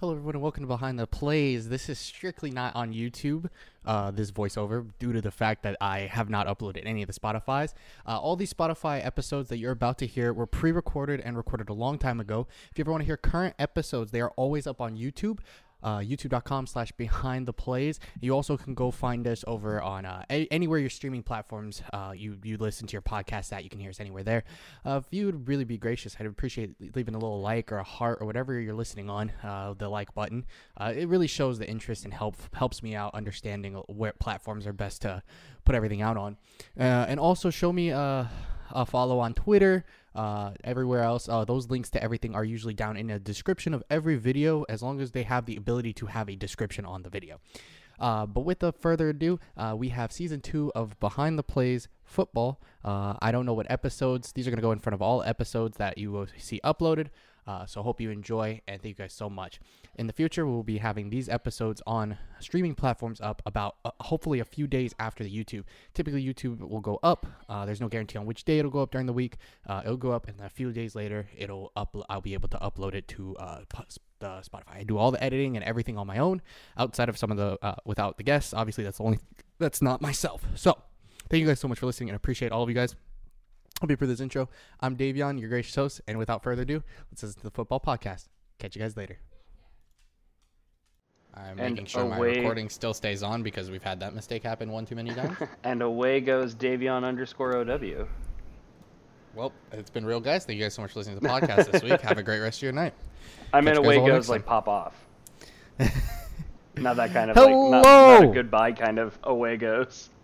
Hello, everyone, and welcome to Behind the Plays. This is strictly not on YouTube, uh, this voiceover, due to the fact that I have not uploaded any of the Spotify's. Uh, all these Spotify episodes that you're about to hear were pre recorded and recorded a long time ago. If you ever want to hear current episodes, they are always up on YouTube. Uh, youtube.com slash behind the plays you also can go find us over on uh, a- anywhere your streaming platforms uh, you you listen to your podcast at you can hear us anywhere there uh, if you would really be gracious i'd appreciate leaving a little like or a heart or whatever you're listening on uh, the like button uh, it really shows the interest and help helps me out understanding where platforms are best to put everything out on uh, and also show me uh, a follow on twitter uh, everywhere else. Uh, those links to everything are usually down in a description of every video, as long as they have the ability to have a description on the video. Uh, but with the further ado, uh, we have season two of Behind the Plays Football. Uh, I don't know what episodes. These are going to go in front of all episodes that you will see uploaded. Uh, so hope you enjoy and thank you guys so much. In the future, we'll be having these episodes on streaming platforms up about uh, hopefully a few days after the YouTube. Typically, YouTube will go up. Uh, there's no guarantee on which day it'll go up during the week. Uh, it'll go up, and a few days later, it'll upload. I'll be able to upload it to uh, po- the Spotify. I do all the editing and everything on my own, outside of some of the uh, without the guests. Obviously, that's the only that's not myself. So, thank you guys so much for listening, and appreciate all of you guys. I'll be for this intro. I'm Davion, your gracious host, and without further ado, let's listen to the football podcast. Catch you guys later. I'm And making sure my away- recording still stays on because we've had that mistake happen one too many times. And away goes Davion underscore OW. well, it's been real, guys. Thank you guys so much for listening to the podcast this week. Have a great rest of your night. I mean, Catch you away guys all goes next like time. pop off. not that kind of like not, not a Hello! goodbye kind of away goes.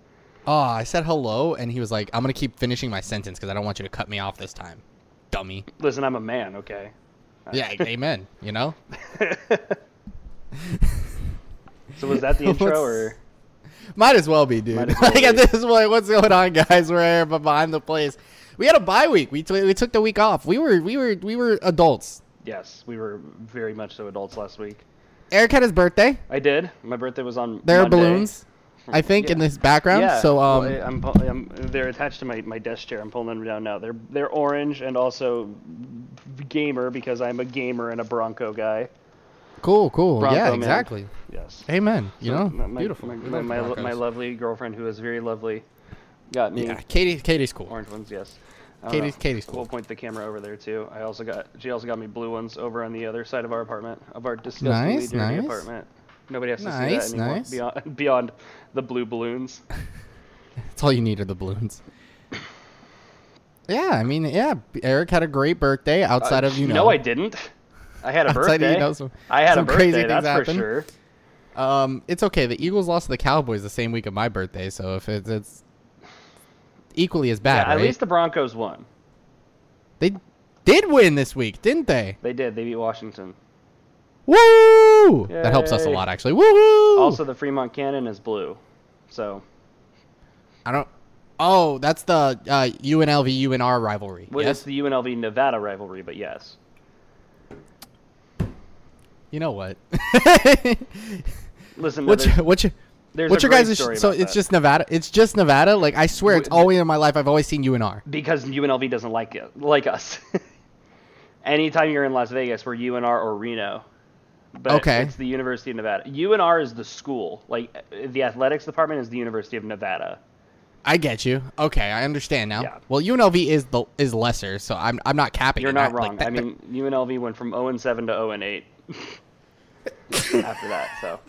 Oh, I said hello, and he was like, "I'm gonna keep finishing my sentence because I don't want you to cut me off this time, dummy." Listen, I'm a man, okay. Yeah, amen. You know, So was that the intro What's- or might as well be, dude. Might as well like at be. this point, what's going on, guys? We're here behind the place. We had a bye week. We, t- we took the week off. We were we were we were adults. yes, we were very much so adults last week. Eric had his birthday. I did. My birthday was on. There Monday. are balloons, I think, in Yeah. this background. Yeah. So um, well, I- I'm, pull- I'm they're attached to my, my desk chair. I'm pulling them down now. They're they're orange and also gamer because I'm a gamer and a Bronco guy. cool, cool. Bronco yeah, man. exactly. Yes. Amen. You know, my, my- beautiful. My, We my, love my, the my Broncos. lovely girlfriend, who is very lovely, got me Yeah, Katie. Katie's cool. orange ones. Yes. I don't Katie's know. Katie's cool. We'll point the camera over there too. I also got she also got me blue ones over on the other side of our apartment, of our disgustingly Nice, dirty nice. apartment. Nobody has to Nice, see that anymore. nice. Beyond beyond the blue balloons. That's all you need are the balloons. Yeah, I mean, yeah. Eric had a great birthday outside of you know. Uh, No, I didn't. I had a Outside of you birthday. know some- I had some a birthday. crazy things that's happen. for sure. Um, it's okay. The Eagles lost to the Cowboys the same week of my birthday, so if it's, it's equally as Yeah, bad, at right? least the Broncos won. they did win this week, didn't they? They did. They beat Washington. Woo! That helps us a Yay. lot, actually. Woo! Also, the Fremont Cannon is blue. So I don't. Oh, that's the uh, UNLV UNR rivalry. Well, yes. It's the UNLV Nevada rivalry, but yes. You know what? Listen, what's there's, your, what's your there's What's a your guys' great sh- story so about it's that. just Nevada. It's just Nevada. Like I swear, it's Wh- always in my life. I've always seen UNR. because UNLV doesn't like it, like us. Anytime you're in Las Vegas, we're UNR or Reno. But Okay. it's the University of Nevada. UNR is the school. Like uh, the athletics department is the University of Nevada. I get you. Okay, I understand now. Yeah. Well, UNLV is the is lesser, so I'm I'm not capping. You're it. not like, wrong. that- I mean, UNLV went from 0 and 7 to 0 and 8 after that. So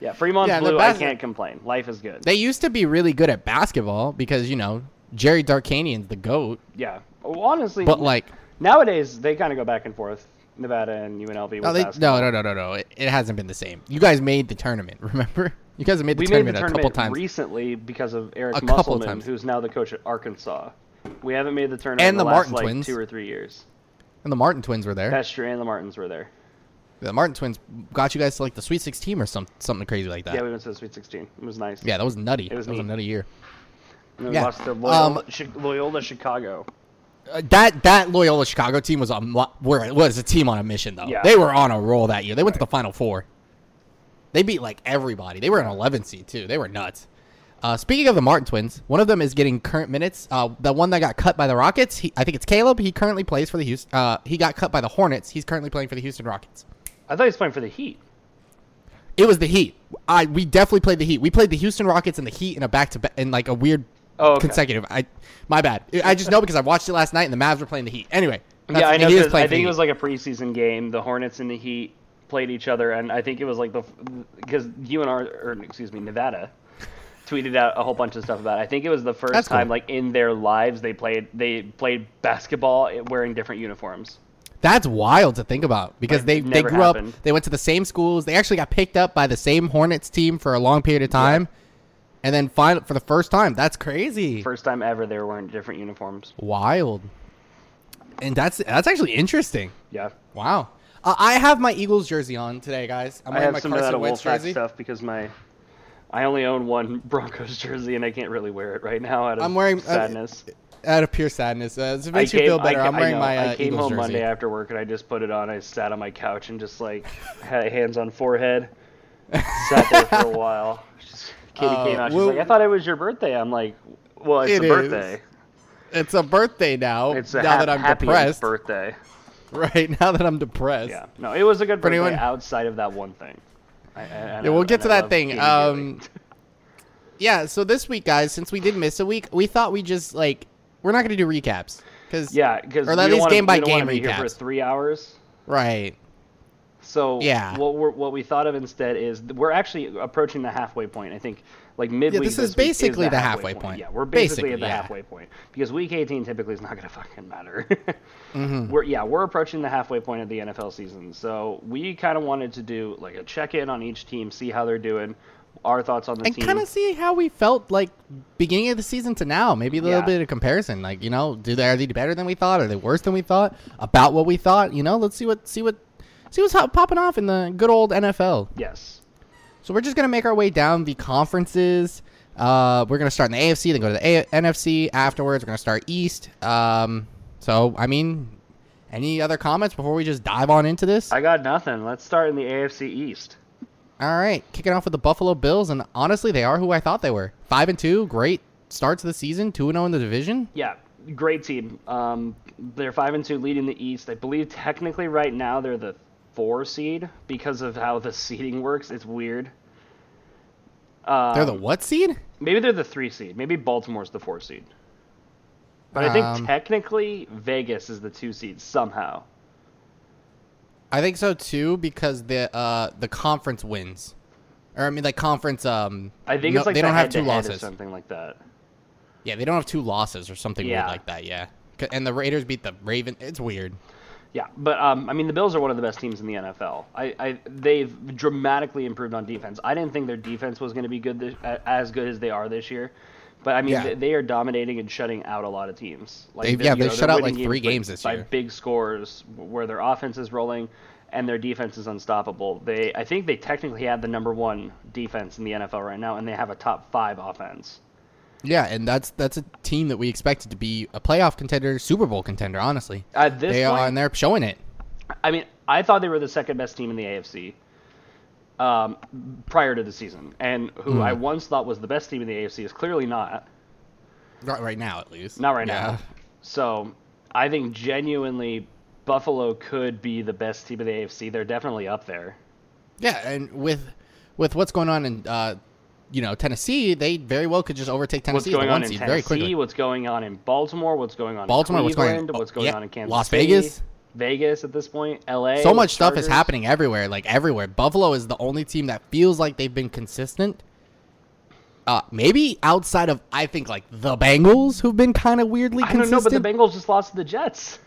yeah, Fremont's Yeah, blue. I Nevada- can't complain. Life is good. they used to be really good at basketball because you know Jerry Darkanian's the goat. yeah. Well, honestly, But like, nowadays they kind of go back and forth. Nevada and UNLV. With no, they, basketball. no, no, no, no, no. It, it hasn't been the same. You guys made the tournament. Remember? You guys made the We made the tournament a tournament couple times. recently because of Eric A couple Musselman, times. who's now the coach at Arkansas. We haven't made the tournament And in the the, last Martin like twins. two or three years. and the Martin twins were there. That's true, and the Martins were there. The Martin twins got you guys to like the Sweet Sixteen or some something crazy like that. Yeah, Yeah, we went to the Sweet 16. It was nice. that was nutty. It was that was a neat. nutty year. And then we yeah. lost to Loyola, Um, Chi- Loyola Chicago. Uh, that that Loyola Chicago team was on lo- were was a team on a mission though. Yeah. They were on a roll that year. They went to the Final Four. They beat like everybody. They were an 11 seed too. They were nuts. Uh, speaking of the Martin twins, one of them is getting current minutes. Uh, the one that got cut by the Rockets, he, I think it's Caleb. He currently plays for the Houston. Uh, he got cut by the Hornets. He's currently playing for the Houston Rockets. I thought he was playing for the Heat. It was the Heat. I we definitely played the Heat. We played the Houston Rockets and the Heat in a back to back in like a weird Oh, okay. consecutive. I my bad. I just know because I watched it last night and the Mavs were playing the Heat. Anyway, yeah, that's- I know. and he was 'cause playing I for the think Heat. it was like a preseason game. The Hornets and the Heat played each other, and I think it was like the because you and our, or excuse me, Nevada, tweeted out a whole bunch of stuff about. It. I think it was the first That's cool. time like in their lives they played they played basketball wearing different uniforms. That's wild to think about because Like, they, it they never grew happened. up, they went to the same schools, they actually got picked up by the same Hornets team for a long period of time, and then final for the first time. That's crazy, First time ever they were wearing different uniforms. wild, and that's that's actually interesting. Yeah, Wow, uh, I have my Eagles jersey on today, guys. I'm I wearing have my some of that Carson Wentz Wolfpack jersey. stuff because my. I only own one Broncos jersey and I can't really wear it right now out of I'm wearing- uh, sadness. Out of pure sadness, uh, if it I makes you came- feel better. I, I'm wearing I know. my uh, I came Eagles home jersey. Monday after work and I just put it on. I sat on my couch and just like had hands on forehead, sat there for a while. Just, Katie Uh, came out. She's well- like, "I thought it was your birthday." I'm like, "Well, it's It a is. birthday. It's a birthday now. It's a now hap- that I'm happy depressed, birthday." right? Now that I'm depressed. Yeah. No, it was a good For birthday anyone- outside of that one thing. I, I, and Yeah, I- we'll get and to I that love thing. Katie Um, Daly. yeah, so this week, guys, since we did miss a week, we thought we just like we're not gonna do recaps because yeah, because or at least game by game be here for recaps. three hours. right. So Yeah. what we're, what we thought of instead is th- we're actually approaching the halfway point. I think like midweek. this is week basically the halfway point. Yeah, we're basically, Basically, at the yeah. halfway point because week 18 typically is not going to fucking matter. Mm-hmm. We're yeah, we're approaching the halfway point of the NFL season. So we kind of wanted to do like a check in on each team, see how they're doing, our thoughts on the And team. kind of see how we felt like beginning of the season to now. Maybe a little Yeah. bit of comparison. Like you know, do they are they better than we thought? Are they worse than we thought? About what we thought? You know, let's see what see what see what's hot, popping off in the good old NFL. yes. So we're just gonna make our way down the conferences. Uh, we're gonna start in the AFC, then go to the A- NFC. Afterwards, we're gonna start East. Um, so I mean, any other comments before we just dive on into this? I got nothing. Let's start in the AFC East. All right, kicking off with the Buffalo Bills, and honestly, they are who I thought they were. Five and two, great start to the season. Two and zero in the division. Yeah, great team. Um, they're five and two, leading the East. I believe technically right now they're the four seed because of how the seeding works. It's weird. Um, They're the what seed? maybe they're the three seed. Maybe Baltimore's the four seed. But I think Um, technically Vegas is the two seed somehow. I think so too because the uh the conference wins, or I mean like conference um. I think no- it's like they the don't have two head-to-head or losses. something like that. Yeah, they don't have two losses or something weird Yeah. like that. Yeah, 'Cause- and the Raiders beat the Raven. It's weird. Yeah, but um, I mean the Bills are one of the best teams in the NFL. I, I they've dramatically improved on defense. I didn't think their defense was going to be good this, a- as good as they are this year, but I mean Yeah. they, they are dominating and shutting out a lot of teams. Like They've- they- yeah, you they they're shut out, winning like, three by- games this by year. big scores where their offense is rolling and their defense is unstoppable. They I think they technically have the number one defense in the NFL right now, and they have a top five offense. Yeah, and that's that's a team that we expected to be a playoff contender, Super Bowl contender. Honestly, At this they point, are, and they're showing it. I mean, I thought they were the second best team in the AFC um, prior to the season, and who Hmm. I once thought was the best team in the AFC is clearly not, Right, right now, at least. not right Yeah. now. So I think genuinely Buffalo could be the best team in the AFC. They're definitely up there. Yeah, and with with what's going on in uh, you know Tennessee, they very well could just overtake What's Tennessee as the going one on in seed very Tennessee? quickly. What's going on in Baltimore? What's going on Baltimore, in what's going on- Cleveland? What's going yeah, on in Kansas Las City? Vegas? Vegas at this point, LA. So with much stuff is Chargers. happening everywhere, like everywhere. Buffalo is the only team that feels like they've been consistent. Uh, maybe outside of I think like the Bengals, who've been kind of weirdly I don't know, consistent. but the Bengals just lost to the Jets.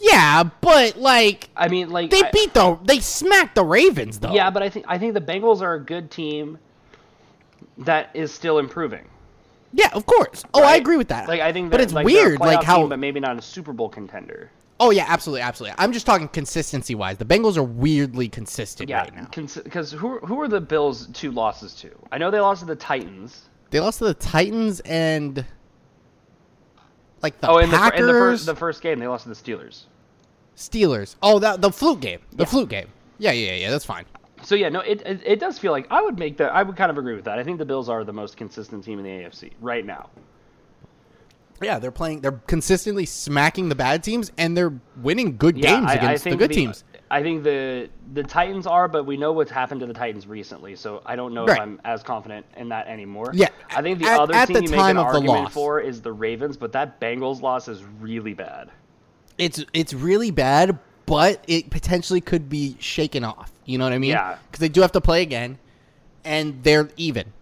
yeah, but like I mean, like They I- beat the they smacked the Ravens though. Yeah, but I think I think the Bengals are a good team that is still improving. yeah, of course. Oh, I right? agree with that. Like I think, but that, it's like, they're a weird, like playoff how. team, but maybe not a Super Bowl contender. oh yeah, absolutely, absolutely. I'm just talking consistency wise. The Bengals are weirdly consistent Yeah, right now. because who who are the Bills two losses to? I know they lost to the Titans. They lost to the Titans and like the oh, in the, fir- Packers, in the first the first game they lost to the Steelers. Steelers. Oh, that the flute game, the flute game. Yeah, yeah, yeah. That's fine. So yeah, no, it, it it does feel like I would make that. I would kind of agree with that. I think the Bills are the most consistent team in the AFC right now. Yeah, they're playing. They're consistently smacking the bad teams, and they're winning good Yeah, games I, I against think the good teams. I think the the Titans are, but we know what's happened to the Titans recently, so I don't know Right. if I'm as confident in that anymore. Yeah, I think the at- other at team the you make time an of the argument loss. for is the Ravens, but that Bengals loss is really bad. It's it's really bad, but it potentially could be shaken off. You know what I mean? Yeah. Because they do have to play again, and they're even.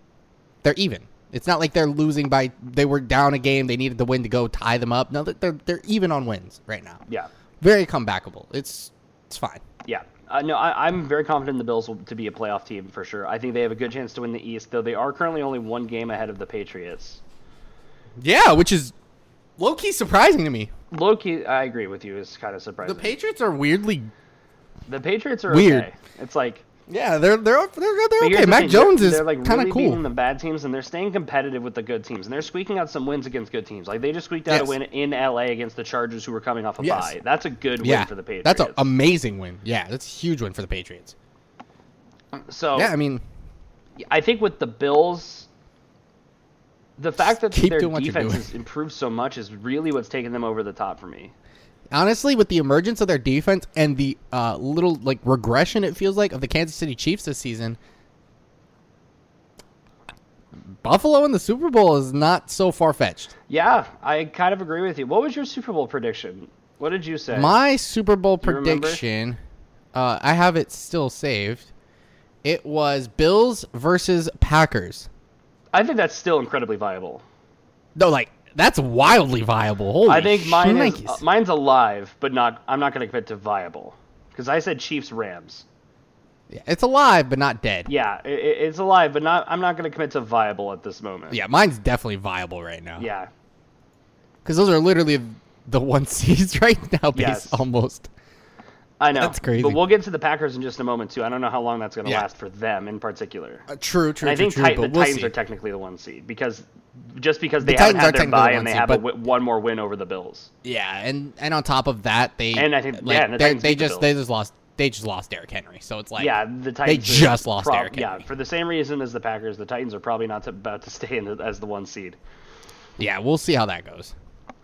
They're even. It's not like they're losing by they were down a game. They needed the win to go tie them up. No, they're they're, they're even on wins right now. Yeah. Very comebackable. It's it's fine. Yeah. Uh, no, I, I'm very confident the Bills will to be a playoff team for sure. I think they have a good chance to win the East, though they are currently only one game ahead of the Patriots. Yeah, which is low key surprising to me. Loki, I agree with you, is kind of surprising. The The, Patriots are weirdly Patriots are Weird. okay. It's like yeah they're they're they're, they're but here's okay. the Mac thing, Jones they're, is they're, like kind of really cool. beating the bad teams, and they're staying competitive with the good teams, and they're squeaking out some wins against good teams. Like they just squeaked out Yes. a win in LA against the Chargers, who were coming off a Yes. bye. That's a good win yeah, for the Patriots. that's an amazing win. Yeah, that's a huge win for the Patriots. so um, Yeah, I mean, I think with the Bills, the fact that keep their doing what you're defense doing. has improved so much is really what's taken them over the top for me. honestly, with the emergence of their defense and the uh, little like regression it feels like of the Kansas City Chiefs this season, Buffalo in the Super Bowl is not so far fetched. Yeah, I kind of agree with you. What was your Super Bowl prediction? What did you say? My Super Bowl you remember? prediction, uh, I have it still saved. It was Bills versus Packers. I think that's still incredibly viable. No, like that's wildly viable. Holy I think mine is, shnikes. uh, mine's alive, but not. I'm not going to commit to viable because I said Chiefs Rams. Yeah, it's alive but not dead. Yeah, i i- it's alive, but not. I'm not going to commit to viable at this moment. Yeah, mine's definitely viable right now. Yeah. because those are literally the one seeds right now, based Yes. almost. I know. That's crazy. But we'll get to the Packers in just a moment too. I don't know how long that's going to Yeah. last for them in particular. Uh, true, true, And I true, think true. Ti- the but we'll Titans see. are technically the one seed because just because they Titans are haven't had their technically bye the one and they seed, have a but- w- one more win over the Bills. yeah, and and on top of that, they And I think- like, yeah, and the they Titans they beat the just they just lost they just lost Derrick Henry, so it's like yeah, the Titans. they are just lost prob- Derrick Yeah, Henry. for the same reason as the Packers, the Titans are probably not to, about to stay in the, as the one seed. yeah, we'll see how that goes.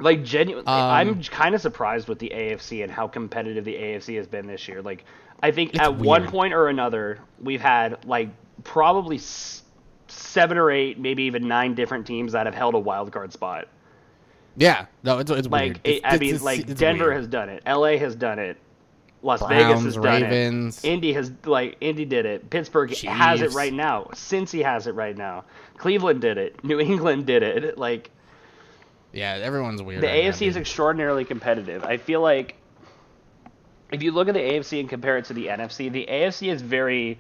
Like genuinely, Um, I'm kind of surprised with the AFC and how competitive the AFC has been this year. Like, I think at one weird. point or another, we've had like probably s- seven or eight, maybe even nine different teams that have held a wild card spot. Yeah, no, it's it's Like, weird. it, It's- I it's- mean, it's- like it's Denver weird. has done it, LA has done it, Las Vegas has Browns, done Ravens. it, Indy has like Indy did it, Pittsburgh has it Chiefs. right now, Cincy has it right now, Cleveland did it, New England did it, like. yeah, everyone's weird. The right now, AFC is dude. extraordinarily competitive. I feel like if you look at the AFC and compare it to the NFC, the AFC is very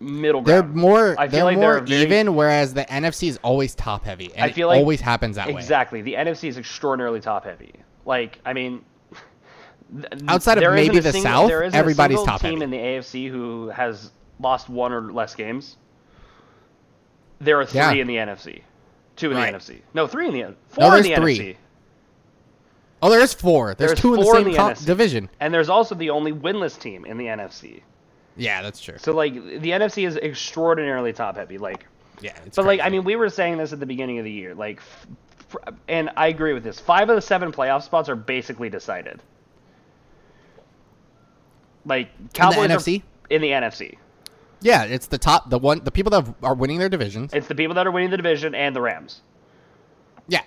middle They're ground. more I feel they're like more they're very- even, whereas the NFC is always top heavy, and I feel it like- always happens that way. exactly. The NFC is extraordinarily top heavy. Like, I mean, th- Outside of there isn't maybe a the single- South, there isn't everybody's a single top team heavy. in the AFC who has lost one or less games. There are three Yeah. in the NFC, two in Right. the NFC. No, three in the four in there's the three. NFC. Oh, there's four. There's, There's two in the four in same the co- NFC. division. And there's also the only winless team in the NFC. Yeah, that's true. So like the NFC is extraordinarily top heavy. Like, Yeah, it's but like crazy. I mean, we were saying this at the beginning of the year. Like, f- f- and I agree with this. Five of the seven playoff spots are basically decided. Like Cowboys are- NFC? in the NFC. Yeah, it's the top, the one, the people that are winning their divisions. It's the people that are winning the division and the Rams. yeah,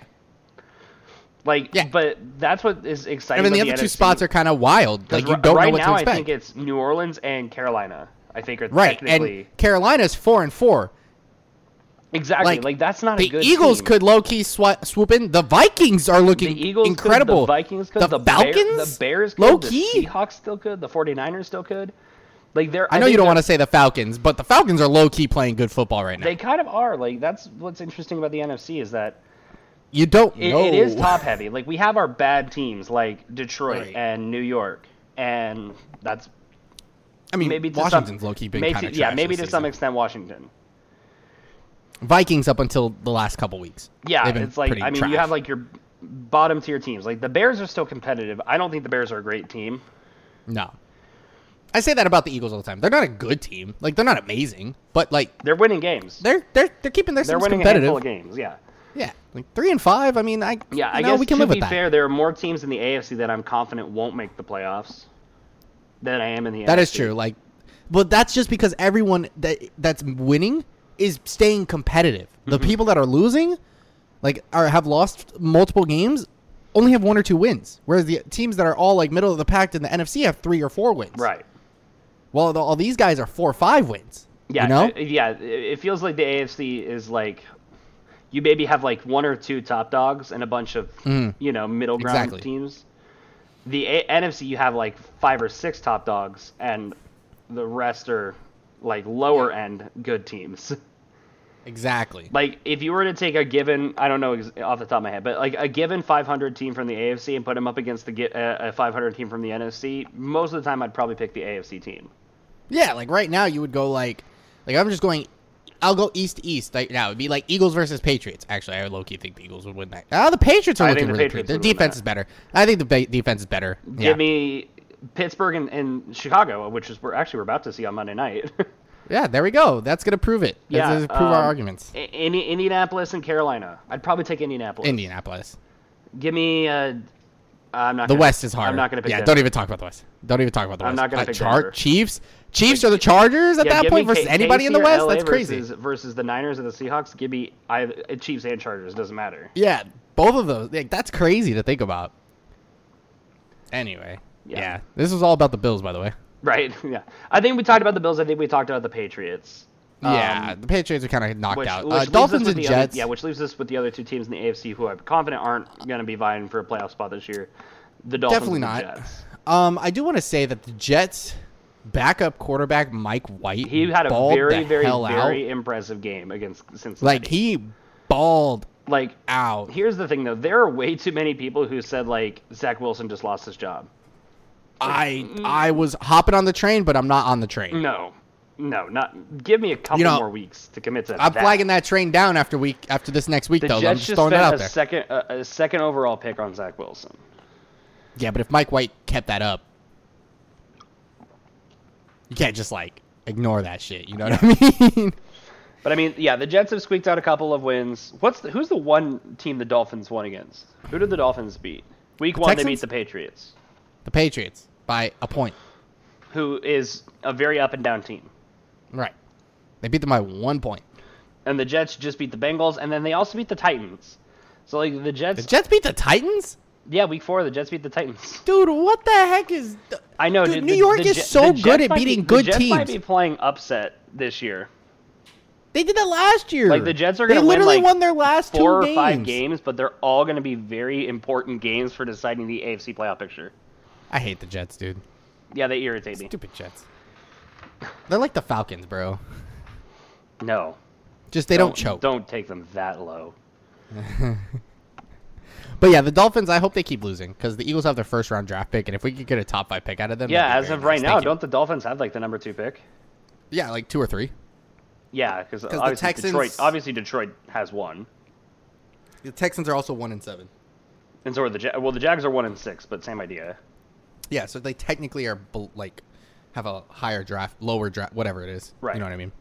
Like, Yeah. but that's what is exciting. and then the about other two NFC. spots are kind of wild. 'Cause Like you ri- don't right know what now, to expect. I think it's New Orleans and Carolina. I think are right, technically and Carolina's four and four. exactly like, like, that's not a The good. Eagles team. could low key sw- swoop in. The Vikings are looking the Eagles incredible. Could, the Vikings could. The, The, Falcons. Bear, the Bears could. Low The key. Seahawks still could. The 49ers still could. Like they're. I know you don't want to say the Falcons, but the Falcons are low key playing good football right now. They kind of are. Like that's what's interesting about the NFC is that you don't it, know. it is top heavy. Like we have our bad teams like Detroit Right. and New York, and that's I mean, maybe to some- Washington's low key been makes kind of it- yeah maybe to some extent Washington. Vikings up until the last couple weeks. Yeah, They've been it's like pretty I mean trash. you have like your bottom tier teams. Like the Bears are still competitive. I don't think the Bears are a great team. No. I say that about the Eagles all the time. They're not a good team. Like they're not amazing, but like They're winning games. they're they're they're keeping their They're teams winning a handful of competitive. games. Yeah. Yeah, like three and five. I mean, I Yeah, you I know, guess we can to live be with that. fair, there are more teams in the AFC that I'm confident won't make the playoffs. than I am in the That is NFC. true. Like, but that's just because everyone that that's winning is staying competitive. The Mm-hmm. people that are losing, like, are have lost multiple games, only have one or two wins. Whereas the teams that are all like middle of the pack in the NFC have three or four wins. Right. Well, the, all these guys are four or five wins. Yeah. You know? it- yeah. It it feels like the AFC is like you maybe have like one or two top dogs and a bunch of you know middle ground Mm. Exactly. teams. The a- NFC you have like five or six top dogs and the rest are like lower end good teams. exactly. Like if you were to take a given, I don't know ex- off the top of my head, but like a given 500 team from the AFC and put them up against the gi- uh, a 500 team from the NFC, most of the time I'd probably pick the AFC team. Yeah, like right now you would go like like I'm just going I'll go east to east right now. It'd be like Eagles versus Patriots. Actually, I low key think the Eagles would win that. Ah, the Patriots are I looking think the really Patriots good. would The win defense that. is better. I think the ba- defense is better. Yeah. Give me Pittsburgh and, and Chicago, which is we're actually we're about to see on Monday night. yeah, there we go. That's gonna prove it. That's yeah, gonna prove our um, arguments. I- Indi- Indianapolis and Carolina. I'd probably take Indianapolis. Indianapolis. Give me. Uh, I'm not. The gonna- West is hard. I'm not going to pick. Yeah, Denver. don't even talk about the West. Don't even talk about the I'm West. not gonna Uh, pick Char- Denver. Chiefs. Chiefs or the Chargers at Yeah, that give point me versus K- anybody in the KC or West. LA That's crazy. Versus, versus the Niners or the Seahawks. Give me either, uh, Chiefs and Chargers. Doesn't matter. Yeah, both of those. Like, that's crazy to think about. Anyway, Yeah. yeah, this was all about the Bills, by the way. Right. Yeah. I think we talked about the Bills. I think we talked about the Patriots. Um, Yeah, the Patriots are kind of knocked which, out. which uh, leaves us Dolphins with and the other- Jets. yeah, which leaves us with the other two teams in the AFC who I'm confident aren't going to be vying for a playoff spot this year. The Dolphins definitely and the not. Jets. Um, I do want to say that the Jets' backup quarterback Mike White He had a balled the very, very, hell very out. impressive game against Cincinnati. like he balled like out. here's the thing though: there are way too many people who said like Zach Wilson just lost his job. I I was hopping on the train, but I'm not on the train. No, no, not. Give me a couple You know, more weeks to commit to I'm that. flagging that train down after week after this next week The though. I'm Jets just, just throwing spent that out a there. second, a, a second overall pick on Zach Wilson. Yeah, but if Mike White kept that up, you can't just like ignore that shit. You know what I mean? But I mean, yeah, the Jets have squeaked out a couple of wins. What's the, who's the one team the Dolphins won against? Who did the Dolphins beat? Week one, they Texans? beat the Patriots, the Patriots by a point. who is a very up and down team. Right. They beat them by one point. And the Jets just beat the Bengals, and then they also beat the Titans. So like the Jets, The Jets beat the Titans? yeah, week four, the Jets beat the Titans. Dude, what the heck is th- I know, Dude, dude. New the- York the is Je- so the good Jets at might be- beating good the Jets Might teams. be playing upset this year. They did that last year. Like the Jets are They going to win literally like won their last four two or five games. games, but they're all going to be very important games for deciding the AFC playoff picture. I hate the Jets, dude. Yeah, they irritate me. Stupid Jets. They're like the Falcons, bro. No, Just they don't, choke. Don't take them that low. But yeah, the Dolphins. I hope they keep losing because the Eagles have their first round draft pick, and if we could get a top five pick out of them, Yeah, that'd as be of very right nice. now, Thank you. don't the Dolphins have like the number two pick? Yeah, like two or three. Yeah, because the obviously Texans- Detroit, obviously Detroit has one, The Texans are also one and seven. and so are the ja- well, the Jags are one and six, but same idea. Yeah, so they technically are bel- like have a higher draft, lower draft, whatever it is. Right. You know what I mean?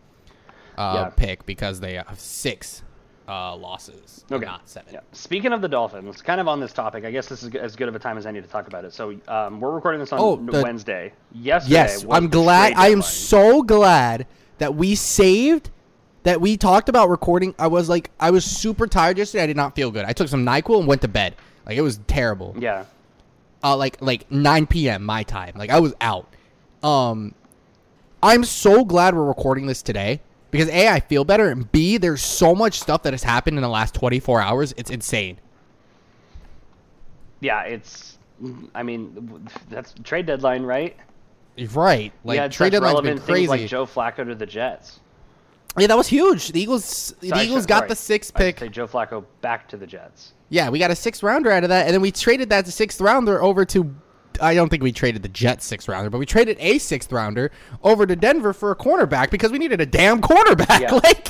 Uh, Yeah. Pick because they have six uh, losses, Okay. not seven. Yeah. Speaking of the Dolphins, kind of on this topic, I guess this is g- as good of a time as any to talk about it. So um, we're recording this on Oh, n- the- Wednesday. Yesterday. Yes, was I'm the glad. trade I am deadline. so glad that we saved. That we talked about recording. I was like, I was super tired yesterday. I did not feel good. I took some Nyquil and went to bed. Like it was terrible. Yeah. uh, like like 9 p.m. my time. Like I was out. Um, I'm so glad we're recording this today because a I feel better and b there's so much stuff that has happened in the last 24 hours. It's insane. Yeah, it's. I mean, w- that's trade deadline, right? Right, like yeah, it's trade such deadline's been relevant crazy. things like Joe Flacco to the Jets. yeah, that was huge. The Eagles, the So I Eagles should- got sorry, the sixth I should pick. Say Joe Flacco back to the Jets. Yeah, we got a sixth rounder out of that, and then we traded that sixth rounder over to. I don't think we traded the Jets sixth rounder, but we traded a sixth rounder over to Denver for a cornerback because we needed a damn cornerback. Yeah. Like,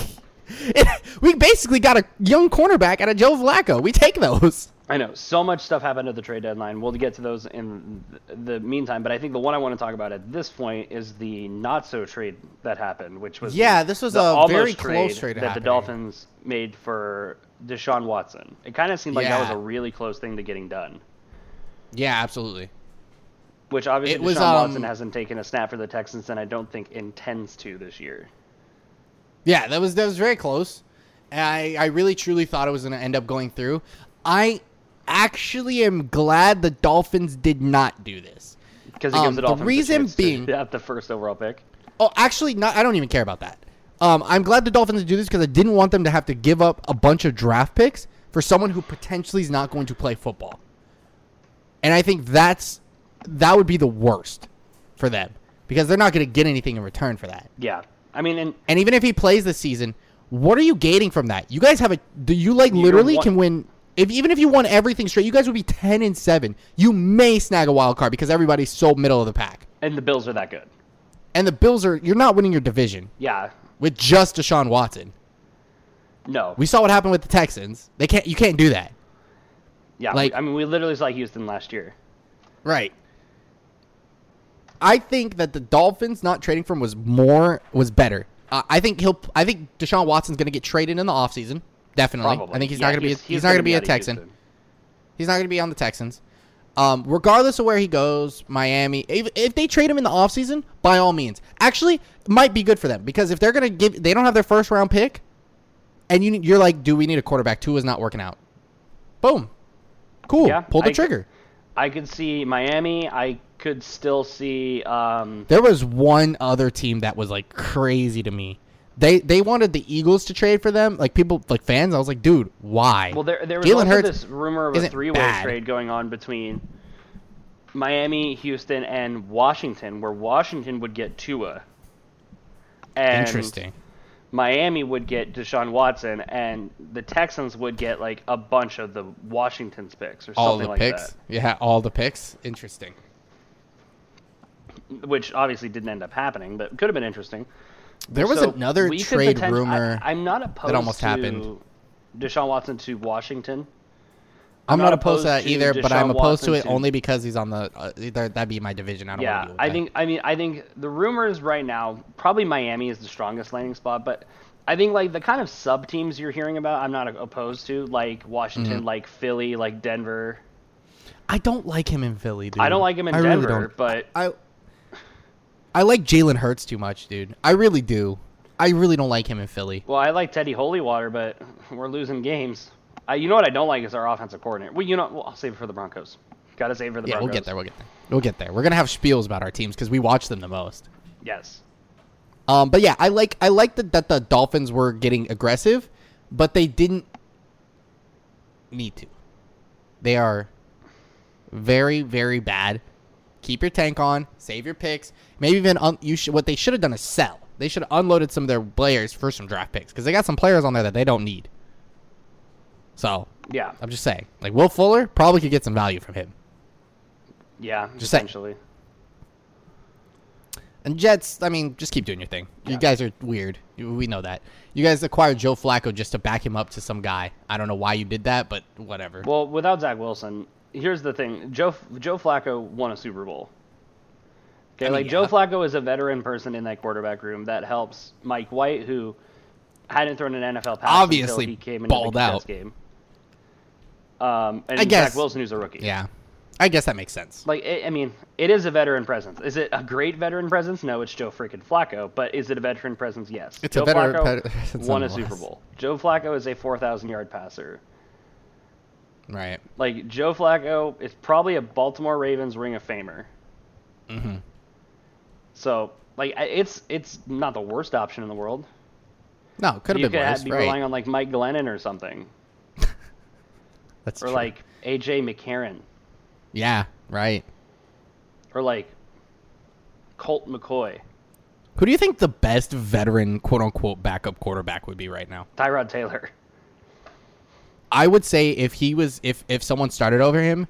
it, we basically got a young cornerback out of Joe Flacco. We take those. I know so much stuff happened at the trade deadline. We'll get to those in th- the meantime, but I think the one I want to talk about at this point is the not so trade that happened, which was Yeah, this was the a almost very close trade that happening. the Dolphins made for Deshaun Watson. It kind of seemed like that was Yeah. a really close thing to getting done. Yeah, absolutely. Which obviously It was, Deshaun um, Watson hasn't taken a snap for the Texans, and I don't think intends to this year. Yeah, that was that was very close. I I really truly thought it was going to end up going through. I actually am glad the Dolphins did not do this. Because it Um, gives the it all reason being- the first overall pick. Oh, actually, not. I don't even care about that. Um, I'm glad the Dolphins do this because I didn't want them to have to give up a bunch of draft picks for someone who potentially is not going to play football. And I think that's that would be the worst for them because they're not going to get anything in return for that. Yeah, I mean, and And even if he plays this season, what are you gating from that? You guys have a do you like You're literally one- can win if even if you won everything straight, you guys would be 10 and 7. You may snag a wild card because everybody's so middle of the pack. and the Bills are that good. And the Bills are you're not winning your division Yeah, with just Deshaun Watson. no, We saw what happened with the Texans. They can't. You can't do that. yeah. like- we, I mean, we literally saw Houston last year. Right. I think that the Dolphins not trading for him was more was better. Uh, I think he'll. I think Deshaun Watson's going to get traded in the offseason. Definitely. Probably. I think he's Yeah, not going to be. He's, not gonna going to be a out of Texan. Houston. He's not going to be on the Texans. Um, regardless of where he goes, Miami, if, if they trade him in the offseason, by all means. Actually, it might be good for them because if they're going to give, they don't have their first round pick, and you, you're like, do we need a quarterback? Two is not working out. Boom. Cool. Yeah, Pull the I- trigger. I could see Miami. I could still see. Um, There was one other team that was like crazy to me. They they wanted the Eagles to trade for them. Like people, like fans. I was like, dude, why? well, there there was Jalen also Hurts- this rumor of a isn't three-way bad. trade going on between Miami, Houston, and Washington, where Washington would get Tua. And Interesting. Miami would get Deshaun Watson, and the Texans would get like a bunch of the Washington's picks or something All the like picks. Yeah, all the picks. Interesting. that, which obviously didn't end up happening, but could have been interesting. There was So another we could trade poten- rumor. I, I, am not opposed almost to happened. Deshaun Watson to Washington. am not not opposed to opposed that to either, but Deshaun I'm opposed to it Watson to- only because he's on the. Uh, either- that'd be my division. I don't. wanna Yeah, deal with I that. think I mean I think the rumors right now probably Miami is the strongest landing spot, but I think like the kind of sub teams you're hearing about, I'm not opposed to like Washington, Mm-hmm. like Philly, like Denver. I don't like him in Philly, dude. I don't like him in Mm-hmm. I really Denver, don't. but I I like Jalen Hurts too much, dude. I really do. I really don't like him in Philly. well, I like Teddy Holywater, but we're losing games. I, you know what I don't like is our offensive coordinator. Well, you know, well, I'll save it for the Broncos. Got to save it for the Yeah, Broncos. we'll get there. We'll get there. We'll get there. We're gonna have spiels about our teams because we watch them the most. Yes. Um, but yeah, I like I like that that the Dolphins were getting aggressive, but they didn't need to. They are very very bad. Keep your tank on. Save your picks. Maybe even un- you should. What they should have done is sell. They should have unloaded some of their players for some draft picks because they got some players on there that they don't need. So Yeah. I'm just saying, like Will Fuller probably could get some value from him. Yeah. Just saying. essentially. And Jets, I mean, just keep doing your thing. You Yeah. guys are weird. You- We know that. You guys acquired Joe Flacco just to back him up to some guy. I don't know why you did that, but whatever. Well, without Zach Wilson, here's the thing: Joe Joe Flacco won a Super Bowl. Okay, I mean, like yeah. Joe Flacco is a veteran person in that quarterback room that helps Mike White, who hadn't thrown an NFL pass Obviously until he came into balled the Jets out. game. Um, and I guess- Zach Wilson, who's a rookie. yeah. I guess that makes sense. Like, it, I mean, it is a veteran presence. Is it a great veteran presence? No, it's Joe freaking Flacco. But is it a veteran presence? Yes. It's a Joe veteran Flacco presence won a nonetheless. Super Bowl. Joe Flacco is a 4,000 yard passer. Right. Like Joe Flacco is probably a Baltimore Ravens Ring of Famer. Mm-hmm. So like I- it's it's not the worst option in the world. No, it could you have been could ha- worse. be Right. relying on like Mike Glennon or something, That's or true. like AJ McCarron, yeah, right. or like Colt McCoy, Who do you think the best veteran, quote unquote, backup quarterback would be right now? Tyrod Taylor. I would say if he was if if someone started over him,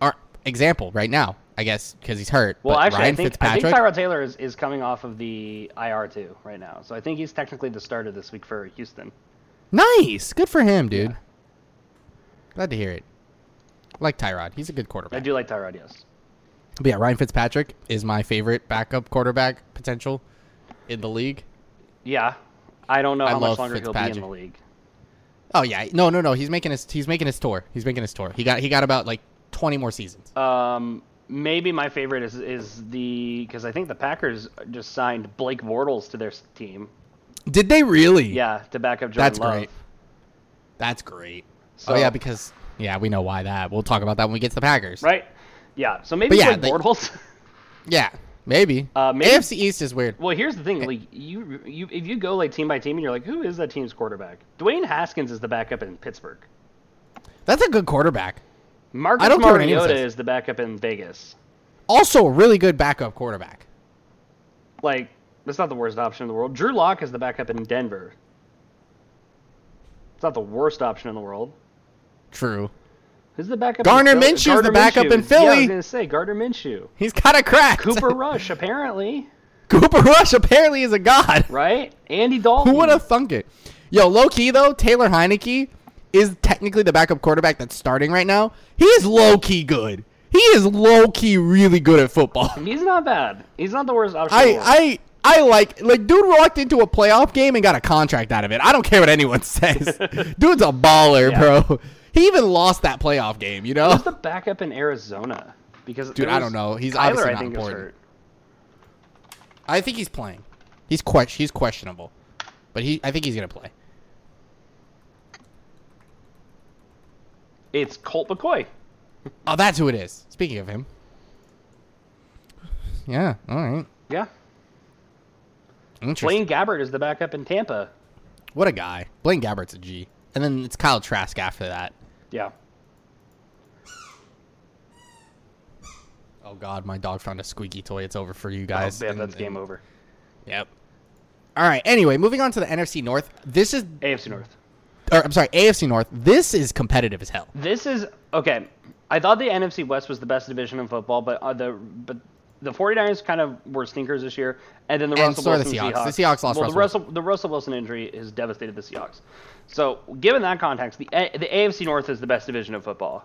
our example right now, I guess because he's hurt. Well, but actually, Ryan I think I Fitzpatrick. think Tyrod Taylor is, is coming off of the IR too right now, so I think he's technically the starter this week for Houston. Nice. Good for him, dude. Glad to hear it. I like Tyrod. He's a good I quarterback. do like Tyrod, yes. But yeah, Ryan Fitzpatrick is my favorite backup quarterback potential in the league. Yeah, I don't know I how much love longer he'll be in the Fitzpatrick. league. Oh yeah. No, no, no. He's making his he's making his tour. He's making his tour. He got he got about like 20 more seasons. Um, maybe my favorite is is the because I think the Packers just signed Blake Bortles to their s- team. Did they really? Yeah, to back up Jordan That's Love. great. That's great. So- oh yeah, because yeah, we know why that. We'll talk about that when we get to the Packers. Right? Yeah. So maybe But yeah, Blake they- Bortles. Yeah. Maybe. Uh, maybe- AFC East is weird. well, here's the Eh. thing: like you, you, if you go like team by team, and you're like, who is that team's quarterback? Dwayne Haskins is the backup in Pittsburgh. That's a good quarterback. Marcus don't care what anyone Mariota says. is the backup in Vegas. Also, a really good backup quarterback. Like that's not the worst option in the world. Drew Lock is the backup in Denver. It's not the worst option in the world. True. Who's the backup? Gardner in Philly? Minshew's the backup in is- Yeah, I Philly. was gonna say Gardner Minshew. He's kind of cracked. Cooper Rush, apparently, Cooper Rush apparently is a god. right? Andy Dalton. Who would have thunk it? Yo, low key though, Taylor Heineke is technically the backup quarterback that's starting right now. He is low key good. He is low key really good at football. He's not bad. He's not the worst option. in the world. I I I like like dude walked into a playoff game and got a contract out of it. I don't care what anyone says. Dude's a baller, Yeah. bro. He even lost that playoff game, you know? Who's the backup in Arizona? Because Dude, there I was- don't know. He's Kyler, obviously I not think, is important. hurt. I think he's playing. He's ques- he's questionable. But he I think he's going to play. It's Colt McCoy. Oh, that's who it is. Speaking of him. Yeah, all right. Yeah, Interesting. Blaine Gabbert is the backup in Tampa. What a guy. Blaine Gabbert's a G. And then it's Kyle Trask after that. Yeah, Oh god, my dog found a squeaky toy. It's over for you guys. oh, man, And- that's game and- over. Yep. All right. Anyway, moving on to the NFC North. This is, AFC North. or I'm sorry, AFC North. This is competitive as hell. This is okay. I thought the NFC West was the best division in football, but uh, the but the 49ers kind of were stinkers this year, and then the And Russell so are the Wilson Seahawks. The Seahawks lost well, the Russell Russell the Russell Wilson injury has devastated the Seahawks. So, given that context, the A- the AFC North is the best division of football.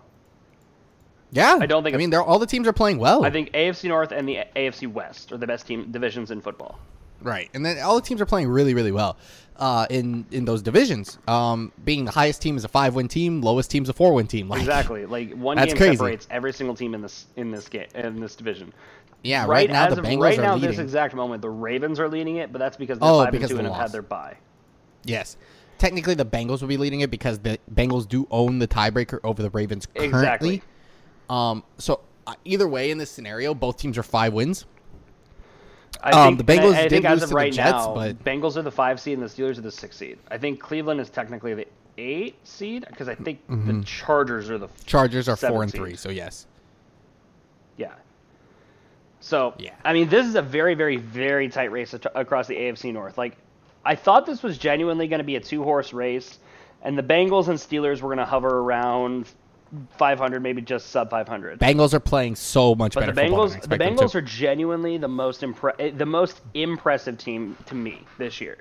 Yeah. I don't think I it's- mean, they're all the teams are playing well. I think AFC North and the AFC West are the best team divisions in football. Right. And then all the teams are playing really, really well. Uh, in in those divisions, um, being the highest team is a five win team, lowest team's a four win team. Like, Exactly. Like one That's game crazy. separates every single team in this in this game in this division. Yeah. Right, now as the of Bengals right are now leading. this exact moment, the Ravens are leading it, but that's because they're Oh, five because and two of and the have had loss. their bye. yes. Technically, the Bengals will be leading it because the Bengals do own the tiebreaker over the Ravens currently. Exactly. Um. So uh, either way, in this scenario, both teams are five wins. I Um, the Bengals I, I did think lose as of to the right Jets, now, but- Bengals are the five seed and the Steelers are the six seed. I think Cleveland is technically the eight seed because I think Mm-hmm. the Chargers are the Chargers are four and 17. three. So yes. yeah. So Yeah. I mean, this is a very, very, very tight race at- across the AFC North. Like, I thought this was genuinely going to be a two-horse race, and the Bengals and Steelers were going to hover around 500, maybe just sub 500. Bengals are playing so much But better. the football than I Bengals, the expected them Bengals to. are genuinely the most impre- eh, the most impressive team to me this year.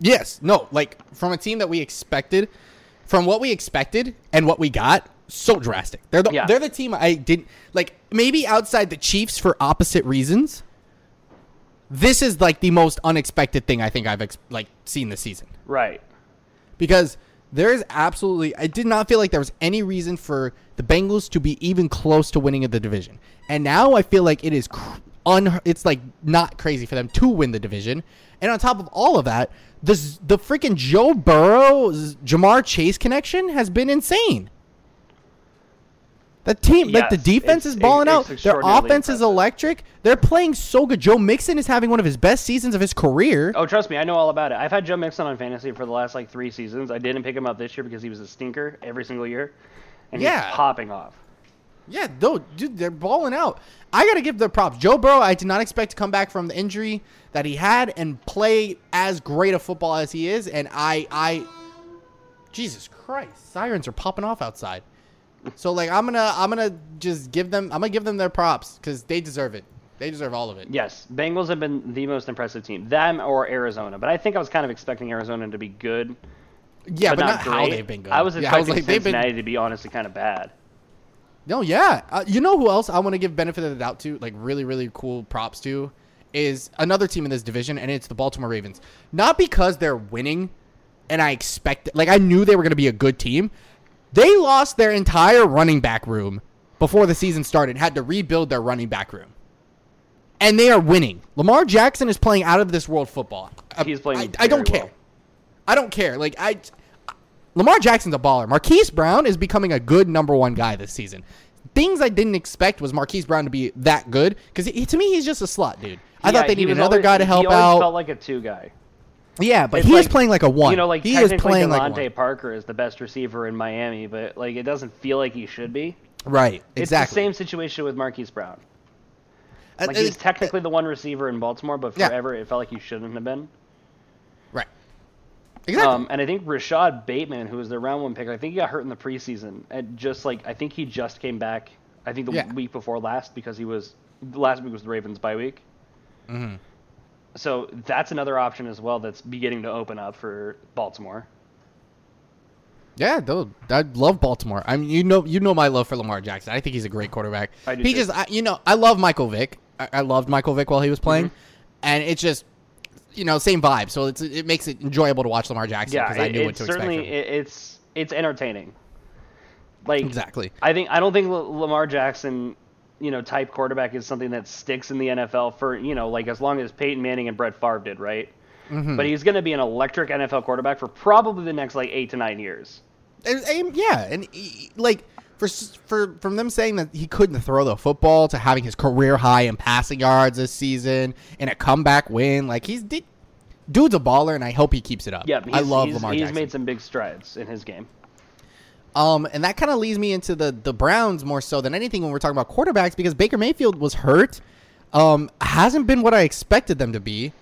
Yes, no, like from a team that we expected, from what we expected and what we got, so drastic. They're the Yeah. they're the team I didn't like. Maybe outside the Chiefs for opposite reasons. This is like the most unexpected thing I think I've ex- like seen this season Right. because there is absolutely I did not feel like there was any reason for the Bengals to be even close to winning the division. And now I feel like it is cr- un it's like not crazy for them to win the division. And on top of all of that, this the freaking Joe Burrow Jamar Chase connection has been insane. The team, like the Yes, defense it's- is balling it's out. Their extraordinarily offense is impressive. electric. They're playing so good. Joe Mixon is having one of his best seasons of his career. Oh, trust me, I know all about it. I've had Joe Mixon on fantasy for the last like three seasons. I didn't pick him up this year because he was a stinker every single year, and Yeah. he's popping off. Yeah, though, dude, they're balling out. I gotta give the props. Joe Burrow, I did not expect to come back from the injury that he had and play as great a football as he is. And I, I, Jesus Christ, sirens are popping off outside. So like, I'm gonna, I'm gonna just give them, I'm gonna give them their props because they deserve it. They deserve all of it. Yes, Bengals have been the most impressive team, them or Arizona. But I think I was kind of expecting Arizona to be good, Yeah, but, but, not, great. how they've been good. I was Yeah, expecting they've been- Cincinnati to be honestly kind of bad. No, yeah. Uh, you know who else I want to give benefit of the doubt to, like really, really cool props to, is another team in this division, and it's the Baltimore Ravens. Not because they're winning, and I expect, like I knew they were going to be a good team. They lost their entire running back room before the season started had to rebuild their running back room. And they are winning. Lamar Jackson is playing out of this world football. I- He's playing I, I don't very care. well. I don't care. Like I Lamar Jackson's a baller. Marquise Brown is becoming a good number one guy this season. Things I didn't expect was Marquise Brown to be that good because to me he's just a slot dude. I Yeah, thought they he needed was another always- guy to help he always out. Felt like a two guy. yeah, but it's he is like- playing like a one. You know, like he is technically playing like Devontae one. Parker is the best receiver in Miami, but like it doesn't feel like he should be. Right, It's exactly. the same situation with Marquise Brown. Uh, Like uh, he's technically the one receiver in Baltimore, but Yeah. forever it felt like he shouldn't have been. right. Exactly. Um, and I think Rashad Bateman, who was the round one pick, I think he got hurt in the preseason. And just like I think he just came back. I think the Yeah. week before last because he was last week was the Ravens bye week. Mm-hmm. So that's another option as well that's beginning to open up for Baltimore. Yeah, though I love Baltimore. I mean, you know, you know my love for Lamar Jackson. I think he's a great quarterback. I do he too. just, I, you know, I love Michael Vick. I, I loved Michael Vick while he was playing, Mm-hmm. and it's just, you know, same vibe. So it's, it makes it enjoyable to watch Lamar Jackson Yeah, because I it, knew what it's to expect. certainly From. him. it, it's it's entertaining. Like exactly. I think I don't think L- Lamar Jackson, you know, type quarterback is something that sticks in the NFL for you know like as long as Peyton Manning and Brett Favre did, right? Mm-hmm. But he's going to be an electric NFL quarterback for probably the next like eight to nine years. And- and- yeah, and he- like for s- for from them saying that he couldn't throw the football to having his career high in passing yards this season and a comeback win, like he's did. Dude's a baller, and I hope he keeps it up. Yeah, he's, I love he's, Lamar He's Jackson. made some big strides in his game. Um, and that kind of leads me into the the Browns more so than anything when we're talking about quarterbacks because Baker Mayfield was hurt. Um, hasn't been what I expected them to be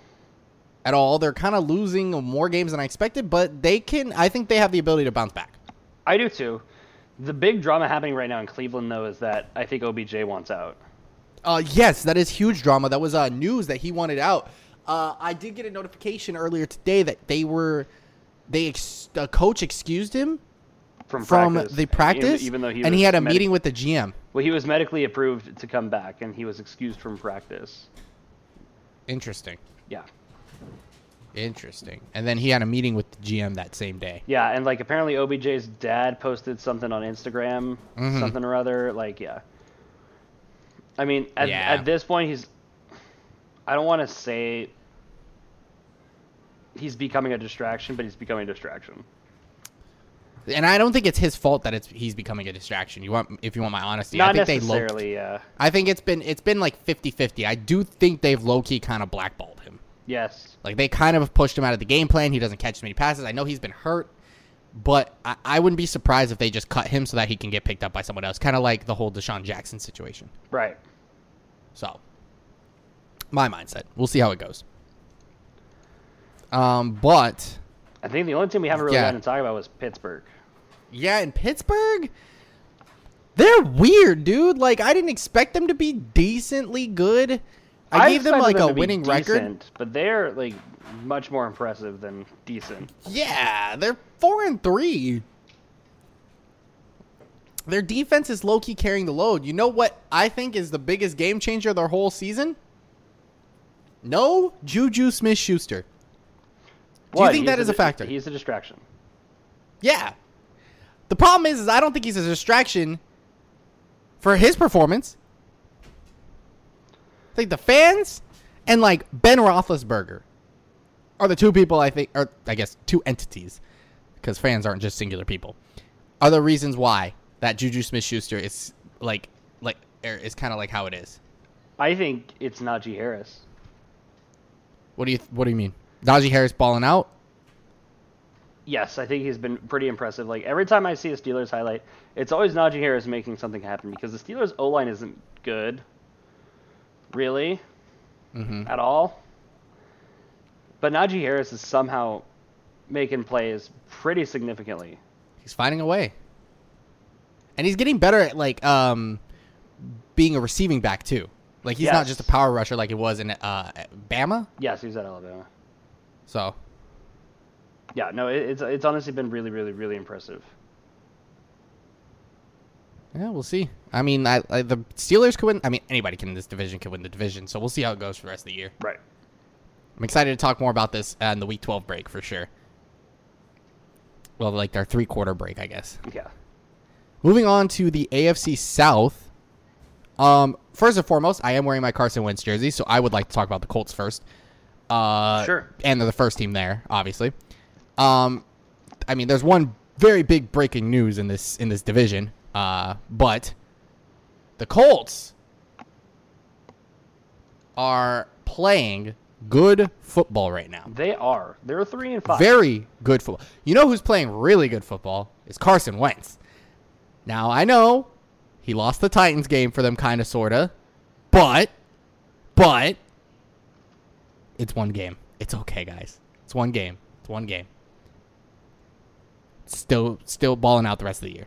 at all. They're kind of losing more games than I expected, but they can. I think they have the ability to bounce back. I do too. The big drama happening right now in Cleveland though is that I think OBJ wants out. Uh, yes, that is huge drama. That was uh, news that he wanted out. Uh, I did get a notification earlier today that they were they ex- the coach excused him From, from practice, the even- practice, even, though he and was he had a medi- meeting with the GM. Well, he was medically approved to come back, and he was excused from practice. Interesting, Yeah, interesting. And then he had a meeting with the GM that same day. yeah, and like apparently OBJ's dad posted something on Instagram, Mm-hmm. something or other. Like, yeah. I mean, at, Yeah. at this point, he's. I don't want to say. He's becoming a distraction, but he's becoming a distraction. And I don't think it's his fault that it's he's becoming a distraction. You want if you want my honesty, Not I think they low, necessarily. uh, Yeah. I think it's been it's been like 50-50. I do think they've low key kind of blackballed him. Yes. Like they kind of pushed him out of the game plan. He doesn't catch as many passes. I know he's been hurt, but I, I wouldn't be surprised if they just cut him so that he can get picked up by someone else. Kind of like the whole Deshaun Jackson situation. Right. So, my mindset. We'll see how it goes. Um, but I think the only team we haven't really Yeah. gotten to talk about was Pittsburgh. Yeah, in Pittsburgh, they're weird, dude. Like I didn't expect them to be decently good. I, gave them expected like a to be winning record. decent, but they're like much more impressive than decent. Yeah, they're four and three. Their defense is low key carrying the load. You know what I think is the biggest game changer of their whole season? No Juju Smith Schuster. Do you What? think He's that is a factor? He's a distraction. Yeah. The problem is, is I don't think he's a distraction for his performance. Like the fans and like Ben Roethlisberger are the two people I think, or I guess two entities, because fans aren't just singular people. Are the reasons why that Juju Smith-Schuster is like, like, er, is kind of like how it is. I think it's Najee Harris. What do you, what do you mean? Najee Harris balling out? Yes, I think he's been pretty impressive. Like every time I see a Steelers highlight, it's always Najee Harris making something happen because the Steelers O line isn't good, really, Mm-hmm. at all. But Najee Harris is somehow making plays pretty significantly. He's finding a way. And he's getting better at like um being a receiving back too. Like he's not Yes. just a power rusher like it was in uh Bama. Yes, he's at Alabama. So Yeah, no, it, it's it's honestly been really, really, really impressive. yeah, we'll see. I mean, I, I the Steelers could win. I mean, anybody can in this division could win the division. So we'll see how it goes for the rest of the year. Right. I'm excited to talk more about this uh, in the Week 12 break for sure. Well, like their three quarter break, I guess. Yeah. Moving on to the AFC South. Um, first and foremost, I am wearing my Carson Wentz jersey, so I would like to talk about the Colts first. Uh, Sure. And they're the first team there, obviously. Um, I mean, there's one very big breaking news in this in this division. Uh, but the Colts are playing good football right now. They are. They're three and five. Very good football. You know who's playing really good football is Carson Wentz. Now I know he lost the Titans game for them, kind of, sorta, but but it's one game. It's okay, guys. It's one game. It's one game. Still still balling out the rest of the year.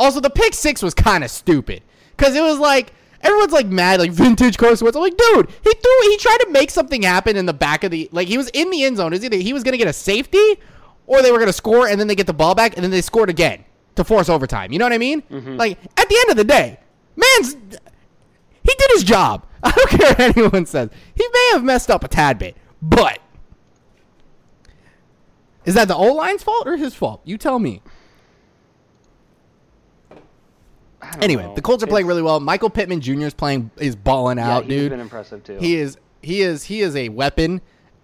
Also, the pick six was kind of stupid because it was like everyone's like mad, like vintage Carson Wentz. I'm like, dude, he threw, he tried to make something happen in the back of the, like he was in the end zone. Is either he was gonna get a safety, or they were gonna score and then they get the ball back and then they scored again to force overtime. You know what I mean? Like at the end of the day, man's he did his job. I don't care what anyone says. He may have messed up a tad bit, but is that the O line's fault or his fault? You tell me. I don't Anyway, know. the Colts are playing It's- really well. Michael Pittman Jr. is playing is balling yeah, out, he's dude. been impressive too. He is he is he is a weapon.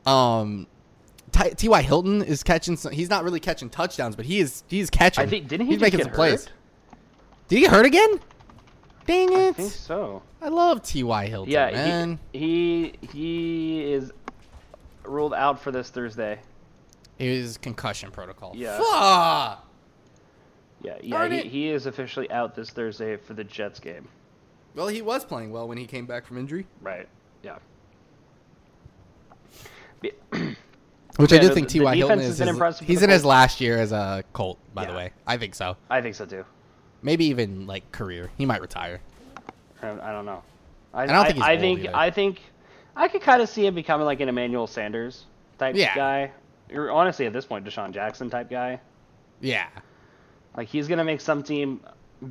Um, Ty- T.Y. Hilton is catching. Some, he's not really catching touchdowns, but he is he's catching. I think didn't he he's just making get some plays. hurt? Did he get hurt again? Dang I think it! so. I, love T.Y. Hilton, Yeah, man. he he he is ruled out for this Thursday. It was concussion protocol. Yeah. Fuck! Yeah, yeah, Darn he, it. he is officially out this Thursday for the Jets game. Well, he was playing well when he came back from injury, Right. Yeah. which Yeah, I do no, think the- T.Y. the Hilton defense is. has been his- impressive for he's the in his Colts. last year as a Colt, by the Yeah. way. I think so. I think so too. Maybe even like career. He might retire. I I don't know. I, don't think he's I old think either. I think I could kind of see him becoming like an Emmanuel Sanders type Yeah. guy. Or honestly, at this point, Deshaun Jackson type guy. Yeah. Like he's gonna make some team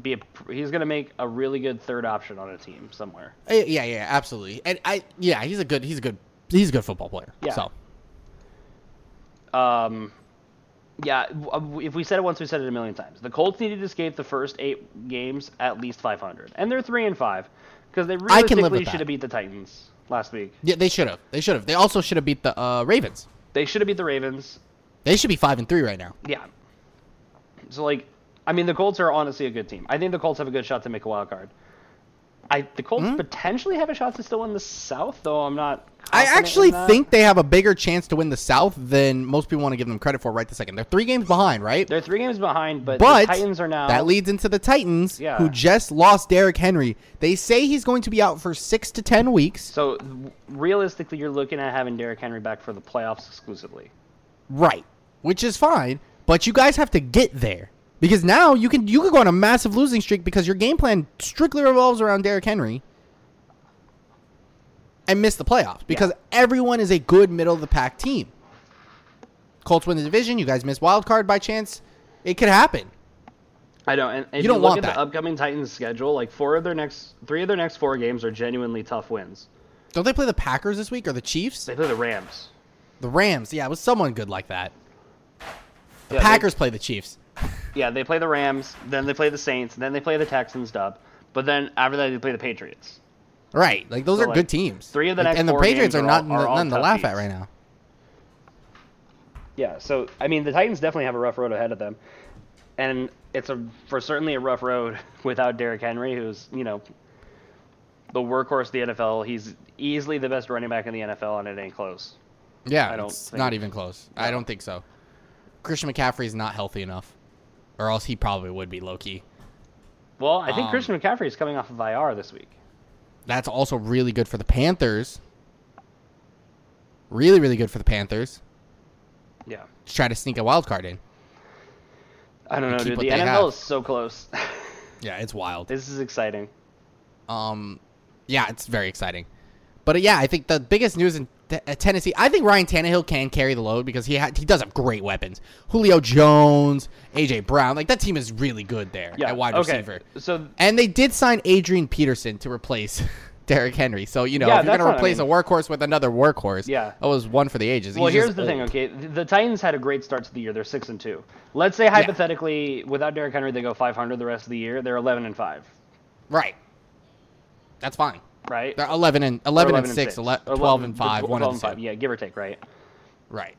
be. A, he's gonna make a really good third option on a team somewhere. Uh, Yeah, yeah, absolutely. And I yeah, he's a good he's a good he's a good football player. Yeah. So Um, yeah, w- uh, w- if we said it once, we said it a million times. The Colts needed to escape the first eight games at least 500, and they're three and five because they I can live with realistically that. should have beat the Titans last week. yeah, they should have. They should have. They also should have beat the uh, Ravens. They should have beat the Ravens. They should be five and three right now. Yeah. So like, I mean, the Colts are honestly a good team. I think the Colts have a good shot to make a wild card. I the Colts Hmm? potentially have a shot to still win the South, though I'm not. I confident in actually that. think they have a bigger chance to win the South than most people want to give them credit for right the second. They're three games behind, right? they're three games behind, but, but the Titans are now that leads into the Titans, Yeah. who just lost Derrick Henry. They say he's going to be out for six to ten weeks. So w- realistically, you're looking at having Derrick Henry back for the playoffs exclusively. Right. Which is fine, but you guys have to get there. Because now you can you can go on a massive losing streak because your game plan strictly revolves around Derrick Henry and miss the playoffs because everyone is a good middle of the pack team. Colts win the division, you guys miss wild card by chance. It could happen. I know, and, and You don't look want at that. the upcoming Titans schedule. Like four of their next three of their next four games are genuinely tough wins. Don't they play the Packers this week or the Chiefs? They play the Rams. The Rams. Yeah, it was someone good like that. The Yeah, they- Packers play the Chiefs. yeah, they play the Rams. Then they play the Saints. Then they play the Texans. Dub. But then after that, they play the Patriots. Right. Like those So, are like, good teams. three of the Like, next And the four Patriots games are not are all- in the- are all nothing to tough laugh at beats. right now. Yeah. So I mean, the Titans definitely have a rough road ahead of them, and it's a for certainly a rough road without Derrick Henry, who's you know the workhorse of the NFL. He's easily the best running back in the NFL, and it ain't close. Yeah, I don't it's think- not even close. I don't think so. Christian McCaffrey's not healthy enough, or else he probably would be low key. Well, I think Um, Christian McCaffrey is coming off of IR this week. That's also really good for the Panthers. Really, really good for the Panthers Yeah. to try to sneak a wild card in. I don't know, keep dude. what The they NFL have. is so close. Yeah, it's wild. this is exciting. Um, yeah, it's very exciting. But uh, yeah, I think the biggest news in T- uh, Tennessee, I think Ryan Tannehill can carry the load because he ha- he does have great weapons. Julio Jones, AJ Brown, like that team is really good there Yeah. at wide okay. receiver. So And they did sign Adrian Peterson to replace Derrick Henry. So, you know, Yeah, if you're that's going what to I replace mean. a workhorse with another workhorse, Yeah. that was one for the ages. Well, He's here's just uh, the thing, old. okay? th- The Titans had a great start to the year. They're six and two. Let's say hypothetically, without Derrick Henry, they go 500 the rest of the year. They're 11 and five. Right. That's fine. right? They're 11 and 11, and 6, ele- 12, 11 and 5, 1 12 and 5. Yeah, give or take, right? Right.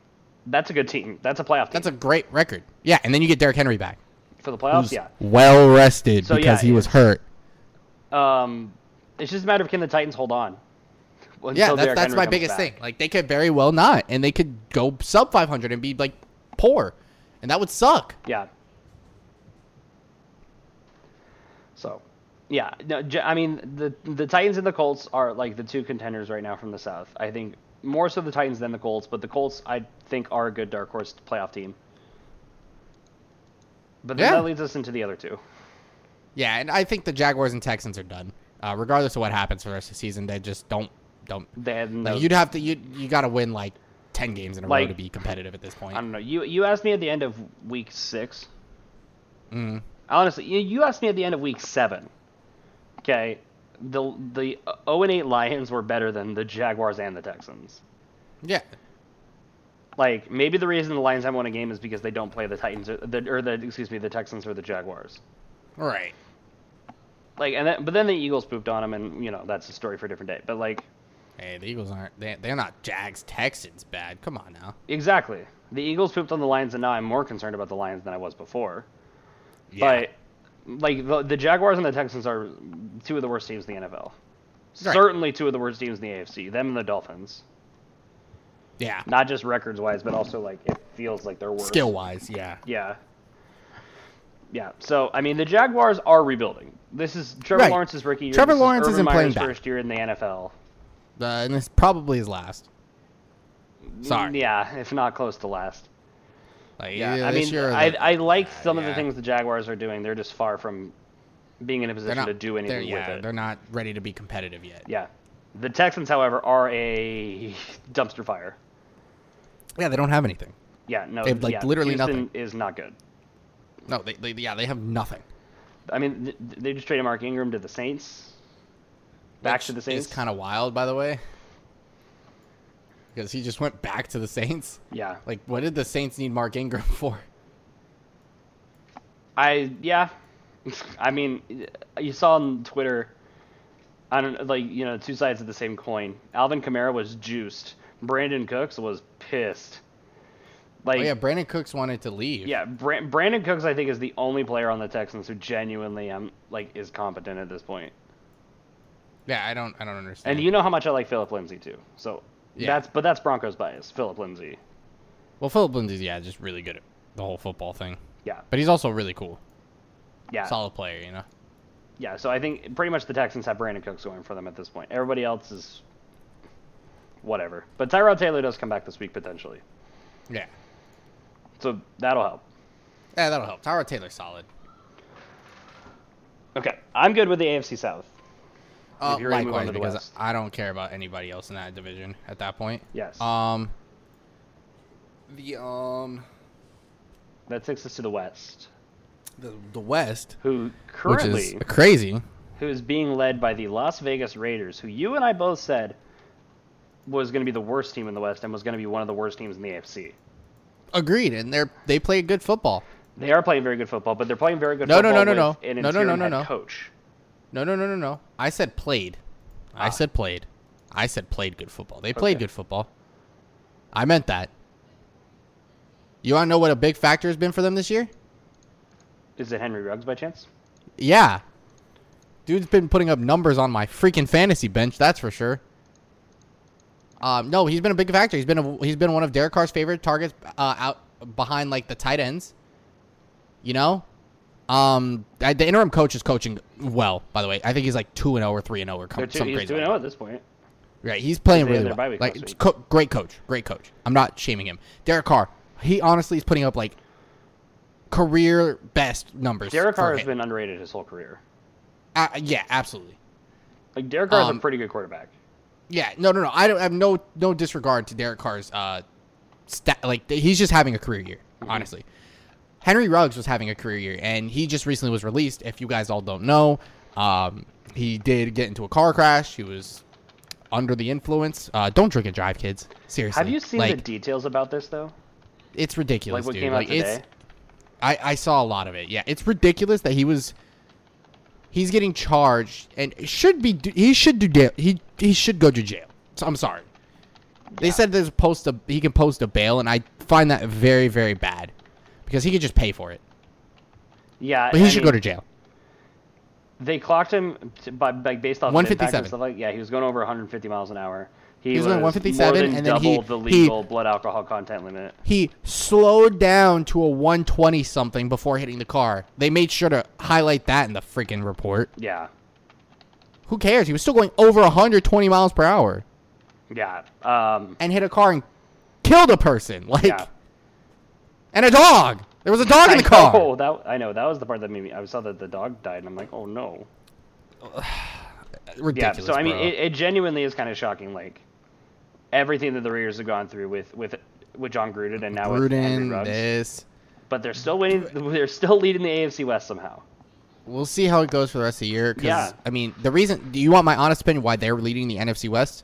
That's a good team. That's a playoff team. That's a great record. Yeah, and then you get Derrick Henry back. for the playoffs, who's yeah. Well rested So, because yeah, he was it's- hurt. Um, it's just a matter of can the Titans hold on? Until Yeah, that's, Derrick that's Henry my comes biggest back. thing. Like they could very well not, and they could go sub 500 and be like poor, and that would suck. Yeah. So, yeah, no, J- I mean the the Titans and the Colts are like the two contenders right now from the South. I think more so the Titans than the Colts, but the Colts I think are a good dark horse playoff team. But then Yeah. that leads us into the other two. Yeah, and I think the Jaguars and Texans are done. Uh, regardless of what happens for the rest of the season, they just don't don't. They had no, Like, you'd have to you you got to win like 10 games in a row Like- to be competitive at this point. I don't know. You you asked me at the end of week six. Mm. Honestly, you, you asked me at the end of week seven. Okay, the the zero and eight Lions were better than the Jaguars and the Texans. Yeah, Like maybe the reason the Lions haven't won a game is because they don't play the Titans or the, or the excuse me the Texans or the Jaguars. right. Like and then, but then the Eagles pooped on them and you know that's a story for a different day. But like Hey, the Eagles aren't. They, they're not Jags Texans bad. Come on now. exactly, the Eagles pooped on the Lions and now I'm more concerned about the Lions than I was before. Yeah. But like the, the Jaguars and the Texans are two of the worst teams in the Right. NFL. Certainly two of the worst teams in the AFC. Them and the Dolphins. yeah. Not just records wise, but also like it feels like they're worse. Skill wise, yeah. Yeah. Yeah. So I mean, the Jaguars are rebuilding. This is Trevor Right. Lawrence's rookie year. Trevor This Lawrence is Urban isn't playing Meyer's bad. first year in the NFL. Uh, and this probably is last. Sorry. Mm, Yeah, if not close to last. Like, Yeah. either I this mean, year or I, the- I like some of the yeah. things the Jaguars are doing. They're just far from being in a they're position not to do anything they're- with yeah, it. They're not ready to be competitive yet. Yeah. The Texans, however, are a dumpster fire. Yeah, they don't have anything. Yeah, no, They have, like, yeah, literally Houston nothing. is not good. No, they, they yeah they have nothing. I mean, th- they just traded Mark Ingram to the Saints. Back to the Saints. It's kind of wild, by the way, because he just went back to the Saints. yeah, Like, what did the Saints need Mark Ingram for? Oh, I yeah. I mean, you saw on Twitter. I don't like you know two sides of the same coin. Alvin Kamara was juiced. Brandon Cooks was pissed. Like Oh yeah, Brandon Cooks wanted to leave. yeah, Bran- Brandon Cooks I think is the only player on the Texans who genuinely um like is competent at this point. yeah. I don't I don't understand. And you know how much I like Philip Lindsay too. So Yeah. that's but that's Broncos bias, Philip Lindsay. well, Philip Lindsay's yeah just really good at the whole football thing, Yeah. but he's also really cool, Yeah. solid player. You know. Yeah. So I think pretty much the Texans have Brandon Cooks going for them at this point. Everybody else is whatever. But Tyrod Taylor does come back this week potentially. Yeah. So that'll help. Yeah, that'll help. Tyrod Taylor's solid. Okay. I'm good with the AFC South. Uh, If you already move likewise, on to the because West. I don't care about anybody else in that division at that point. Yes. Um. The um that takes us to the West. the the West, Who which currently is crazy. who is being led by the Las Vegas Raiders, who you and I both said was going to be the worst team in the West and was going to be one of the worst teams in the AFC. Agreed, and they're they play good football. They are playing very good football, but they're playing very good No, no, football no, no, with no. an No, no, interim no, no, head no. coach. No, no, no, no, no. I said played. I said played. I said played good football. They played Okay. good football. I meant that. You want to know what a big factor has been for them this year? Is it Henry Ruggs by chance? Oh, Yeah. Dude's been putting up numbers on my freaking fantasy bench, that's for sure. Um, no, he's been a big factor. He's been a, he's been one of Derek Carr's favorite targets uh, out behind like the tight ends. You know, um, I- the interim coach is coaching well. By the way, I think he's like two and zero or three and zero or They're com- two, some he's crazy. two and like zero that. at this point. Right, he's playing They had really their well. bye week Like, last it's week. co- great coach, great coach. I'm not shaming him. Derek Carr, he honestly is putting up like career best numbers. Derek for Carr has him. been underrated his whole career. Uh, yeah, absolutely. Like Derek Carr is Um, a pretty good quarterback. Yeah, no, no, no. I don't I have no no disregard to Derek Carr's uh, stat. Like th- he's just having a career year, Mm-hmm. honestly. Henry Ruggs was having a career year, and he just recently was released. If you guys all don't know, um, he did get into a car crash. He was under the influence. Uh, don't drink and drive, kids. Seriously. Have you seen the like, details about this though? It's ridiculous, Like what dude. came out like today? it's. I I saw a lot of it. Yeah, it's ridiculous that he was He's getting charged and should be he should do jail. He he should go to jail. So I'm sorry. They said there's post a he can post a bail and I find that very very bad because he could just pay for it. Yeah, But he I should mean, go to jail. They clocked him t- by, by based off of impact 157. and stuff like yeah, he was going over 150 miles an hour. He, He was was going more 157, than and then double he- the he- legal blood alcohol content limit. He slowed down to a 120 something before hitting the car. They made sure to highlight that in the freaking report. Yeah, Who cares? He was still going over 120 miles per hour yeah, um, and hit a car and killed a person. Like yeah. and a dog. There was a dog in the I car. know, Oh, that I know that was the part that made me. I saw that the dog died, and I'm like, oh no. Yeah, Ridiculous. so I mean, bro. it, it genuinely is kind of shocking, like everything that the Raiders have gone through with with with John Gruden and now with Henry Gruden, Ruggs. this. But they're still winning. They're still leading the AFC West somehow. We'll see how it goes for the rest of the year. 'cause, Yeah. I mean, the reason. Do you want my honest opinion why they're leading the NFC West?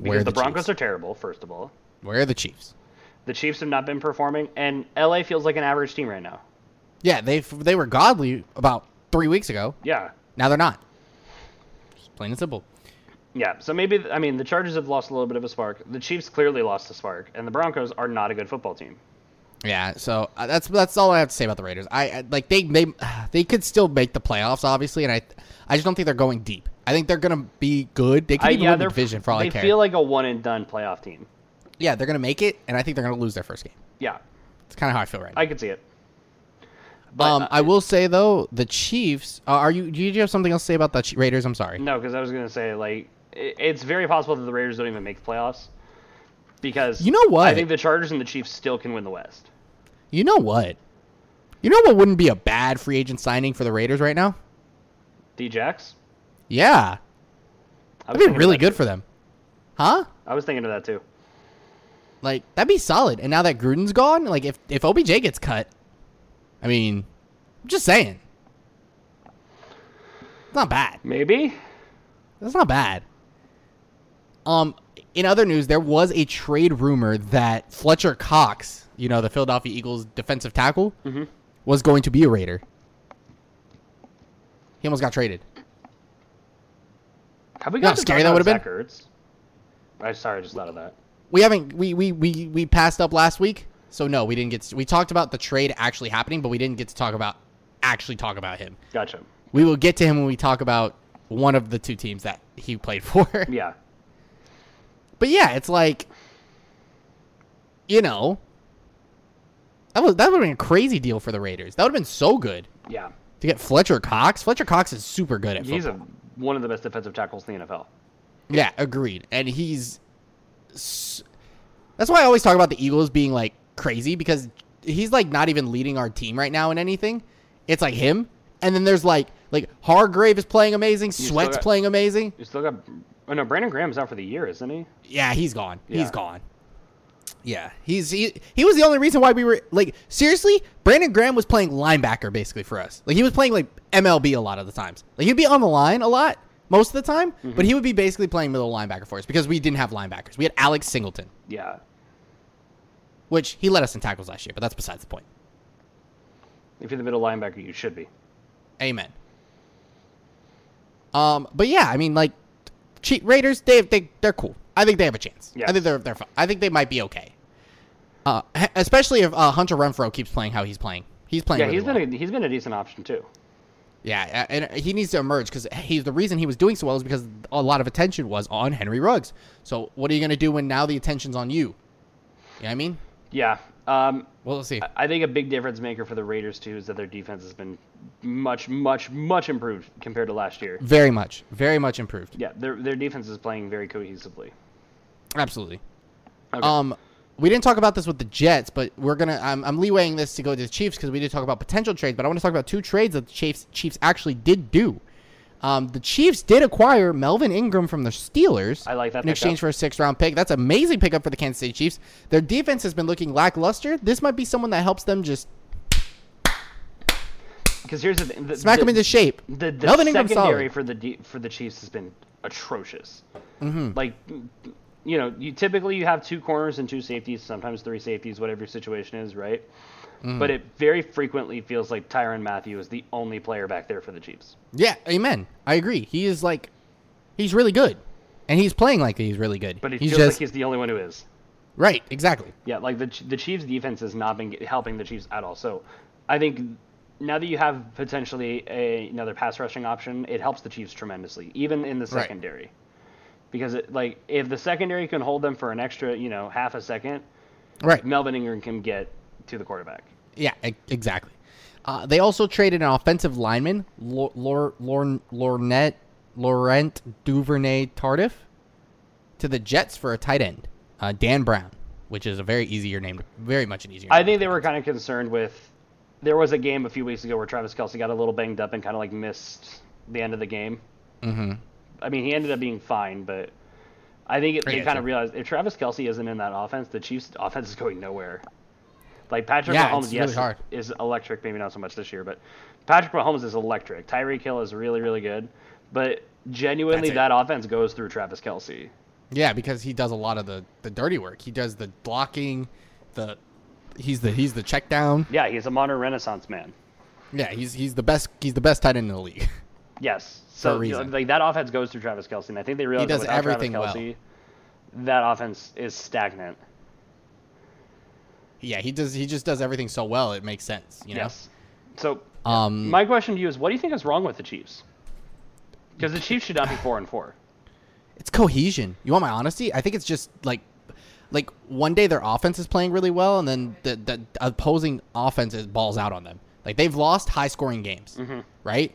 Because the, Broncos are terrible, first of all. Where are the Chiefs? The Chiefs have not been performing, and LA feels like an average team right now. Yeah, they they were godly about three weeks ago. Yeah, Now they're not. Just plain and simple. yeah. So maybe I mean the Chargers have lost a little bit of a spark. The Chiefs clearly lost a spark, and the Broncos are not a good football team. Yeah, so uh, that's that's all I have to say about the Raiders. I, I like they they they could still make the playoffs, obviously, and I I just don't think they're going deep. I think they're gonna be good. They could I, even yeah, win the they're division for all they I care. feel like a one and done playoff team. yeah, they're gonna make it, and I think they're gonna lose their first game. Yeah, It's kind of how I feel right now. I could see it. But um, I will say though, the Chiefs. Uh, are you? Do you have something else to say about the Chi- Raiders? I'm sorry. No, because I was gonna say like it, it's very possible that the Raiders don't even make the playoffs because You know what? I think the Chargers and the Chiefs still can win the West. You know what? You know what wouldn't be a bad free agent signing for the Raiders right now? D Jax. Yeah, I was that'd be thinking really of that good for them, huh? too. I was thinking of that too. Like that'd be solid. And now that Gruden's gone, like if if OBJ gets cut, I mean, I'm just saying, it's not bad. Maybe. That's not bad. Um, in other news, there was a trade rumor that Fletcher Cox, you know, the Philadelphia Eagles defensive tackle, Mm-hmm. was going to be a Raider. He almost got traded. Have we know got how to scary talk that about would've Zach Ertz? I sorry, I just thought of that. We haven't we we we we passed up last week, so no, we didn't get. To, we talked about the trade actually happening, but we didn't get to talk about actually talk about him. Gotcha. We will get to him when we talk about one of the two teams that he played for. Yeah. But yeah, it's like, you know, that was that would have been a crazy deal for the Raiders. That would have been so good Yeah. to get Fletcher Cox. Fletcher Cox is super good at He's football. a, one of the best defensive tackles in the NFL. yeah, agreed. And he's s- that's why I always talk about the Eagles being like crazy because he's like not even leading our team right now in anything. It's like him, and then there's like like Hargrave is playing amazing, still Sweat's got- playing amazing. You still got. Oh no, Brandon Graham's out for the year, isn't he? Yeah, he's gone. He's Yeah. gone. Yeah, he's he, he was the only reason why we were like seriously. Brandon Graham was playing linebacker basically for us. Like he was playing like MLB a lot of the times. Like he'd be on the line a lot most of the time, but he would be basically playing middle linebacker for us because we didn't have linebackers. We had Alex Singleton, Yeah. which he led us in tackles last year, but that's besides the point. If you're the middle linebacker, you should be. Amen. Um, but yeah, I mean like, cheat Raiders. They they they're cool. I think they have a chance. Yeah. I think they're they're. fi- I think they might be okay. Uh, h- especially if uh, Hunter Renfro keeps playing how he's playing. He's playing. Yeah, really he's well. been a, he's been a decent option too. Yeah, a- and he needs to emerge because he's the reason he was doing so well is because a lot of attention was on Henry Ruggs. So what are you gonna do when now the attention's on you? You know what I mean? Yeah. Um, Well, let's see. I think a big difference maker for the Raiders too is that their defense has been much, much, much improved compared to last year. Very much, very much improved. Yeah, their their defense is playing very cohesively. Absolutely. Okay. Um, we didn't talk about this with the Jets, but we're gonna. I'm, I'm leewaying this to go to the Chiefs because we did talk about potential trades. But I want to talk about two trades that the Chiefs Chiefs actually did do. Um, the Chiefs did acquire Melvin Ingram from the Steelers. I like that in exchange pickup. for a sixth round pick. That's amazing pickup for the Kansas City Chiefs. Their defense has been looking lackluster. This might be someone that helps them just Because here's the thing: the, smack the, them into shape. the, the Melvin Ingram's secondary solid. for the de- for the Chiefs has been atrocious. Mm-hmm. Like, you know, you typically you have two corners and two safeties, sometimes three safeties, whatever your situation is, right? Mm-hmm. but it very frequently feels like Tyron Matthew is the only player back there for the Chiefs. Yeah, amen. I agree. He is like, he's really good, and he's playing like he's really good. But it he's feels just like he's the only one who is. right, exactly. Yeah, like the Ch- the Chiefs' defense has not been get- helping the Chiefs at all. So, I think now that you have potentially a, another pass rushing option, it helps the Chiefs tremendously, even in the Right. secondary, because it, like if the secondary can hold them for an extra, you know, half a second, Right. Melvin Ingram can get to the quarterback. Yeah, e- exactly. Uh, they also traded an offensive lineman, Lor- Lor- Lorn- Lornette Laurent Duvernay Tardif, to the Jets for a tight end, uh, Dan Brown, which is a very easier name, to- very much an easier. I name to think they were kind of concerned with. There was a game a few weeks ago where Travis Kelsey got a little banged up and kind of like missed the end of the game. Mm-hmm. I mean, he ended up being fine, but I think it, they Yeah, kind sure. of realized if Travis Kelsey isn't in that offense, the Chiefs' offense is going nowhere. Like Patrick Yeah, Mahomes, it's yes, really hard. is electric. Maybe not so much this year, but Patrick Mahomes is electric. Tyreek Hill is really, really good, but That's genuinely it. that offense goes through Travis Kelsey. Yeah, because he does a lot of the, the dirty work. He does the blocking, the he's the he's the check down. Yeah, he's a modern Renaissance man. Yeah, he's he's the best he's the best tight end in the league. Yes. So a you know, reason. like that offense goes through Travis Kelsey, and I think they realize does that without everything well. Travis Kelsey, that offense is stagnant. yeah, he does he just does everything so well it makes sense, you know. Yes. So Um my question to you is, what do you think is wrong with the Chiefs? Because the Chiefs should not be four and four. it's cohesion. You want my honesty? I think it's just like like one day their offense is playing really well and then the, the opposing offense is balls out on them. Like they've lost high scoring games, Mm-hmm. right?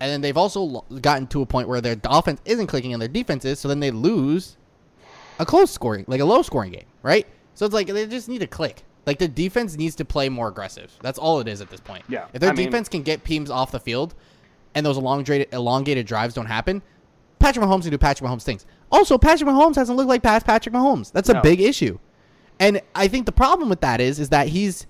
And then they've also lo- gotten to a point where their offense isn't clicking and their defense is, so then they lose a close scoring, like a low scoring game, right? So it's like they just need to click. Like the defense needs to play more aggressive. That's all it is at this point. Yeah, If their I mean- defense can get teams off the field, and those elongated elongated drives don't happen, Patrick Mahomes can do Patrick Mahomes things. Also, Patrick Mahomes hasn't looked like past Patrick Mahomes. That's a No. big issue, and I think the problem with that is is that he's.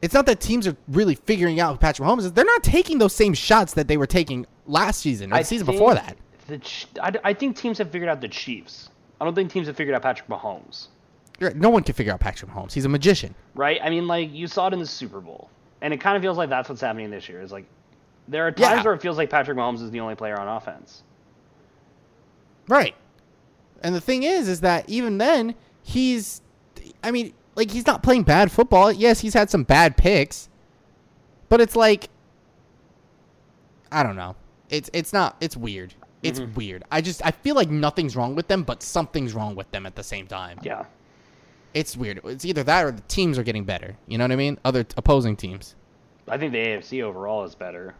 It's not that teams are really figuring out who Patrick Mahomes is. They're not taking those same shots that they were taking last season or the season before think that. the Ch- I, I think teams have figured out the Chiefs. I don't think teams have figured out Patrick Mahomes. You're- No one can figure out Patrick Mahomes. He's a magician. right? I mean, like you saw it in the Super Bowl, and it kind of feels like that's what's happening this year. Is like there are times Yeah. where it feels like Patrick Mahomes is the only player on offense. Right. And the thing is, is that even then, he's, I mean, like, he's not playing bad football. Yes, he's had some bad picks, but it's like, I don't know. It's, it's not, it's weird. It's Mm-hmm. weird. I just, I feel like nothing's wrong with them, but something's wrong with them at the same time. Yeah, It's weird. It's either that or the teams are getting better. You know what I mean? Other t- opposing teams. I think the AFC overall is better.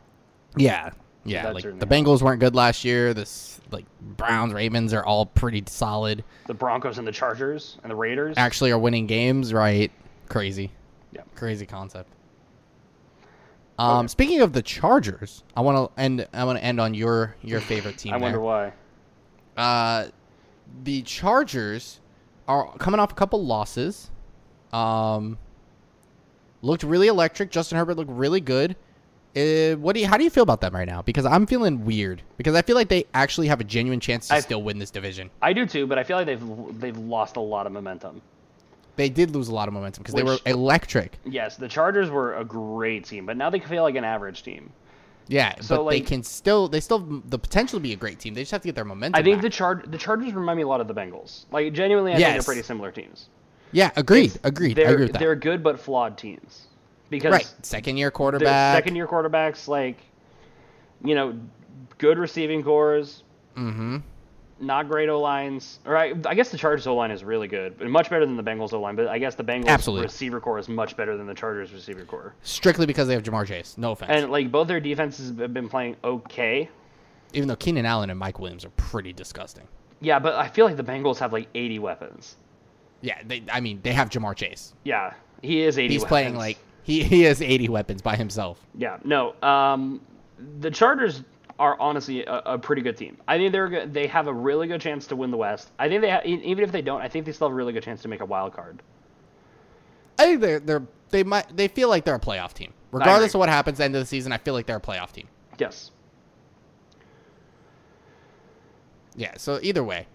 Yeah. Yeah, That's like certainly the Bengals weren't good last year. This like Browns, Ravens are all pretty solid. The Broncos and the Chargers and the Raiders. actually are winning games, right? Crazy. Yeah. Oh, Crazy concept. Um, Speaking of the Chargers, I want to end. I want to end on your your favorite team. I wonder there. why. Uh, the Chargers are coming off a couple losses. Um, looked really electric. Justin Herbert looked really good. Uh, what do you? How do you feel about them right now? Because I'm feeling weird. Because I feel like they actually have a genuine chance to I- still win this division. I do too, but I feel like they've they've lost a lot of momentum. They did lose a lot of momentum because they were Which- electric. Yes, the Chargers were a great team, but now they feel like an average team. Yeah, So, but like- they can still they still have the potential to be a great team. They just have to get their momentum. I think the back. Char- the Chargers remind me a lot of the Bengals. Like genuinely, I think Yes. they're pretty similar teams. yeah, agreed, agreed. I They're agree with they're that. good but flawed teams because Right, second year the quarterback. second year quarterbacks like you know good receiving cores mm-hmm. not great o lines or I, I guess the chargers o line is really good but much better than the bengals o line but i guess the bengals Absolutely. receiver core is much better than the chargers receiver core strictly because they have Jamar Chase. No offense, and like both their defenses have been playing okay even though Keenan Allen and Mike Williams are pretty disgusting. yeah but i feel like the bengals have like 80 weapons Yeah, they, I mean they have Jamar Chase. yeah he is 80 He's weapons. playing like he, he has eighty weapons by himself. Yeah, no. Um, the Chargers are honestly a, a pretty good team. I think they're go- they have a really good chance to win the West. I think they ha- e- even if they don't, I think they still have a really good chance to make a wild card. I think they're they're they might they feel like they're a playoff team. Regardless of what happens at the end of the season, I feel like they're a playoff team. Yes. Yeah, so either way,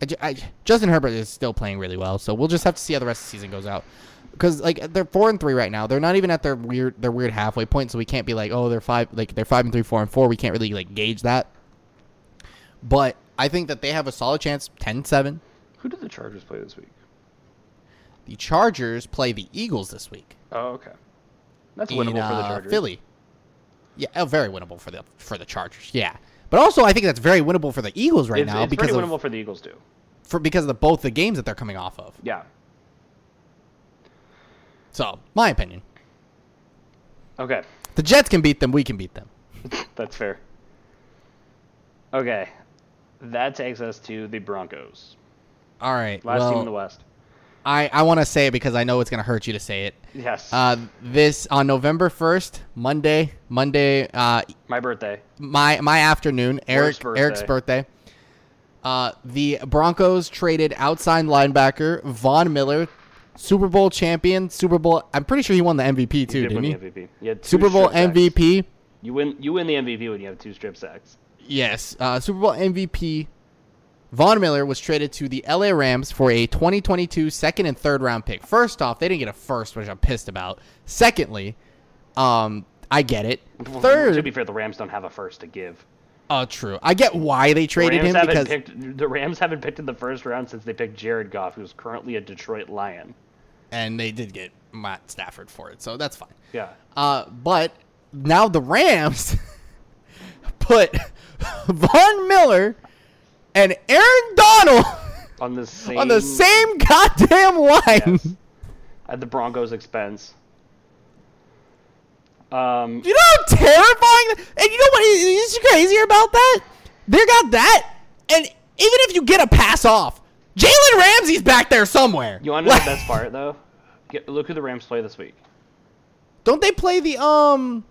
I ju- I- Justin Herbert is still playing really well, so we'll just have to see how the rest of the season goes out. Because like they're four and three right now, they're not even at their weird their weird halfway point, so we can't be like, oh, they're five like they're five and three, four and four. We can't really like gauge that. But I think that they have a solid chance, 10-7. Who did the Chargers play this week? The Chargers play the Eagles this week. Oh, okay. That's in, winnable for the uh, Chargers. Philly. Yeah, oh, very winnable for the for the Chargers. Yeah, but also I think that's very winnable for the Eagles right it's, now it's because pretty of winnable for the Eagles too. for, because of the, both the games that they're coming off of. Yeah. So my opinion, Okay, the Jets can beat them. We can beat them. that's fair. Okay, that takes us to the Broncos, All right. last well, team in the West. I I want to say it because I know it's gonna hurt you to say it. Yes, Uh, this on November first, Monday, Monday, uh, my birthday. my my afternoon, Eric birthday. Eric's birthday. Uh, the Broncos traded outside linebacker Von Miller, Super Bowl champion, Super Bowl. I'm pretty sure he won the MVP too, You did didn't win he? the MVP. You had two Super Bowl strip sacks. MVP. You win. You win the MVP when you have two strip sacks. Yes, uh, Super Bowl MVP. Von Miller was traded to the LA Rams for a 2022 second and third round pick. First off, they didn't get a first, which I'm pissed about. Secondly, um, I get it. To Third, be fair, the Rams don't have a first to give. uh, true. I get why they traded Rams him haven't because picked, the Rams haven't picked in the first round since they picked Jared Goff, who's currently a Detroit Lion. and they did get Matt Stafford for it, so that's fine. Yeah. Uh, but now the Rams put Von Miller and Aaron Donald On the same. on the same goddamn line. Yes. At the Broncos' expense. Um, You know how terrifying that, and you know what is crazier about that? They got that, and even if you get a pass off, Jalen Ramsey's back there somewhere. you want to know the Like, best part though? Get- Look who the Rams play this week. Don't they play the um?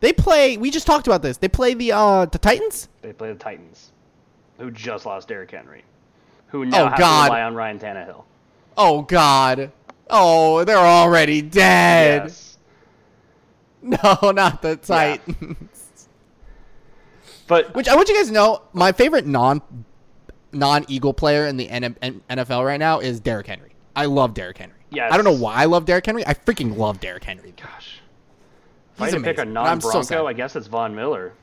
They play. We just talked about this. They play the uh the Titans. They play the Titans, who just lost Derrick Henry, who now Oh, have God. to rely on Ryan Tannehill. Oh God. Oh, they're already dead. Yes. No, not the Titans. But Which I want you guys to know, my favorite non non Eagle player in the N- N- NFL right now is Derrick Henry. I love Derrick Henry. Yes. I don't know why I love Derrick Henry. I freaking love Derrick Henry. gosh, if I He's had to pick a amazing. I'm so non-Bronco, sad. I guess it's Von Miller.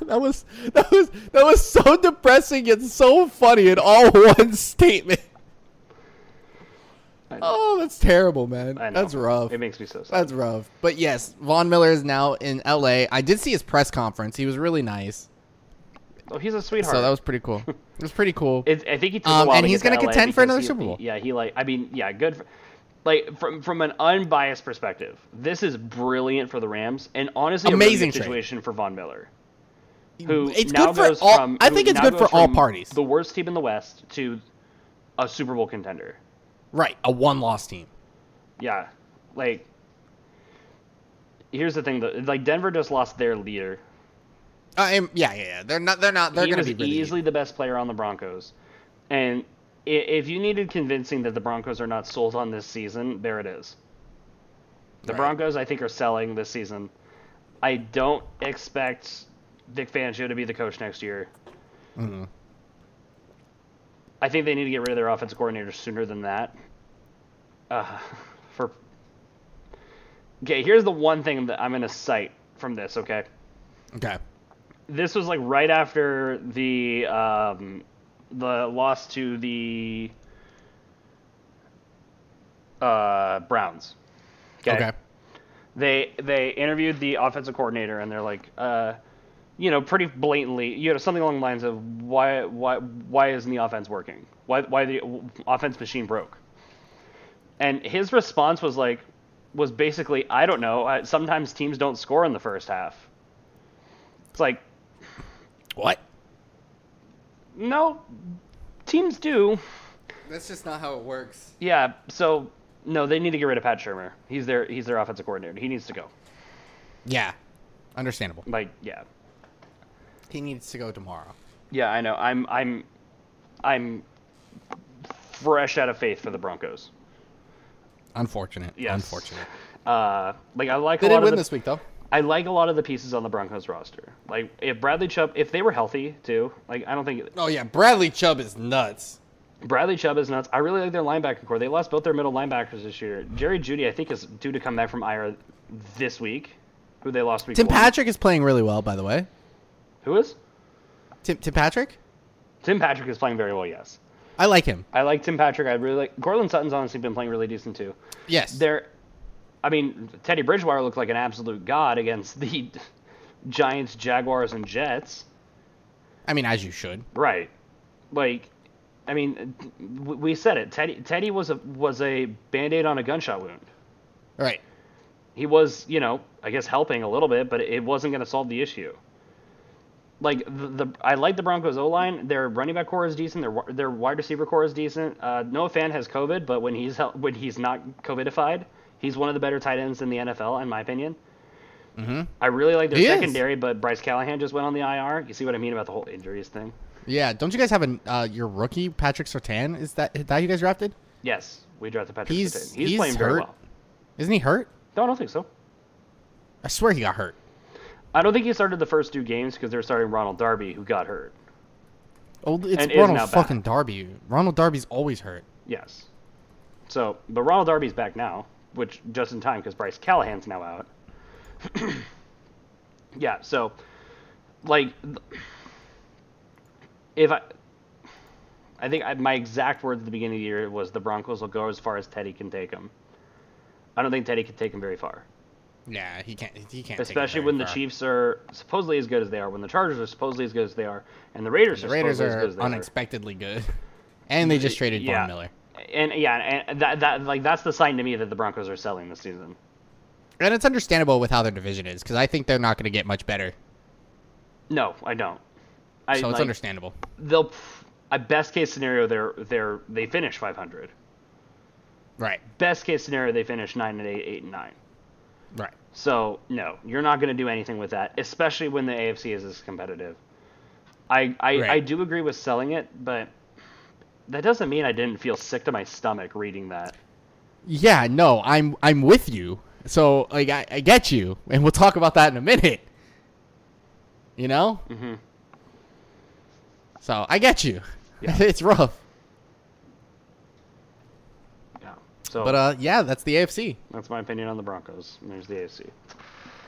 That was that was that was so depressing and so funny in all one statement. I know. Oh, that's terrible, man. I know. That's rough. It makes me so sad. That's rough. But yes, Von Miller is now in LA. I did see his press conference. He was really nice. oh, he's a sweetheart. So that was pretty cool. it was pretty cool. It, I think he took Um, a while and to he's going gonna to LA contend for because another he- Super Bowl. Yeah, he like. I mean, yeah, good. For, like from from an unbiased perspective, this is brilliant for the Rams, and honestly, a Amazing amazing trade. situation for Von Miller. Who It's now good for goes all- From, I who think it's now good for goes all from parties. The worst team in the West to a Super Bowl contender. right, a one loss team. Yeah, like here's the thing though. Like Denver just lost their leader. I am, Uh, yeah, yeah, yeah. They're not. They're not. They're he going was to be really easily the best player on the Broncos, and i- if you needed convincing that the Broncos are not sold on this season, there it is. The Right. Broncos, I think, are selling this season. I don't expect Vic Fangio to be the coach next year. Mm-hmm. I think they need to get rid of their offensive coordinator sooner than that. Uh, for okay, here's the one thing that I'm going to cite from this. Okay, Okay. this was like right after the um, the loss to the uh, Browns. Okay. They they interviewed the offensive coordinator and they're like, uh, you know, pretty blatantly, you know, something along the lines of why why why isn't the offense working? Why why the offense machine broke? And his response was like, was basically, I don't know. I, sometimes teams don't score in the first half. It's like, What? No, teams do. That's just not how it works. Yeah, so no, they need to get rid of Pat Shermer. He's their he's their offensive coordinator. He needs to go. Yeah. Understandable. Like, yeah, He needs to go tomorrow. yeah, I know. I'm I'm I'm fresh out of faith for the Broncos. Unfortunate. Yes. Unfortunate. Uh, like I like They a lot did of win the, this week though. I like a lot of the pieces on the Broncos roster. Like if Bradley Chubb, if they were healthy too, like I don't think Oh yeah, Bradley Chubb is nuts. Bradley Chubb is nuts. I really like their linebacker core. They lost both their middle linebackers this year. Jerry Judy, I think, is due to come back from IR this week. Who they lost week Tim one. Patrick is playing really well, by the way. Who is? Tim, Tim Patrick, Tim Patrick is playing very well. Yes, I like him. I like Tim Patrick. I really like Cortland Sutton's honestly been playing really decent too. Yes, They're, I mean, Teddy Bridgewater looked like an absolute god against the Giants, Jaguars, and Jets. I mean as you should. Right. Like, I mean, w- we said it. Teddy Teddy was a was a band aid on a gunshot wound. All right. He was, you know, I guess helping a little bit, but it wasn't going to solve the issue. Like the, the I like the Broncos O line. Their running back core is decent. Their wi- their wide receiver core is decent. Uh, Noah Fan has COVID, but when he's hel- when he's not COVIDified, he's one of the better tight ends in the NFL, in my opinion. Mm-hmm. I really like their He is. secondary, but Bryce Callahan just went on the IR. You see what I mean about the whole injuries thing? Yeah, don't you guys have an uh, your rookie Patrick Sertan? Is that that you guys drafted? Yes, we drafted Patrick He's- Sertan. He's, he's playing very hurt. well. Isn't he hurt? No, I don't think so. I swear he got hurt. I don't think he started the first two games because they were starting Ronald Darby, who got hurt. Oh, it's And is now Ronald back. fucking Darby. Ronald Darby's always hurt. Yes. So, but Ronald Darby's back now, which just in time because Bryce Callahan's now out. yeah. So, like, th- if I, I think I, my exact words at the beginning of the year was the Broncos will go as far as Teddy can take them. I don't think Teddy can take them very far. Yeah, he can't. He can't. take it especially very when the far. Chiefs are supposedly as good as they are, when the Chargers are supposedly as good as they are, and the Raiders The are Raiders supposedly as are good as they unexpectedly good, and they just traded yeah. Von Miller. are. And yeah, and that, that like that's the sign to me that the Broncos are selling this season. And it's understandable with how their division is because I think they're not going to get much better. No, I don't. I, So it's like, understandable. They'll, I best case scenario, they're they're they finish 500. Right. Best case scenario, they finish nine and eight, eight and nine. Right. So no, you're not going to do anything with that, especially when the AFC is as competitive. I I, Right. I do agree with selling it, but that doesn't mean I didn't feel sick to my stomach reading that. Yeah. No, I'm. I'm with you. So like, I, I get you, and we'll talk about that in a minute. You know. Mm-hmm. So I get you. Yeah. it's rough, Yeah. So but uh, yeah, that's the AFC. that's my opinion on the Broncos. And there's the AFC.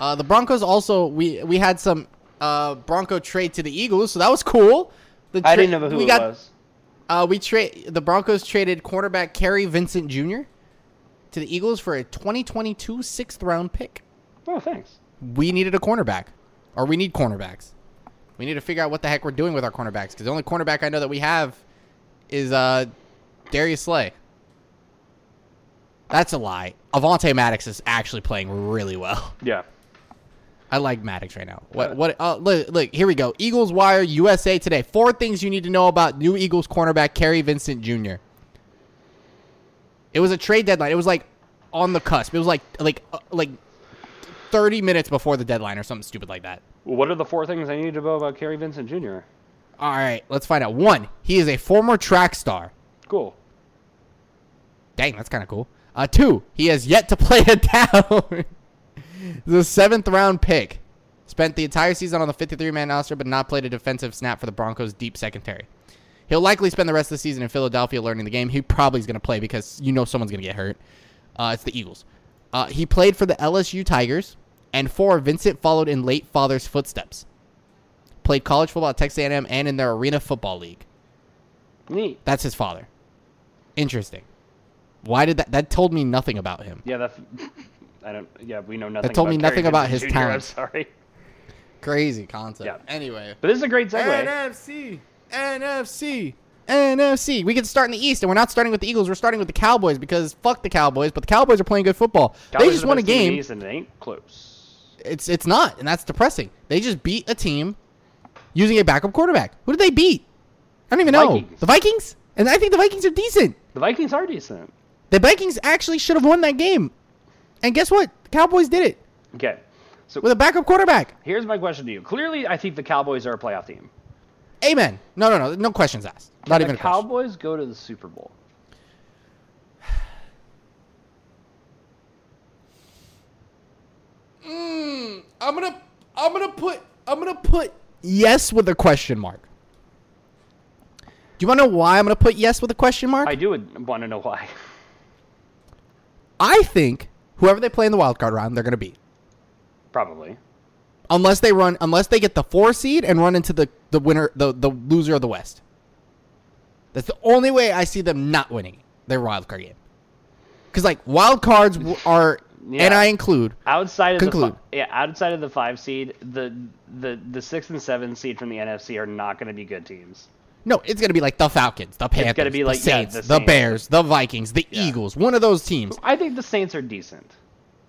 Uh, the Broncos also we we had some uh Bronco trade to the Eagles, so that was cool. The tra- we got, Uh, we trade the Broncos traded cornerback Kerry Vincent Jr. to the Eagles for a 2022 sixth round pick. Oh, thanks. We needed a cornerback, or we need cornerbacks. We need to figure out what the heck we're doing with our cornerbacks because the only cornerback I know that we have is uh Darius Slay. That's a lie. Avante Maddox is actually playing really well. Yeah. I like Maddox right now. What? Uh, What? Uh, look, look, here we go. Eagles Wire USA Today. Four things you need to know about new Eagles cornerback Kerry Vincent Jr. It was a trade deadline. It was like on the cusp. It was like like uh, like thirty minutes before the deadline or something stupid like that. What are the four things I need to know about Kerry Vincent Jr.? All right, let's find out. One, he is a former track star. Cool. Dang, that's kind of cool. Uh, two, he has yet to play a down. the seventh round pick. Spent the entire season on the 53 man roster, but not played a defensive snap for the Broncos' deep secondary. He'll likely spend the rest of the season in Philadelphia learning the game. He probably is going to play because you know someone's going to get hurt. Uh, it's the Eagles. Uh, he played for the LSU Tigers, and four, Vincent followed in late father's footsteps. Played college football at Texas A&M and in their Arena Football League. Neat. That's his father. Interesting. Why did that? That told me nothing about him. Yeah, that. I don't. Yeah, we know nothing. told about me nothing Kerry about Vincent his Jr., I'm talent. sorry. Crazy concept. Yeah. Anyway. But this is a great segue. NFC. NFC. NFC. We could start in the East, and we're not starting with the Eagles. We're starting with the Cowboys because fuck the Cowboys. But the Cowboys are playing good football. Cowboys they are just the won a best team in the game. East, and it ain't close. It's it's not, and that's depressing. They just beat a team using a backup quarterback. Who did they beat? I don't even know. Vikings. The Vikings. And I think the Vikings are decent. The Vikings are decent. The Vikings actually should have won that game. And guess what? The Cowboys did it. Okay. So with a backup quarterback. here's my question to you. Clearly, I think the Cowboys are a playoff team. Amen. No, no, no, no questions asked. Not Can even a the question. Cowboys go to the Super Bowl. mm, I'm gonna I'm gonna put I'm gonna put yes with a question mark. Do you want to know why I'm gonna put yes with a question mark? I do want to know why. I think whoever they play in the wild card round, they're gonna beat. Probably. Unless they run, unless they get the four seed and run into the the winner, the the loser of the West. That's the only way I see them not winning their wild card game. Because like wild cards w- are, Yeah. and I include Outside of Conclude. the fi- yeah, outside of the five seed, the the the six and seven seed from the NFC are not going to be good teams. no no, it's gonna be like the Falcons, the Panthers, gonna be the, like, yeah, Saints, the the, Saints. Bears, the Vikings, the Eagles. One of those teams, I think the Saints are decent.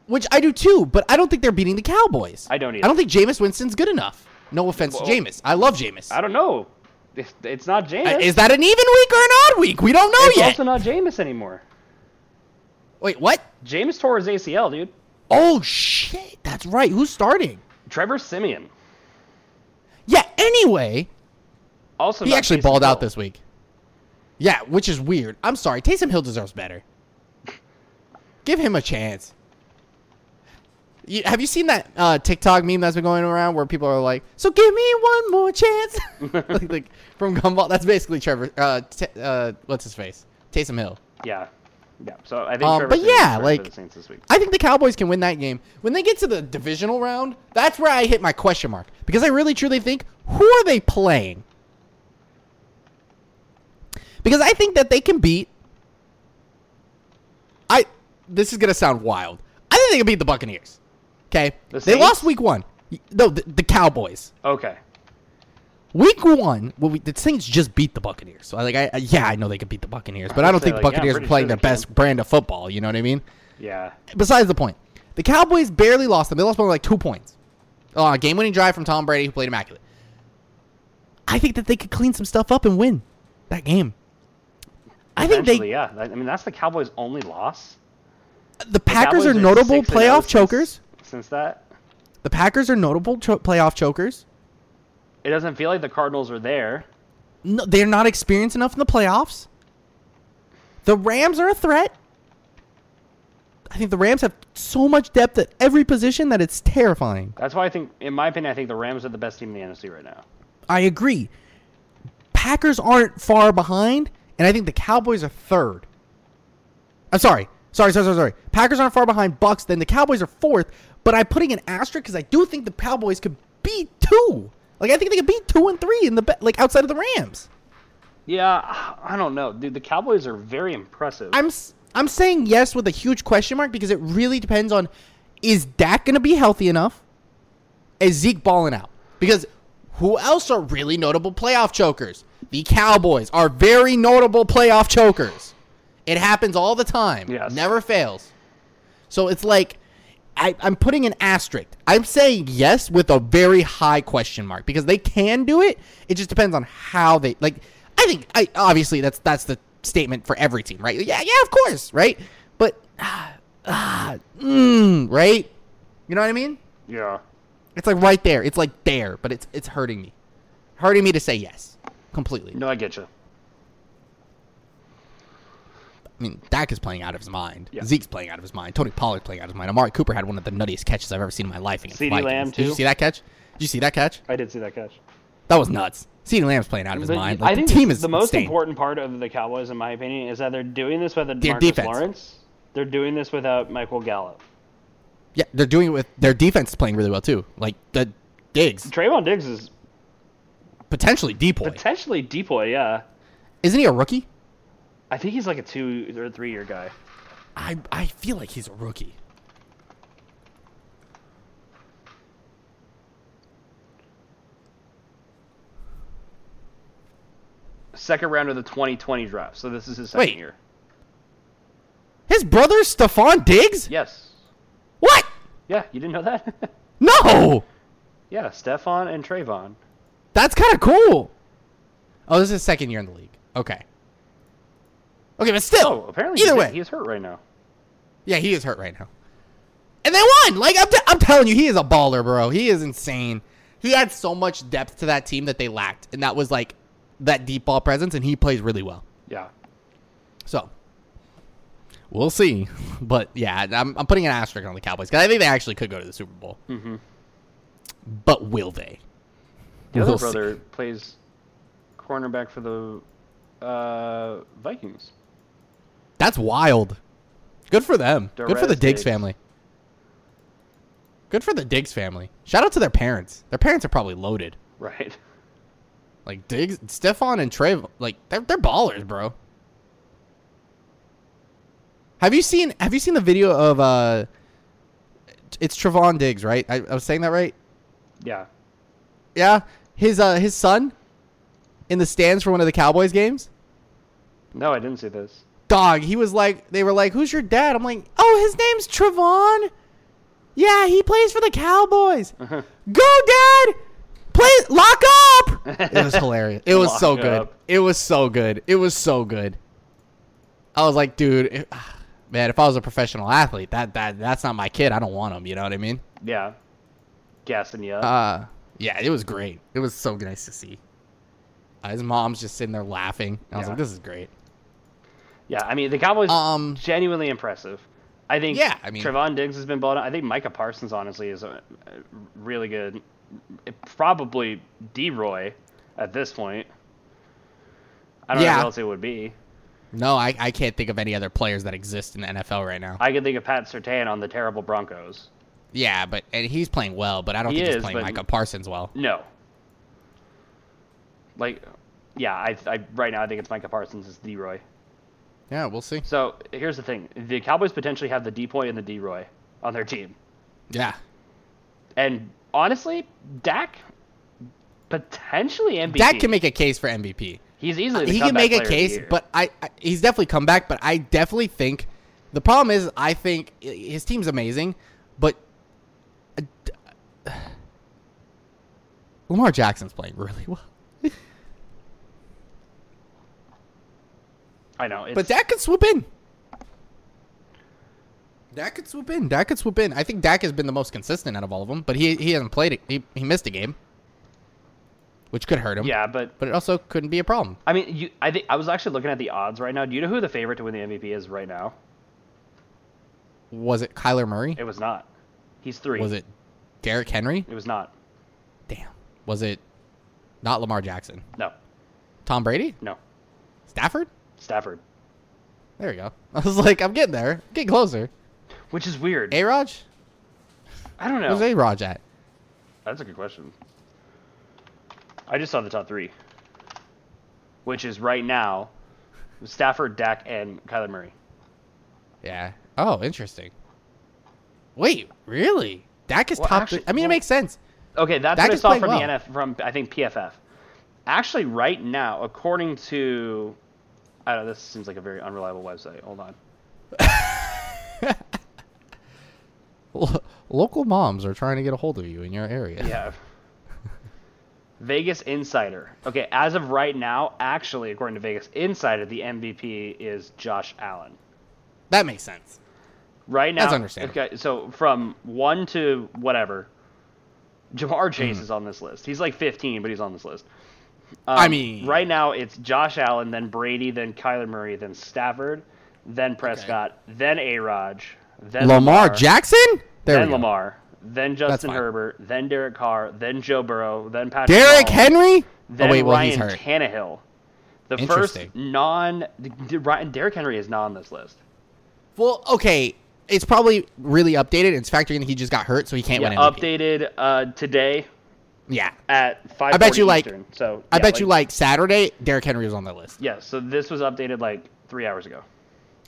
which I do too, but I don't think they're beating the Cowboys. I don't either. I don't think Jameis Winston's good enough. No offense Well- to Jameis, I love Jameis. I don't know. It's, it's not Jameis. Is that an even week or an odd week? We don't know it's yet. also not Jameis anymore. Wait, what? James tore his ACL, dude. Oh shit, that's right. Who's starting? Trevor Simeon. Yeah. Anyway, Also, he not actually Taysom balled out Hill. this week. Yeah, which is weird. I'm sorry. Taysom Hill deserves better. Give him a chance. You, have you seen that uh, TikTok meme that's been going around where people are like, "So give me one more chance," like, like from Gumball? That's basically Trevor. Uh, t- uh, what's his face? Taysom Hill. Yeah, yeah. So I think. Um, Trevor but Simeon's yeah, starting like- for the Saints this week. I think the Cowboys can win that game. When they get to the divisional round, that's where I hit my question mark because I really truly think who are they playing? Because I think that they can beat I this is going to sound wild. I think they can beat the Buccaneers. Okay? The they lost Saints? week 1. Y- No, the, the Cowboys. Okay. Week 1, well, we, the Saints just beat the Buccaneers. So like I, I yeah, I know they could beat the Buccaneers, but I, would don't say, think like, yeah, I'm Buccaneers pretty are playing sure their they can. best brand of football, you know what I mean? Yeah. besides the point, the Cowboys barely lost them. They lost by like two points. Uh, game winning drive from Tom Brady, who played immaculate. I think that they could clean some stuff up and win that game. I think Eventually, they yeah. That- I mean, that's the Cowboys' only loss. the The Packers Cowboys are notable 6 and 0 playoff since- chokers. Since that, The Packers are notable cho- playoff chokers. it doesn't feel like the Cardinals are there. No, they're not experienced enough in the playoffs. The Rams are a threat. I think the Rams have so much depth at every position that it's terrifying. That's why I think, in my opinion, I think the Rams are the best team in the NFC right now. I agree. Packers aren't far behind, and I think the Cowboys are third. I'm sorry. Sorry, sorry, sorry, sorry. Packers aren't far behind Bucks, then the Cowboys are fourth, but I'm putting an asterisk because I do think the Cowboys could beat two. Like I think they could beat two and three in the be- like outside of the Rams. Yeah, I don't know, dude. The Cowboys are very impressive. I'm s- I'm saying yes with a huge question mark because it really depends on is Dak going to be healthy enough? Is Zeke balling out? Because who else are really notable playoff chokers? The Cowboys are very notable playoff chokers. It happens all the time. Yes. Never fails. So it's like I, I'm putting an asterisk. I'm saying yes with a very high question mark because they can do it. It just depends on how they like. I think I obviously that's that's the statement for every team, right? Yeah, yeah, of course, right? But ah, ah, mm, right? You know what I mean? yeah. It's like right there. It's like there, but it's it's hurting me, hurting me to say yes completely. No, I get you. I mean, Dak is playing out of his mind. Yeah. Zeke's playing out of his mind. Tony Pollard's playing out of his mind. Amari Cooper had one of the nuttiest catches I've ever seen in my life against CeeDee Vikings. Lamb, Did you too. see that catch? Did you see that catch? I did see that catch. That was nuts. CeeDee Lamb's playing out of his The- mind. I Like, think the team the- is the most insane. important part of the Cowboys, in my opinion, is that they're doing this without Their Marcus defense. Lawrence. They're doing this without Michael Gallup. Yeah, they're doing it with their defense is playing really well too. Like the Diggs, Trayvon Diggs is potentially depoy. potentially depoy. Yeah, Isn't he a rookie? I think he's like a two or three year guy. I I feel like he's a rookie. Second round of the 2020 draft. So this is his second Wait. year. His brother Stephon Diggs? Yes. What? Yeah, you didn't know that? No. yeah, Stefan and Trayvon. That's kind of cool. Oh, this is his second year in the league. Okay. Okay, but still. Oh, apparently Either he's, way. he's hurt right now. Yeah, he is hurt right now. And they won. Like I'm, t- I'm telling you, he is a baller, bro. He is insane. He had so much depth to that team that they lacked, and that was like that deep ball presence, and he plays really well. Yeah. So We'll see. But yeah, I'm, I'm putting an asterisk on the Cowboys because I think they actually could go to the Super Bowl. Mm-hmm. But will they? The other We'll see. brother plays cornerback for the uh, Vikings. That's wild. Good for them. Good for the Derez Diggs Diggs. family. Good for the Diggs family. Shout out to their parents. Their parents are probably loaded. Right. Like Diggs, Stefan, and Trayvon. Like they're they're ballers, bro. Have you seen Have you seen the video of uh? It's Trevon Diggs, right? I, I was saying that right. Yeah. Yeah, his uh his son, in the stands for one of the Cowboys games. No, I didn't see this. dog he was like they were like who's your dad i'm like oh his name's travon yeah he plays for the cowboys Uh-huh. go dad play lock up it was hilarious it was so Lock good up. it was so good it was so good i was like dude it, ah, man if i was a professional athlete that that that's not my kid i don't want him you know what i mean Yeah. Gassing you up. uh yeah it was great it was so nice to see Uh, his mom's just sitting there laughing i was Yeah. like this is great yeah, I mean, the Cowboys um genuinely impressive. I think Yeah, I mean- Trevon Diggs has been bought out. I think Micah Parsons, honestly, is a, a really good. Probably D Roy at this point. I don't know Yeah. who else it would be. No, I, I can't think of any other players that exist in the NFL right now. I could think of Pat Sertan on the terrible Broncos. Yeah, but and he's playing well, but I don't He think is, he's playing but- Micah Parsons well. No. Like, yeah, I, I right now I think it's Micah Parsons is D Roy. Yeah, we'll see. So here's the thing: the Cowboys potentially have the D Boy and the D Roy on their team, Yeah. and honestly, Dak potentially MVP. Dak can make a case for MVP. He's easily the He can comeback make player a of the case, year. but I, I he's definitely come back, but I definitely think the problem is I think i- his team's amazing, but uh, d- uh, Lamar Jackson's playing really well. I know. It's, But Dak could swoop in. Dak could swoop in. Dak could swoop in. I think Dak has been the most consistent out of all of them, but he he hasn't played it. He, he missed a game, which could hurt him. yeah, but But it also couldn't be a problem. I mean, you. I think I was actually looking at the odds right now. Do you know who the favorite to win the MVP is right now? Was it Kyler Murray? It was not. He's three. Was it Derrick Henry? It was not. Damn. Was it not Lamar Jackson? No. Tom Brady? No. Stafford? Stafford. There we go. I was like, I'm getting there. I'm getting closer. Which is weird. A Raj? I don't know. Where's A Raj at? That's a good question. I just saw the top three, which is right now Stafford, Dak, and Kyler Murray. Yeah. Oh, interesting. Wait, really? Dak is Well, top. actually- three. I mean, well- it makes sense. Okay, that's Dak what I is saw playing from well. the NF from I think PFF. Actually, right now, according to, I don't know. This seems like a very unreliable website. Hold on. Lo- local moms are trying to get a hold of you in your area. Yeah. Vegas Insider. Okay, as of right now, actually, according to Vegas Insider, the MVP is Josh Allen. That makes sense. Right now, That's understandable. Okay, so from one to whatever, Jamar Chase Hmm. is on this list. He's like 15, but he's on this list. Um, I mean- right now it's Josh Allen, then Brady, then Kyler Murray, then Stafford, then Prescott, then A. Raj, then Lamar, Jackson? There we then go. Lamar, then Justin fine. Herbert, then Derek Carr, then Joe Burrow, then Patrick. Derrick Mahomes, Henry? Then oh, wait, well, Ryan he's hurt. Tannehill. The first Interesting. non d- d- Ryan Derrick Henry is not on this list. well, okay. It's probably really updated. It's factoring in he just got hurt, so he can't Yeah, win MVP. updated uh, today Yeah. at five. bet you, like- Eastern. So I yeah, bet you, like, Saturday, Derrick Henry was on that list. yeah. So this was updated like three hours ago.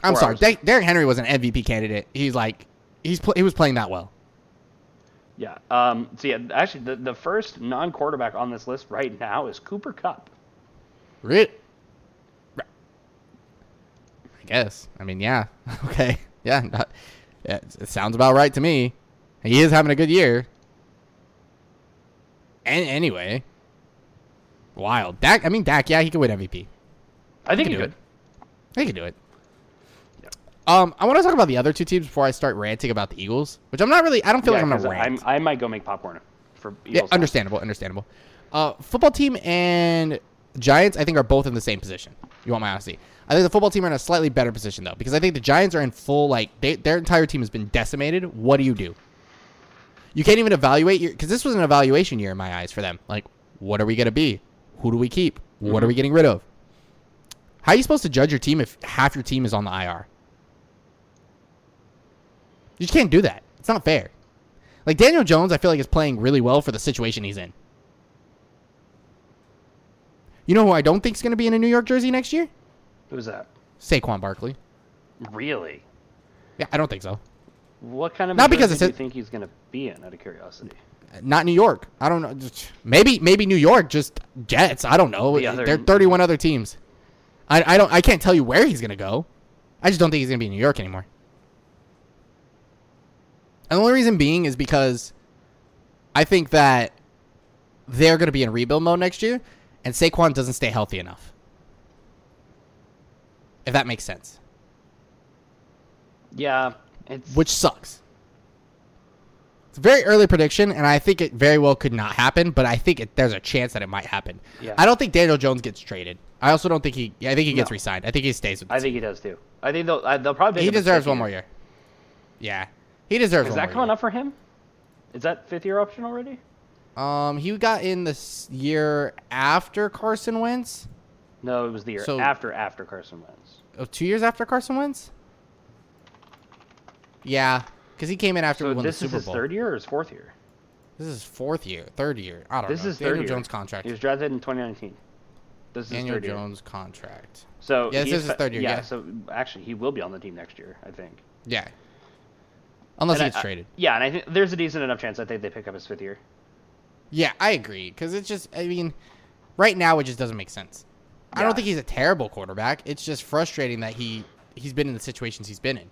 I'm four sorry. hours. Der- Derrick Henry was an MVP candidate. He's like, he's pl- he was playing that well. Yeah. Um. So yeah, actually, the, the first non-quarterback on this list right now is Cooper Cup. Re- Re- I guess. I mean, yeah. Okay. Yeah. not- yeah, it it sounds about right to me. He is having a good year. And anyway, wild. Dak. I mean, Dak. Yeah, he could win MVP. I think He can he do could. it. He can do it. Um, I want to talk about the other two teams before I start ranting about the Eagles, which I'm not really. I don't feel Yeah, like I'm 'cause gonna rant. I might go make popcorn for Yeah, Eagles. now. understandable, understandable. Uh, football team and Giants, I think, are both in the same position. You want my honesty. I think the football team are in a slightly better position though, because I think the Giants are in full like they, their entire team has been decimated. What do you do? You can't even evaluate your because this was an evaluation year in my eyes for them. Like, what are we gonna be? Who do we keep? What are we getting rid of? How are you supposed to judge your team if half your team is on the IR? You just can't do that. It's not fair. Like Daniel Jones, I feel like is playing really well for the situation he's in. You know who I don't think is going to be in a New York jersey next year? Who's that? Saquon Barkley. Really? Yeah, I don't think so. What kind of Not because jersey it do you said- think he's gonna be in? Out of curiosity. Not New York. I don't know. Just- Maybe maybe New York just Jets. I don't know. The other- There are 31 other teams. I, I don't I can't tell you where he's going to go. I just don't think he's going to be in New York anymore. And the only reason being is because I think that they're going to be in rebuild mode next year and Saquon doesn't stay healthy enough. If that makes sense. Yeah, it's which sucks. It's a very early prediction, and I think it very well could not happen. But I think it, there's a chance that it might happen. Yeah. I don't think Daniel Jones gets traded. I also don't think he. yeah, I think he gets No. re-signed. I think he stays with. The I think he does too. I think they'll I- they'll probably. team. make he him a deserves fifth one year. more year. Yeah, he deserves. Is one that more coming year. up for him? Is that fifth year option already? Um, he got in this year after Carson Wentz. No, it was the year So- after after Carson Wentz. Oh, two years after Carson Wentz. Yeah, because he came in after we So won this the is Super his Bowl. third year or his fourth year? This is fourth year, third year. I don't This know. is Daniel third year. Jones contract. He was drafted in 2019. This is Daniel third year. Jones contract. So Yeah, this he's is his fe- third year, yeah. So actually, he will be on the team next year, I think. Yeah. Unless And he I- gets I- traded. Yeah, and I think there's a decent enough chance I think they pick up his fifth year. Yeah, I agree. Because it's just, I mean, right now it just doesn't make sense. I don't Yeah. think he's a terrible quarterback. It's just frustrating that he he's been in the situations he's been in.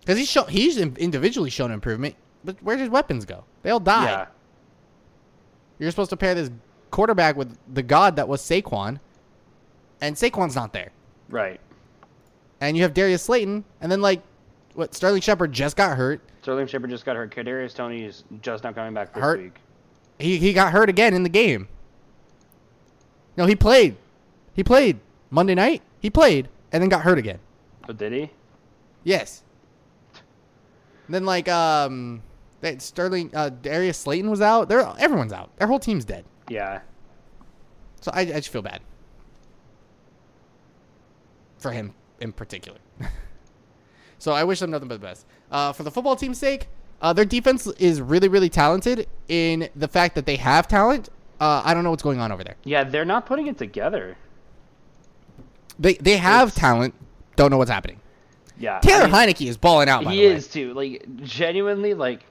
Because he's shown he's in- individually shown improvement, but where did his weapons go? They all died. Yeah. You're supposed to pair this quarterback with the god that was Saquon, and Saquon's not there. Right. And you have Darius Slayton, and then like, what Sterling Shepard just got hurt. Sterling Shepard just got hurt. Kadarius Tony is just not coming back this Hurt. week. He he got hurt again in the game. No, he played. He played Monday night. He played and then got hurt again. Oh, did he? Yes. And then like um, that Sterling uh, Darius Slayton was out. They're everyone's out. Their whole team's dead. Yeah. So I I just feel bad for him in particular. so I wish them nothing but the best. Uh, for the football team's sake, uh, their defense is really really talented in the fact that they have talent. Uh, I don't know what's going on over there. Yeah, they're not putting it together. They they have It's- talent. Don't know what's happening. Yeah. I Taylor mean- Heineke is balling out. By he the way. is too. Like genuinely, like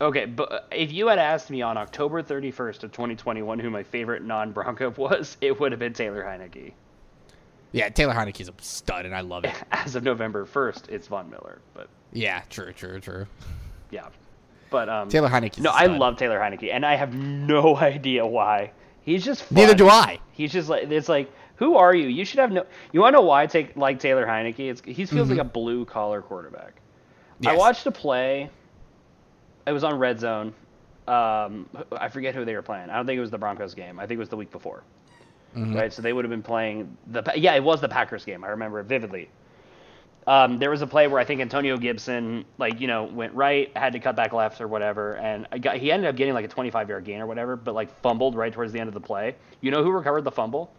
okay. But uh, if you had asked me on October 31st of 2021 who my favorite non-Bronco was, it would have been Taylor Heineke. Yeah, Taylor Heineke is a stud, and I love it. As of November 1st, it's Von Miller. But yeah, true, true, true. yeah, but um, Taylor Heineke's No, a I stud. love Taylor Heineke, and I have no idea why. He's just fun. Neither do I. He's just like it's like who are you? You should have no. You want to know why I take like Taylor Heineke? It's he feels like a blue collar quarterback. I Yes. watched a play. It was on Red Zone. Um, I forget who they were playing. I don't think it was the Broncos game. I think it was the week before. Right, so they would have been playing the Pa- yeah, it was the Packers game. I remember it vividly. Um, there was a play where I think Antonio Gibson, like you know, went right, had to cut back left or whatever, and I got, he ended up getting like a 25-yard gain or whatever, but like fumbled right towards the end of the play. You know who recovered the fumble?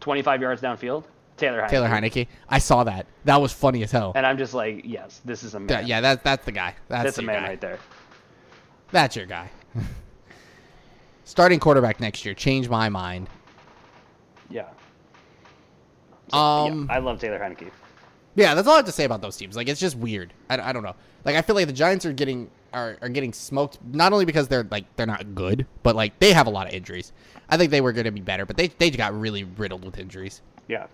25 yards downfield, Taylor Heineke. Taylor Heineke. I saw that. That was funny as hell. And I'm just like, yes, this is a man. Yeah, yeah, that's that's the guy. That's, that's a your man guy. right there. That's your guy. Starting quarterback next year. Change my mind. Yeah. Um, yeah, I love Taylor Heineke. Yeah, that's all I have to say about those teams. Like, it's just weird. I, I don't know. Like, I feel like the Giants are getting are, are getting smoked not only because they're like they're not good, but like they have a lot of injuries. I think they were going to be better, but they they got really riddled with injuries. Yeah.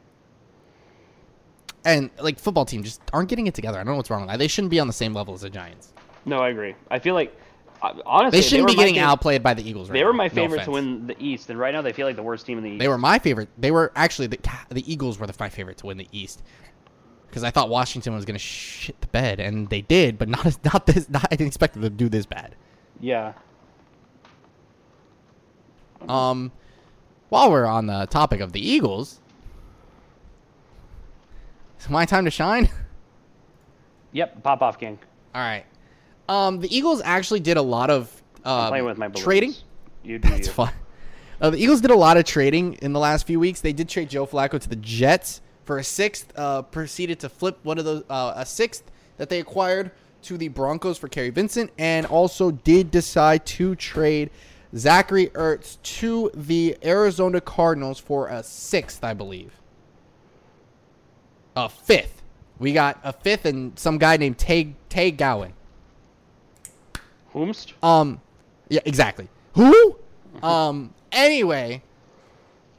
And like football team just aren't getting it together. I don't know what's wrong with that. They shouldn't be on the same level as the Giants. No, I agree. I feel like uh, honestly They shouldn't were be my getting fav- outplayed by the Eagles. Right They were now. my No favorite to offense. win the East, and right now they feel like the worst team in the East. They were my favorite. They were actually the, the Eagles were the, my favorite to win the East because I thought Washington was going to shit the bed, and they did, but not as not this. Not, I didn't expect them to do this bad. Yeah. Um, while we're on the topic of the Eagles, It's my time to shine. Yep, pop off king. All right. Um, the Eagles actually did a lot of I'm um, playing with my balloons. trading. You do It's you. fun. Uh, the Eagles did a lot of trading in the last few weeks. They did trade Joe Flacco to the Jets for a sixth. Uh, proceeded to flip one of those uh, a sixth that they acquired to the Broncos for Kerry Vincent, and also did decide to trade Zachary Ertz to the Arizona Cardinals for a sixth, I believe. A fifth. We got a fifth and some guy named Tay Tay Gowan. Whomst? Um, yeah, exactly. Who? Um. Anyway,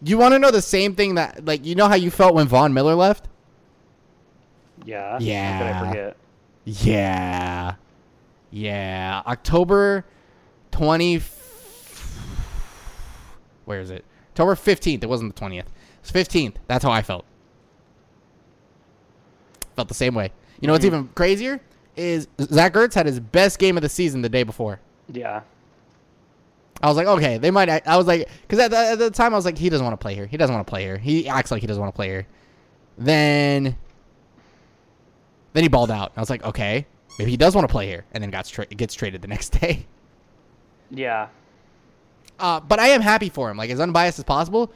you want to know the same thing that, like, you know how you felt when Von Miller left? Yeah. How could Yeah. I forget? Yeah, yeah. October twenty. Where is it? October fifteenth. It wasn't the twentieth. It's fifteenth. That's how I felt. Felt the same way. You know what's even crazier is Zach Ertz had his best game of the season the day before. Yeah. I was like, okay, they might. I was like, because at, the- at the time I was like, he doesn't want to play here. He doesn't want to play here. He acts like he doesn't want to play here. Then, then he balled out. I was like, okay, maybe he does want to play here, and then got tra- gets traded the next day. Yeah. Uh, but I am happy for him. Like as unbiased as possible.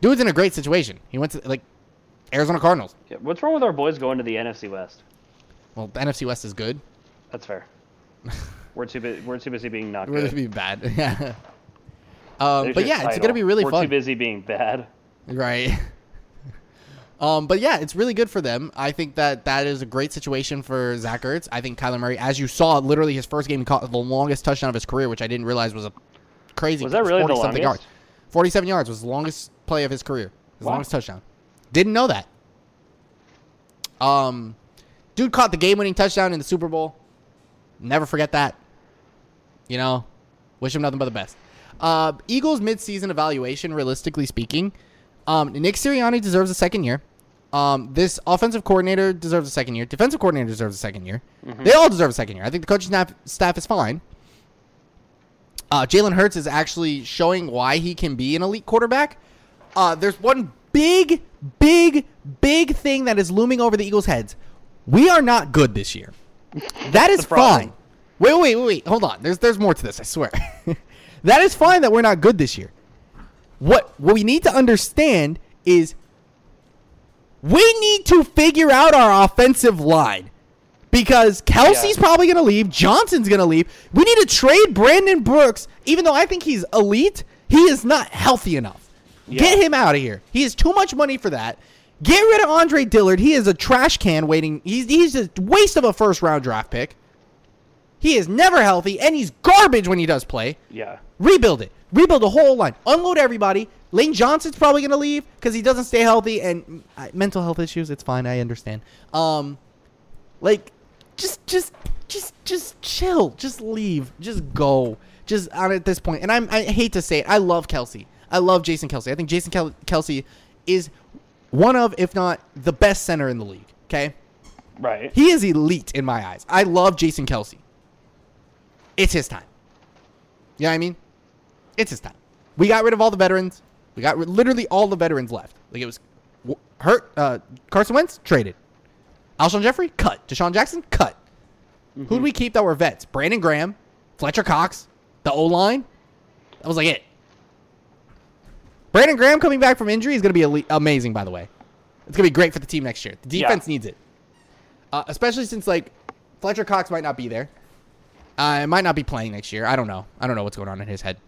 Dude's in a great situation. He went to like Arizona Cardinals. Yeah, What's wrong with our boys going to the NFC West? Well, the NFC West is good. That's fair. we're too bu- we're too busy being not We're good. gonna be bad. yeah. Um, There's but your yeah, it's title. gonna be really we're fun. too busy being bad. Right. Um, but yeah, it's really good for them. I think that that is a great situation for Zach Ertz. I think Kyler Murray, as you saw, literally his first game he caught the longest touchdown of his career, which I didn't realize was a crazy. Was that really the 40-something longest? Yards. Forty-seven yards was the longest play of his career, his Wow. longest touchdown. Didn't know that. Um, dude caught the game-winning touchdown in the Super Bowl. Never forget that. You know, wish him nothing but the best. Uh, Eagles midseason evaluation, realistically speaking, um, Nick Sirianni deserves a second year. Um, this offensive coordinator deserves a second year. Defensive coordinator deserves a second year. They all deserve a second year. I think the coaching staff, staff is fine. Uh, Jalen Hurts is actually showing why he can be an elite quarterback. Uh, there's one big, big, big thing that is looming over the Eagles' heads. We are not good this year. That is problem. fine. Wait, wait, wait, wait. Hold on. There's there's more to this. I swear. that is fine that we're not good this year. What what we need to understand is we need to figure out our offensive line because Kelsey's Yeah. probably going to leave. Johnson's going to leave. We need to trade Brandon Brooks, even though I think he's elite. He is not healthy enough. Get Yeah. him out of here. He is too much money for that. Get rid of Andre Dillard. He is a trash can waiting. He's he's a waste of a first round draft pick. He is never healthy, and he's garbage when he does play. Yeah. Rebuild it. Rebuild the whole line. Unload everybody. Lane Johnson's probably going to leave because he doesn't stay healthy and mm, I- mental health issues. It's fine. I understand. Um, like, just, just, just, just chill. Just leave. Just go. Just on at this point. And I'm, I hate to say it. I love Kelsey. I love Jason Kelsey. I think Jason Kel- Kelsey is one of, if not the best center in the league. Okay. Right. He is elite in my eyes. I love Jason Kelsey. It's his time. You know what I mean? It's his time. We got rid of all the veterans. We got rid- literally all the veterans left. Like it was w- hurt. Uh, Carson Wentz traded. Alshon Jeffrey cut. Deshaun Jackson cut. Who do we keep that were vets? Brandon Graham, Fletcher Cox, the O line. That was like it. Brandon Graham coming back from injury is going to be elite, amazing. By the way, it's going to be great for the team next year. The Yeah. defense needs it, uh, especially since like Fletcher Cox might not be there. I might not be playing next year. I don't know. I don't know what's going on in his head.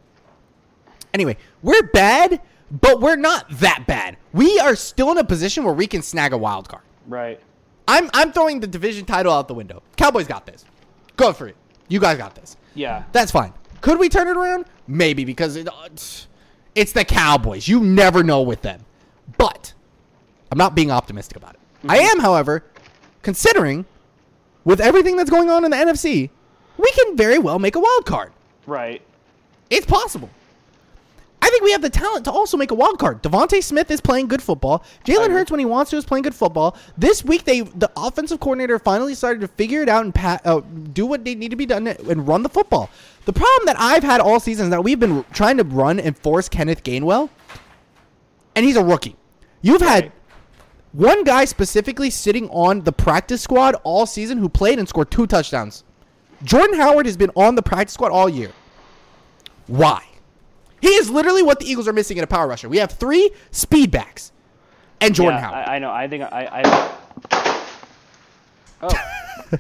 Anyway, we're bad, but we're not that bad. We are still in a position where we can snag a wild card. Right. I'm I'm throwing the division title out the window. Cowboys got this. Go for it. You guys got this. Yeah. That's fine. Could we turn it around? Maybe because it, uh, it's- it's the Cowboys. You never know with them. But I'm not being optimistic about it. I am, however, considering with everything that's going on in the NFC, we can very well make a wild card. Right. It's possible. I think we have the talent to also make a wild card. Devonte Smith is playing good football. Jalen agree. Hurts, when he wants to, is playing good football. This week, they the offensive coordinator finally started to figure it out and pa- uh, do what they need to be done and run the football. The problem that I've had all season is that we've been trying to run and force Kenneth Gainwell, and he's a rookie. You've had Right. One guy specifically sitting on the practice squad all season who played and scored two touchdowns. Jordan Howard has been on the practice squad all year. Why? He is literally what the Eagles are missing in a power rusher. We have three speed backs and Jordan yeah, Howard. I, I know. I think I. I... Oh.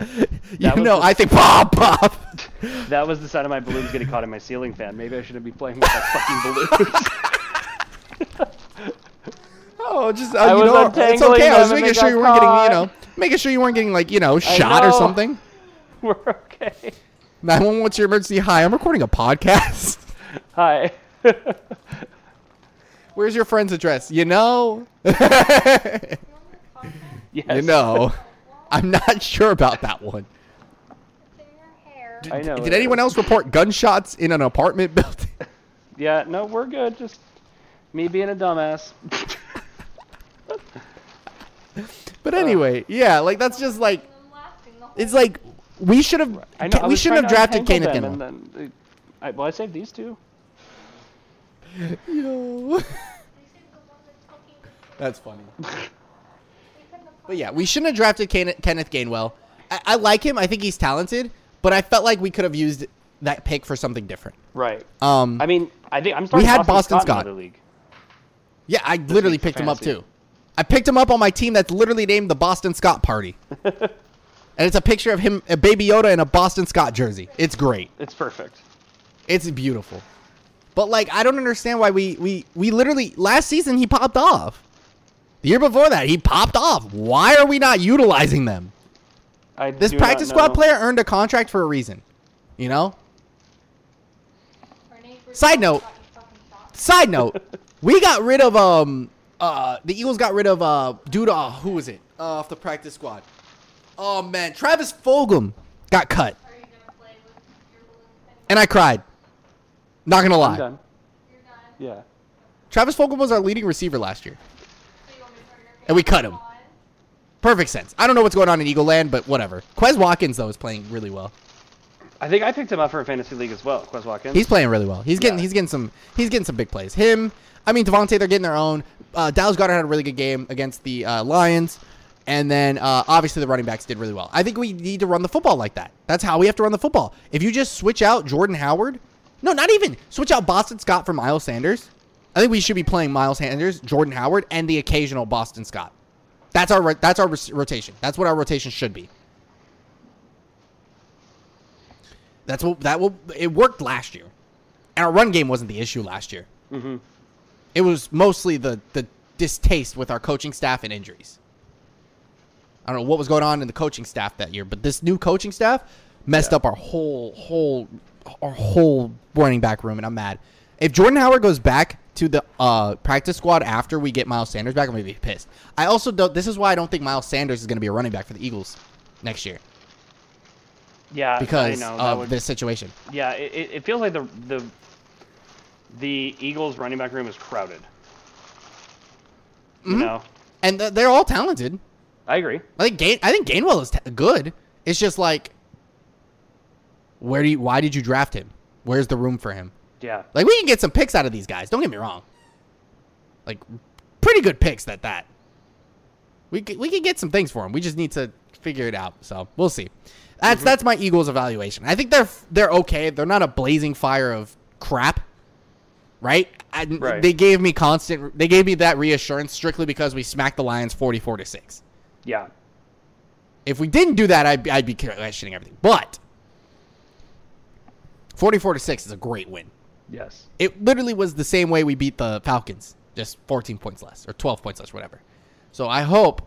that you was know, the- I think pop pop. That was the sound of my balloons getting caught in my ceiling fan. Maybe I shouldn't be playing with that fucking balloon. Oh, just uh, I you was know, it's untangling okay. I them was and making they sure got you weren't getting, you know, caught. making sure you weren't getting like, you know, shot or know. something. We're okay. Nine one one, what's your emergency? Hi, I'm recording a podcast. Hi. Where's your friend's address? You know, yes. you know, I'm not sure about that one. I know. Did anyone else report gunshots in an apartment building? Yeah. No, we're good. Just me being a dumbass. Uh. But anyway, yeah, like that's just like it's like we should have I know. I we was shouldn't have trying drafted to Kane untangle Thinman. them, and then, uh, I, well, I saved these two. Yo. That's funny. But yeah, we shouldn't have drafted Kane, Kenneth Gainwell. I, I like him. I think he's talented, but I felt like we could have used that pick for something different. Right. Um, I mean, I think I'm starting had Boston Boston, Scott, Scott. in the league. yeah, I literally week's picked him up fantasy. too. I picked him up on my team that's literally named the Boston Scott Party, and it's a picture of him, a Baby Yoda in a Boston Scott jersey. It's great. It's perfect. It's beautiful. But like I don't understand why we we we literally last season he popped off. The year before that he popped off. Why are we not utilizing them? I This do not practice squad know. player earned a contract for a reason. You know? Side note. Side note, we got rid of um uh the Eagles got rid of uh dude uh who was it? Uh, off the practice squad. Oh man, Travis Fogum got cut and I cried. Not going to I'm lie. done. Yeah. Travis Fogum was our leading receiver last year. And we cut him. Perfect sense. I don't know what's going on in Eagle Land, but whatever. Quez Watkins though is playing really well. I think I picked him up for a fantasy league as well. Quez Watkins. He's playing really well. He's getting Yeah. he's getting some he's getting some big plays. Him, I mean Devontae, they're getting their own. Uh, Dallas Goddard had a really good game against the uh, Lions, and then uh, obviously the running backs did really well. I think we need to run the football like that. That's how we have to run the football. If you just switch out Jordan Howard, no, not even switch out Boston Scott for Miles Sanders. I think we should be playing Miles Sanders, Jordan Howard, and the occasional Boston Scott. That's our ro- that's our ro- rotation. That's what our rotation should be. That's what that will it worked last year. And our run game wasn't the issue last year. Mhm. It was mostly the the distaste with our coaching staff and injuries. I don't know what was going on in the coaching staff that year, but this new coaching staff messed up our whole whole our whole running back room, and I'm mad. If Jordan Howard goes back to the uh, practice squad after we get Miles Sanders back, I'm gonna be pissed. I also don't. This is why I don't think Miles Sanders is gonna be a running back for the Eagles next year yeah. because I know. that of would, this situation. Yeah. It, it- it feels like the the the Eagles running back room is crowded. Mm-hmm. You know. And th- they're all talented. I agree. I think Gain- I think Gainwell is t- good. It's just like, where do you? Why did you draft him? Where's the room for him? Yeah. Like we can get some picks out of these guys. Don't get me wrong. Like, pretty good picks at that. We c- we can get some things for him. We just need to figure it out. So we'll see. That's that's my Eagles evaluation. I think they're f- they're okay. They're not a blazing fire of crap, right? I, Right. They gave me constant. They gave me that reassurance strictly because we smacked the Lions forty four to six. Yeah. If we didn't do that, I'd, I'd be questioning everything. But 44 to 6 is a great win. Yes. It literally was the same way we beat the Falcons, just 14 points less or 12 points less, whatever. So I hope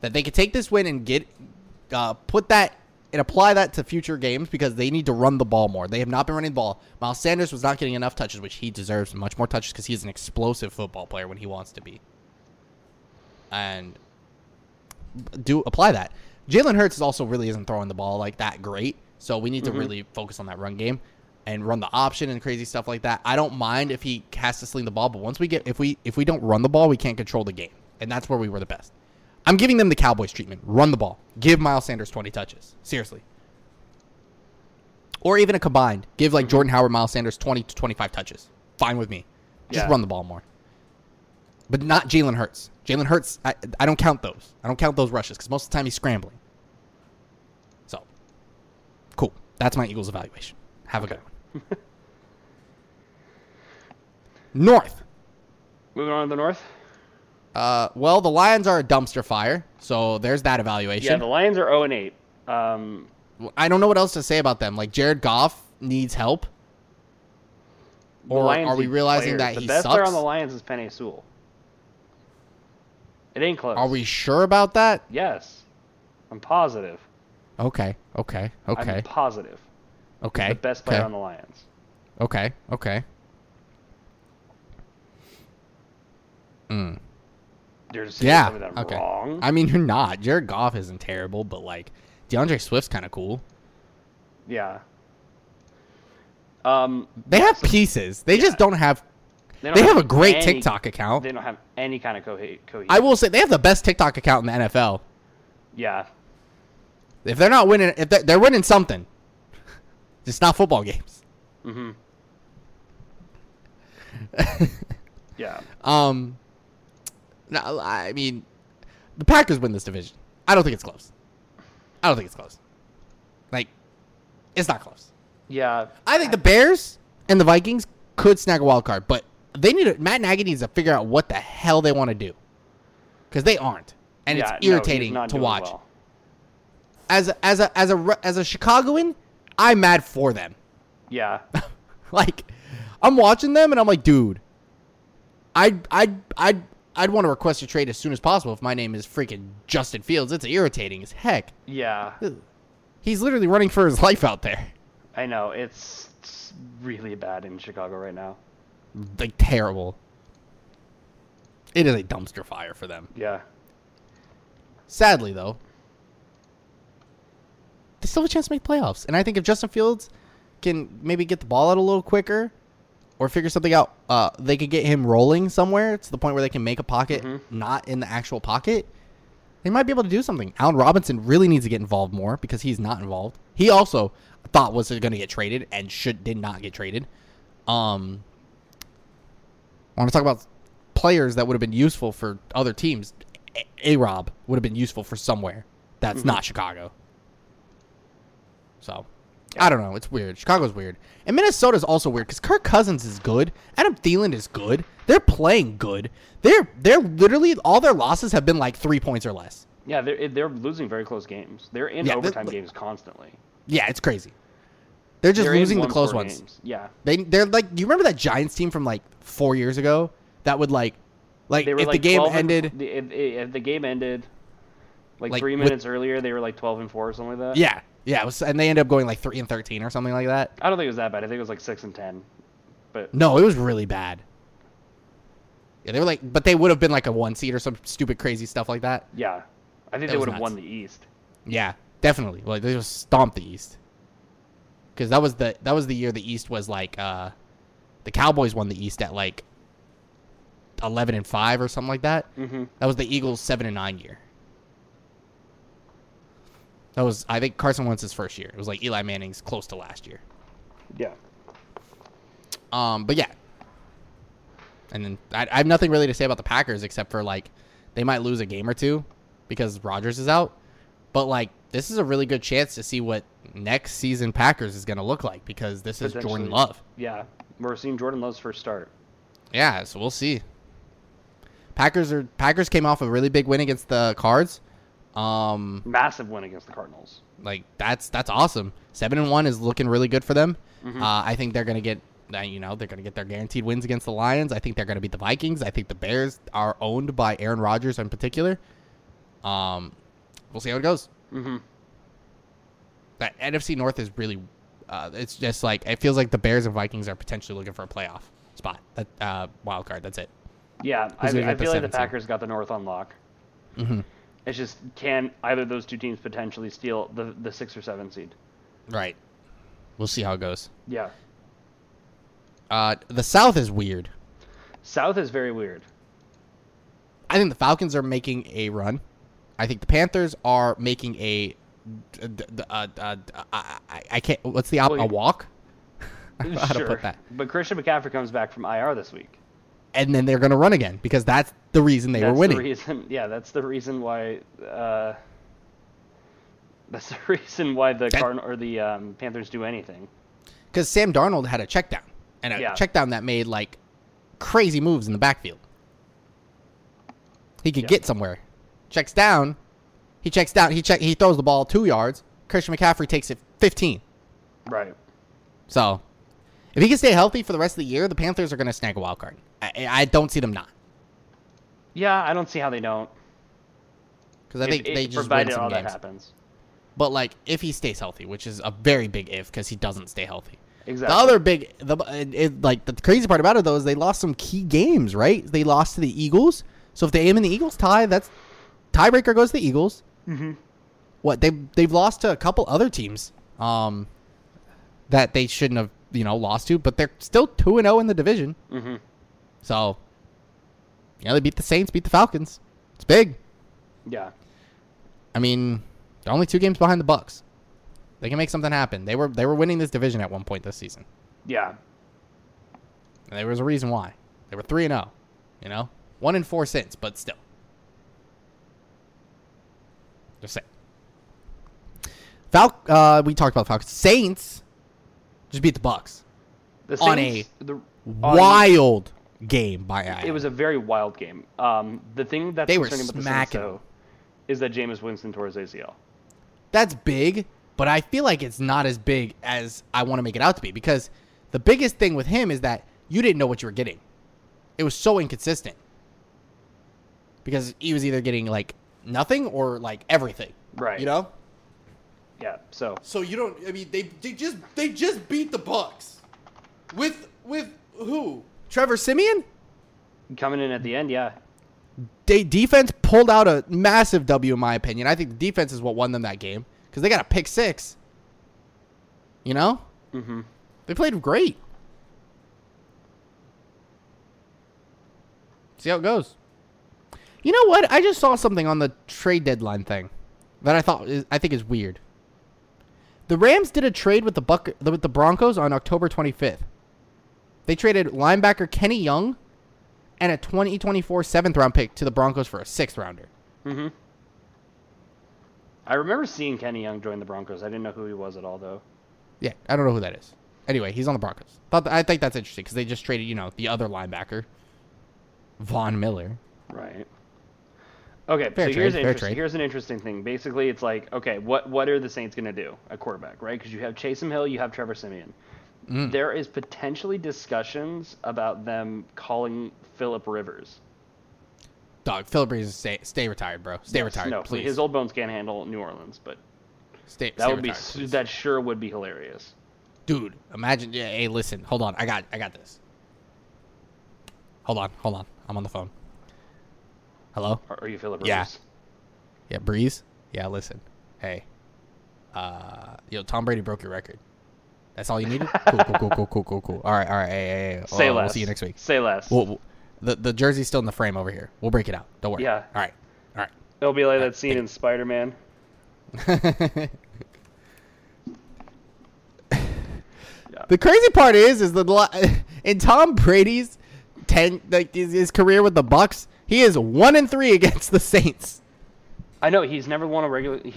that they can take this win and get uh, put that and apply that to future games because they need to run the ball more. They have not been running the ball. Miles Sanders was not getting enough touches, which he deserves much more touches because he's an explosive football player when he wants to be. And do apply that. Jalen Hurts is also really isn't throwing the ball like that great, so we need to really focus on that run game and run the option and crazy stuff like that. I don't mind if he has to sling the ball, but once we get if we if we don't run the ball, we can't control the game, and that's where we were the best. I'm giving them the Cowboys treatment: run the ball, give Miles Sanders 20 touches, seriously, or even a combined. Give like Jordan Howard, Miles Sanders 20 to 25 touches. Fine with me. Just Yeah. run the ball more. but not Jalen Hurts. Jalen Hurts, I, I don't count those. I don't count those rushes because most of the time he's scrambling. So, cool. That's my Eagles evaluation. Have a good one. North. Moving on to the north. Uh, well, the Lions are a dumpster fire, so there's that Yeah, evaluation. the Lions are 0 and 8. Um, I don't know what else to say about them. Like Jared Goff needs help. the Or Lions are we need realizing that players. the he best player sucks? on the Lions is Penny Sewell? It ain't close. Are we sure about that? Yes, I'm positive. Okay, okay, okay, I'm positive. okay. The best player okay, on the Lions. Okay, okay. Mm. You're just Yeah. telling me that Okay. wrong. I mean, you're not. Jared Goff isn't terrible, but like DeAndre Swift's kind of cool. Yeah. Um, They have pieces. They just don't have. don't They have a great any- TikTok account. They don't have any kind of cohe- cohesion. I will say they have the best TikTok account in the NFL. yeah. If they're not winning, if they're, they're winning something, it's not football games. Mm-hmm. yeah. Um, no, I mean, the Packers win this division. I don't think it's close. I don't think it's close. Like, it's not close. Yeah. I think the Bears and the Vikings could snag a wild card, but they need to, Matt Nagy needs to figure out what the hell they want to do because they aren't, and Yeah, no, it's he's irritating not to doing watch. well. As a, as a as a Ru- as a Chicagoan, I'm mad for them. Yeah. like, I'm watching them and I'm like, dude, I'd I'd I'd I'd want to request a trade as soon as possible if my name is freaking Justin Fields. It's irritating as heck. Yeah. He's literally running for his life out there. I know. It's, it's really bad in Chicago right now. Like terrible. It is a dumpster fire for them. Yeah. Sadly, though, they still have a chance to make playoffs. And I think if Justin Fields can maybe get the ball out a little quicker or figure something out, uh, they could get him rolling somewhere to the point where they can make a pocket not in the actual pocket. They might be able to do something. Allen Robinson really needs to get involved more because he's not involved. He also thought was going to get traded and should did not get traded. Um, I want to talk about players that would have been useful for other teams. A Rob would have been useful for somewhere that's Mm-hmm. not Chicago. So, I don't know. It's weird. Chicago's weird. And Minnesota's also weird because Kirk Cousins is good. Adam Thielen is good. They're playing good. They're they're literally all their losses have been like three points or less. Yeah. They're, they're losing very close games. They're in Yeah, they- overtime games constantly. Yeah, it's crazy. They're just They're in losing the close one-score ones. games. Yeah. They they're like, do you remember that Giants team from like four years ago that would like, like They if were like the game 12 and- ended, the- if, if the game ended like, Like, three with- minutes earlier, they were like 12 and 4 or something like that. yeah, yeah, it was, and they ended up going like three and thirteen or something like that. I don't think it was that bad. I think it was like 6 and 10. But No, it was really bad. Yeah, they were like, but they would have been like a one seed or some stupid crazy stuff like that. yeah, I think That they was would have nuts. won the East. Yeah, definitely. Like they just stomped the East. Because that was the that was the year the East was like uh, the Cowboys won the East at like eleven and five or something like that. Mm-hmm. That was the Eagles seven and nine year. That was I think Carson Wentz's first year. It was like Eli Manning's close to last year. Yeah. Um, but yeah. And then I, I have nothing really to say about the Packers except for like they might lose a game or two because Rodgers is out. But like this is a really good chance to see what next season Packers is going to look like because this is Potentially. Jordan Love. Yeah. We're seeing Jordan Love's first start. Yeah, so we'll see. Packers are Packers came off a really big win against the Cards. Um, Massive win against the Cardinals. like that's that's awesome. Seven and one is looking really good for them. Uh, I think they're gonna get uh, you know they're gonna get their guaranteed wins against the Lions. I think they're gonna beat the Vikings. I think the Bears are owned by Aaron Rodgers in particular. Um, we'll see how it goes. Mm-hmm. That NFC North is really, uh, it's just like it feels like the Bears and Vikings are potentially looking for a playoff spot, that uh, wild card. That's it. Yeah, I, gonna get the I feel like the seventh seed? Packers got the North on lock. Mhm. It's just can either of those two teams potentially steal the the six or seven seed? Right. We'll see how it goes. Yeah. Uh, the South is weird. South is very weird. I think the Falcons are making a run. I think the Panthers are making a. d- d- d- uh, d- uh, d- uh, I I- I can't. What's the op- Well, a you- walk? How to put that? But Christian McCaffrey comes back from IR this week. and then they're going to run again because that's the reason they that's were winning. The reason, yeah, that's the reason why. Uh, that's the reason why the That- Cardinal or the um, Panthers do anything. because Sam Darnold had a check down and a Yeah. check down that made like crazy moves in the backfield. He could Yeah. get somewhere. Checks down. He checks down. He check. He throws the ball two yards. Christian McCaffrey takes it 15. Right. So, if he can stay healthy for the rest of the year, the Panthers are going to snag a wild card. I, I don't see them not Yeah, I don't see how they don't. because I If- think if- they just win provided all some that games. happens. But like, if he stays healthy, which is a very big if, because he doesn't stay healthy. Exactly. The other big, the it, it- like the crazy part about it though is they lost some key games, right? They lost to the Eagles. So if they aim and the Eagles tie, that's tiebreaker goes to the Eagles. Mm-hmm. What they they've lost to a couple other teams um, that they shouldn't have you know lost to, but they're still two and zero in the division. Mm-hmm. So yeah, they beat the Saints, beat the Falcons. It's big. Yeah. I mean, they're only two games behind the Bucks. They can make something happen. They were they were winning this division at one point this season. Yeah. And there was a reason why. They were 3 and 0, you know? 1 and 4 since, but still. Just saying. Fal- uh, we talked about Falcons. Saints just beat the Bucks. The On Saints, the, on- Wild game by Iowa. It was a very wild game. Um, the thing that's They were concerning about the Saints, smacking though, them. is that Jameis Winston tore his ACL. That's big, but I feel like it's not as big as I want to make it out to be because the biggest thing with him is that you didn't know what you were getting. It was so inconsistent. Because he was either getting like nothing or like everything. Right. You know? Yeah. So So you don't. I mean, they they just they just beat the Bucks with with who? Trevor Simeon. coming in at the end, yeah, They defense pulled out a massive W in my opinion. I think the defense is what won them that game because they got a pick six. You know. Mm-hmm. They played great. See how it goes. You know what? I just saw something on the trade deadline thing that I thought is, I think is weird. The Rams did a trade with the Buck with the Broncos on October 25th. They traded linebacker Kenny Young and a 2024 seventh round pick to the Broncos for a sixth rounder. Mm-hmm. I remember seeing Kenny Young join the Broncos. I didn't know who he was at all, though. Yeah, I don't know who that is. Anyway, he's on the Broncos. Thought I think that's interesting because they just traded you know the other linebacker, Von Miller. Right. Okay, Fair so trade, here's fair an interesting, trade. here's an interesting thing. Basically, it's like, okay, what what are the Saints going to do at quarterback, right? Because you have Chase Hill, you have Trevor Simeon. Mm. There is potentially discussions about them calling Philip Rivers. Dog, Philip Rivers, stay, stay retired, bro. Stay Yes, retired, no, please. his old bones can't handle New Orleans, but stay, that stay would be retired, su- please. that sure would be hilarious. dude imagine yeah, hey listen hold on i got i got this hold on hold on i'm on the phone hello Are, are you Philip Yeah. Rivers? yeah breeze yeah listen hey uh yo tom brady broke your record that's all you needed cool cool cool cool cool cool cool all right all right hey, hey, hey. Say Uh, less. we'll see you next week Say less. we'll, we'll- the, the jersey's still in the frame over here we'll break it out don't worry Yeah. all right all right It'll be like that scene in Spider Man. The crazy part is, is that li- in Tom Brady's ten, like his, his career with the Bucks, he is one and three against the Saints. I know he's never won a regular. He's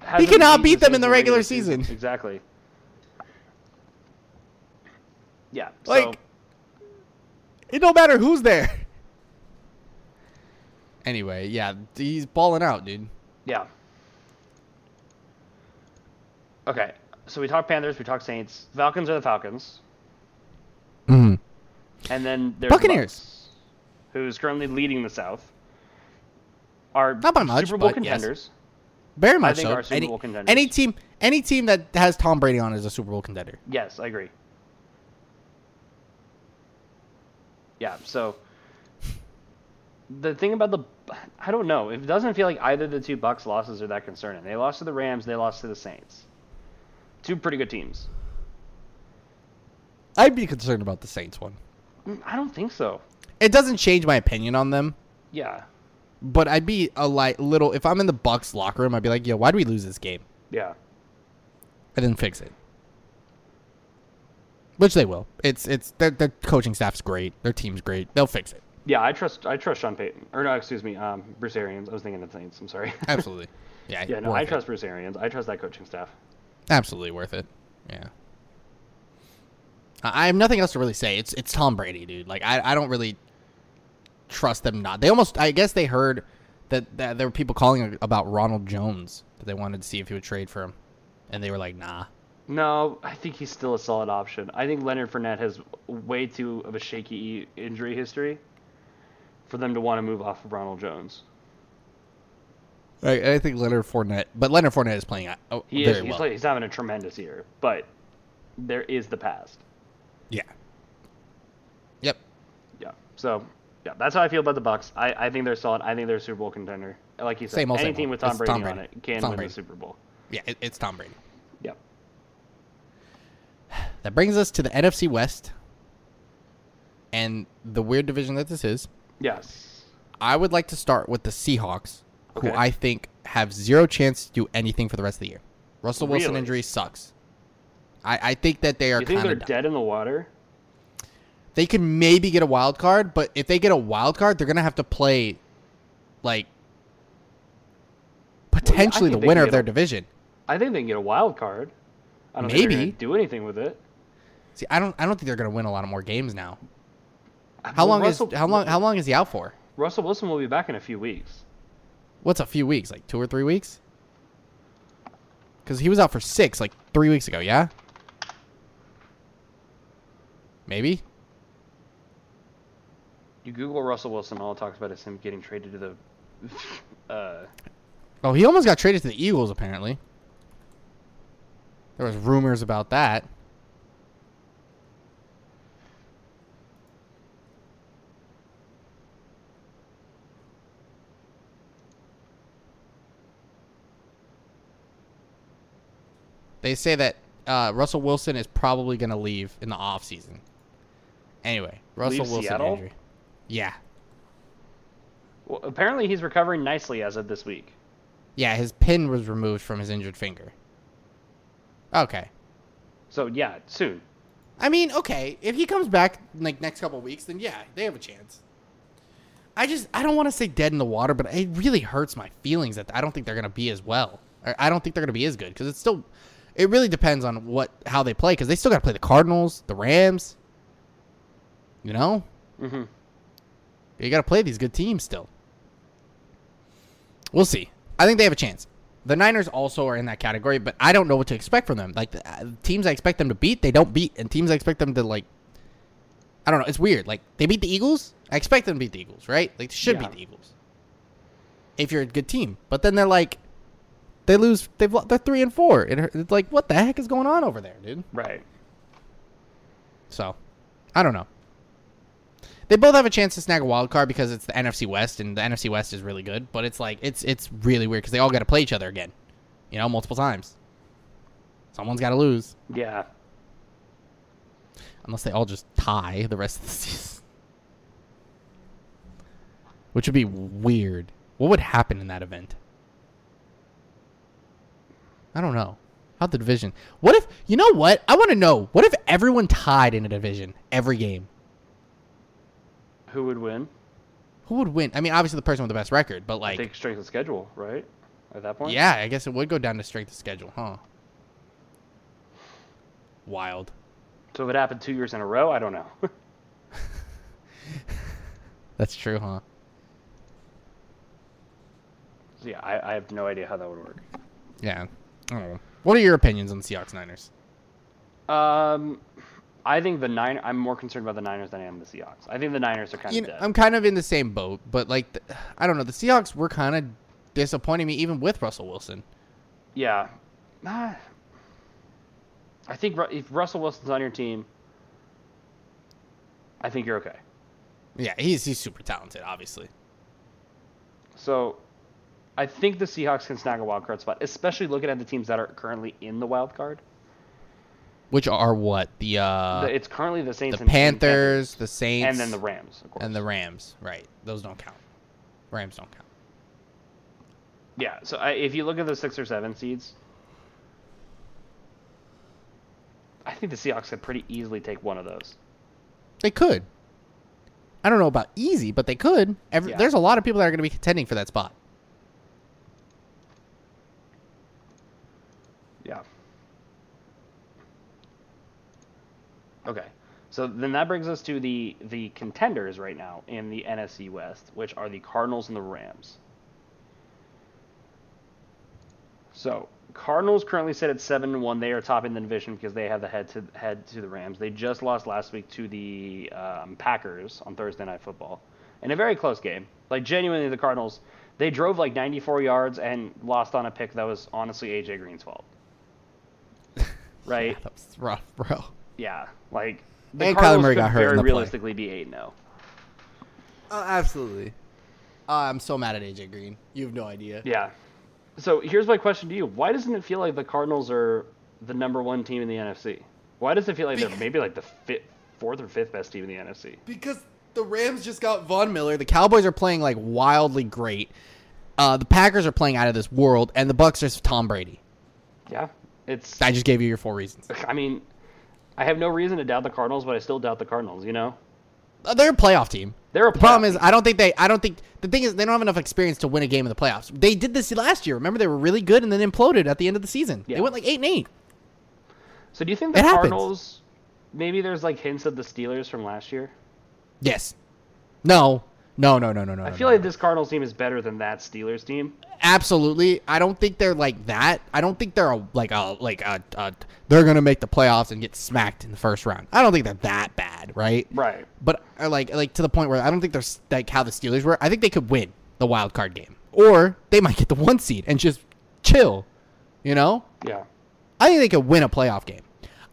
He hasn't cannot beat them in Saints the regular season. Exactly. Yeah. Like, so, it don't matter who's there. Anyway, yeah, he's balling out, dude. yeah. Okay, so we talked Panthers, we talked Saints. Falcons are the Falcons, Mm. and then there's Buccaneers. Bucs, who's currently leading the South. Are Not by much, Super Bowl but yes. contenders. Very much think so. our Super any, Bowl contenders. any team, any team that has Tom Brady on is a Super Bowl contender. Yes, I agree. Yeah, so the thing about the I don't know, it doesn't feel like either of the two Bucks losses are that concerning. They lost to the Rams, they lost to the Saints. Two pretty good teams. I'd be concerned about the Saints one. Mm, I don't think so. It doesn't change my opinion on them. Yeah. but I'd be a light little if I'm in the Bucks locker room, I'd be like, yo, why do we lose this game? Yeah. And then fix it. which they will. It's it's their, their coaching staff's great. Their team's great. They'll fix it. Yeah, I trust I trust Sean Payton. Or no, excuse me, um, Bruce Arians. I was thinking of Saints. I'm sorry. Absolutely. Yeah. yeah, no, worth I it. trust Bruce Arians. I trust that coaching staff. Absolutely worth it. Yeah. I I have nothing else to really say. It's it's Tom Brady, dude. Like I, I don't really trust them not. They almost I guess they heard that, that there were people calling about Ronald Jones that they wanted to see if he would trade for him. And they were like, "Nah." No, I think he's still a solid option. I think Leonard Fournette has way too of a shaky e, injury history for them to want to move off of Ronald Jones. I, I think Leonard Fournette, but Leonard Fournette is playing uh, oh, He very is. He's, well. play- he's having a tremendous year, but there is the past. Yeah. Yep. Yeah. So, yeah, that's how I feel about the Bucks. I, I think they're solid. I think they're a Super Bowl contender. Like you said, Same old, any same team old. with Tom It's Brady, Tom on Brady. it can Tom win Brady. the Super Bowl. Yeah, it, it's Tom Brady. Yeah. That brings us to the NFC West and the weird division that this is. Yes. I would like to start with the Seahawks, who Okay. I think have zero chance to do anything for the rest of the year. Russell Wilson Really? injury sucks. I, I think that they are You think kind they're of dead in the water? they can maybe get a wild card, but if they get a wild card, they're gonna have to play like potentially the think they can winner get of their a- division. I think they can get a wild card. I don't think they're Maybe. gonna do anything with it. See, I don't I don't think they're gonna win a lot of more games now. How Well, long Russell, is how long how long is he out for? Russell Wilson will be back in a few weeks. What's a few weeks? Like two or three weeks? Because he was out for six like three weeks ago. Yeah. Maybe. You Google Russell Wilson, all it talks about is him getting traded to the. Uh, Oh, he almost got traded to the Eagles. Apparently, there was rumors about that. They say that uh, Russell Wilson is probably going to leave in the offseason. Anyway, Russell Wilson Seattle? injury. Yeah. well, apparently, he's recovering nicely as of this week. Yeah, his pin was removed from his injured finger. Okay. So yeah, soon. I mean, okay, if he comes back like next couple weeks, then yeah, they have a chance. I just I don't want to say dead in the water, but it really hurts my feelings that I don't think they're gonna be as well. Or I don't think they're gonna be as good because it's still, it really depends on what how they play because they still gotta play the Cardinals, the Rams. You know, Mm-hmm. you gotta play these good teams still. We'll see. I think they have a chance. The Niners also are in that category, but I don't know what to expect from them. Like the uh, teams I expect them to beat, they don't beat, and teams I expect them to like, I don't know. It's weird. Like they beat the Eagles, I expect them to beat the Eagles, right? Like they should Yeah. beat the Eagles if you're a good team. But then they're like, they lose. They've lo- they're three and four. It, hurt- it's like what the heck is going on over there, dude? Right. So, I don't know. They both have a chance to snag a wild card because it's the NFC West, and the NFC West is really good. But it's like it's it's really weird because they all got to play each other again, you know, multiple times. Someone's got to lose Yeah. unless they all just tie the rest of the season, which would be weird. What would happen in that event? I don't know. How the division? What if you know what? I want to know. What if everyone tied in a division every game? Who would win? Who would win? I mean, obviously the person with the best record, but I like, think strength of schedule, right? At that point. yeah, I guess it would go down to strength of schedule, huh? Wild. So if it happened two years in a row, I don't know. That's true, huh? so yeah, I, I have no idea how that would work. Yeah. I don't know. What are your opinions on Seahawks Niners? Um, I think the nine. I'm more concerned about the Niners than I am the Seahawks. I think the Niners are kind You of know, dead. I'm kind of in the same boat, but like, the, I don't know. The Seahawks were kind of disappointing me, even with Russell Wilson. Yeah. Ah. I think Ru- if Russell Wilson's on your team, I think you're okay. Yeah, he's he's super talented, obviously. So I think the Seahawks can snag a wild card spot, especially looking at the teams that are currently in the wild card. Which are what the uh The- it's currently the the, Saints and Panthers, the Saints, and then the Rams, of course. and the Rams. Right, those don't count. Rams don't count. yeah. So I, if you look at the six or seven seeds, I think the Seahawks could pretty easily take one of those. They could. I don't know about easy, but they could. Every, Yeah. There's a lot of people that are going to be contending for that spot. Yeah. Okay. So then that brings us to the the contenders right now in the NFC West, which are the Cardinals and the Rams. So Cardinals currently sit at seven and one. They are top in the division because they have the head to head to the Rams. They just lost last week to the um, Packers on Thursday Night Football in a very close game. Like genuinely, the Cardinals they drove like 94 yards and lost on a pick that was honestly AJ Green's fault. Right? That was rough, bro. Yeah. Like the And Kyler Cardinals Murray could got hurt in very the play. realistically be eight zero. Oh, absolutely. Uh, I'm so mad at AJ Green. You have no idea. Yeah. So here's my question to you: Why doesn't it feel like the Cardinals are the number one team in the NFC? Why does it feel like they're Bec- maybe like the fifth, fourth or fifth best team in the NFC? Because the Rams just got Von Miller. The Cowboys are playing like wildly great. Uh, the Packers are playing out of this world, and the Bucks are Tom Brady. Yeah, it's. I just gave you your four reasons. I mean, I have no reason to doubt the Cardinals, but I still doubt the Cardinals. You know, Uh, They're a playoff team. They're a the problem playoff is I don't think they. I don't think the thing is they don't have enough experience to win a game in the playoffs. They did this last year. Remember they were really good and then imploded at the end of the season. Yeah. They went like eight and eight. so do you think the It happens. Cardinals? Maybe there's like hints of the Steelers from last year. Yes. No. No. No. No. No. No. I feel like this Cardinals team is better than that Steelers team. absolutely. I don't think they're like that. I don't think they're a, like a like a, a they're gonna make the playoffs and get smacked in the first round. I don't think they're that bad, right? Right. But uh, like like to the point where I don't think they're s- like how the Steelers were. I think they could win the wild card game, or they might get the one seed and just chill. You know, Yeah. I think they could win a playoff game.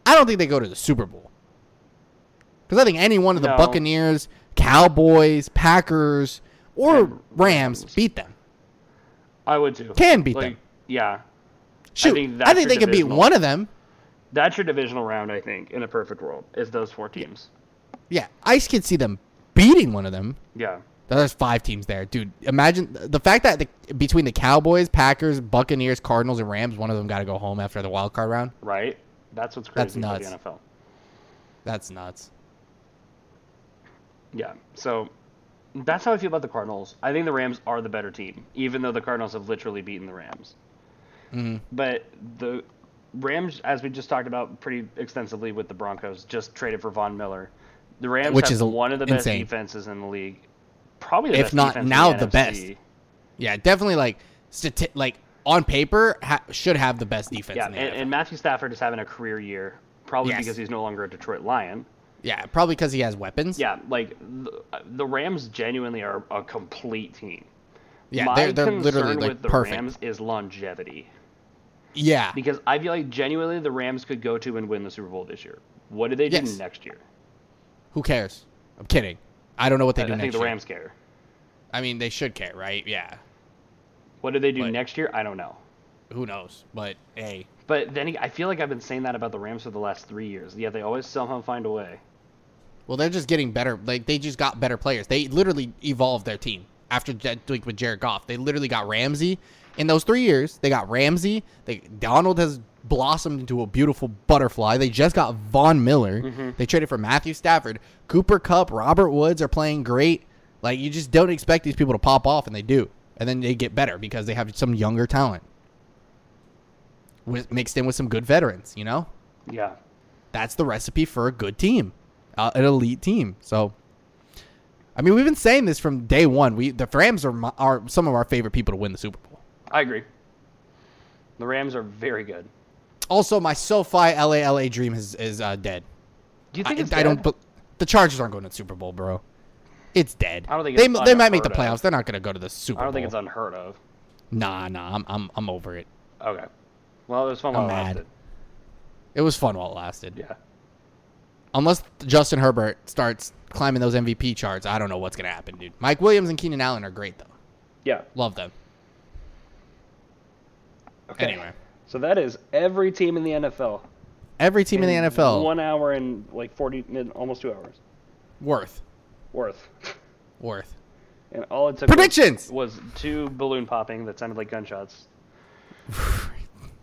I don't think they go to the Super Bowl because I think any one of the No. Buccaneers, Cowboys, Packers, And or Rams Rams. beat them. I would too. Can beat them. Yeah. Shoot, I think think, that's your they could beat divisional. one of them. That's your divisional round, I think, in a perfect world, is those four teams. Yeah, I could see them beating one of them. Yeah. There's five teams there, dude. Imagine the fact that the, between the Cowboys, Packers, Buccaneers, Cardinals, and Rams, one of them got to go home after the wild card round. Right? That's what's That's crazy about the nuts. NFL. That's nuts. Yeah. So that's how I feel about the Cardinals. I think the Rams are the better team, even though the Cardinals have literally beaten the Rams. Mm-hmm. But the Rams, as we just talked about pretty extensively with the Broncos, just traded for Von Miller. The Rams Which have is a- one of the best insane. defenses in the league. Probably the If best not defense in now, the best. NFC. Yeah, definitely. Like, stati- like on paper, ha- should have the best defense. Yeah, in and, the NFL. and Matthew Stafford is having a career year, probably Yes. because he's no longer a Detroit Lion. yeah, probably because he has weapons. Yeah, like the, the Rams genuinely are a complete team. yeah, My they're, they're concern literally like with the perfect. Rams is longevity yeah, because I feel like genuinely the Rams could go to and win the Super Bowl this year. What do they do Yes. next year? who cares? I'm kidding. I don't know what they I, do I next think the year. Rams care. I mean, they should care, right? Yeah. What do they do But- next year? I don't know. Who knows? But hey, But then I feel like I've been saying that about the Rams for the last three years. Yeah, they always somehow find a way. Well, they're just getting better. Like they just got better players. They literally evolved their team after that week with Jared Goff. They literally got Ramsey in those three years. They got Ramsey. They Donald has blossomed into a beautiful butterfly. They just got Von Miller. They traded for Matthew Stafford, Cooper Cup, Robert Woods are playing great. Like you just don't expect these people to pop off, and they do, and then they get better because they have some younger talent with, mixed in with some good veterans. You know Yeah. that's the recipe for a good team, uh, an elite team. So, I mean, we've been saying this from day one. We the Rams are my, are some of our favorite people to win the Super Bowl. I agree. The Rams are very good. Also, my SoFi LA LA dream is is uh, dead. Do you think I, it's I don't. dead? bel- The Chargers aren't going to the Super Bowl, bro. It's dead. I don't think they it's m- they might make the unheard playoffs. of. They're not going to go to the Super I Bowl. don't think it's unheard of. nah, nah. I'm I'm I'm over it. Okay. Well, it was fun I'm while it mad. lasted. It was fun while it lasted. Yeah. Unless Justin Herbert starts climbing those MVP charts, I don't know what's going to happen, dude. Mike Williams and Keenan Allen are great though. Yeah. Love them. Okay. Anyway. So that is every team in the NFL. Every team in, the NFL One hour and like 40, min- almost two hours worth worth. worth. And all it took was- Predictions! was, two balloon popping that sounded like gunshots,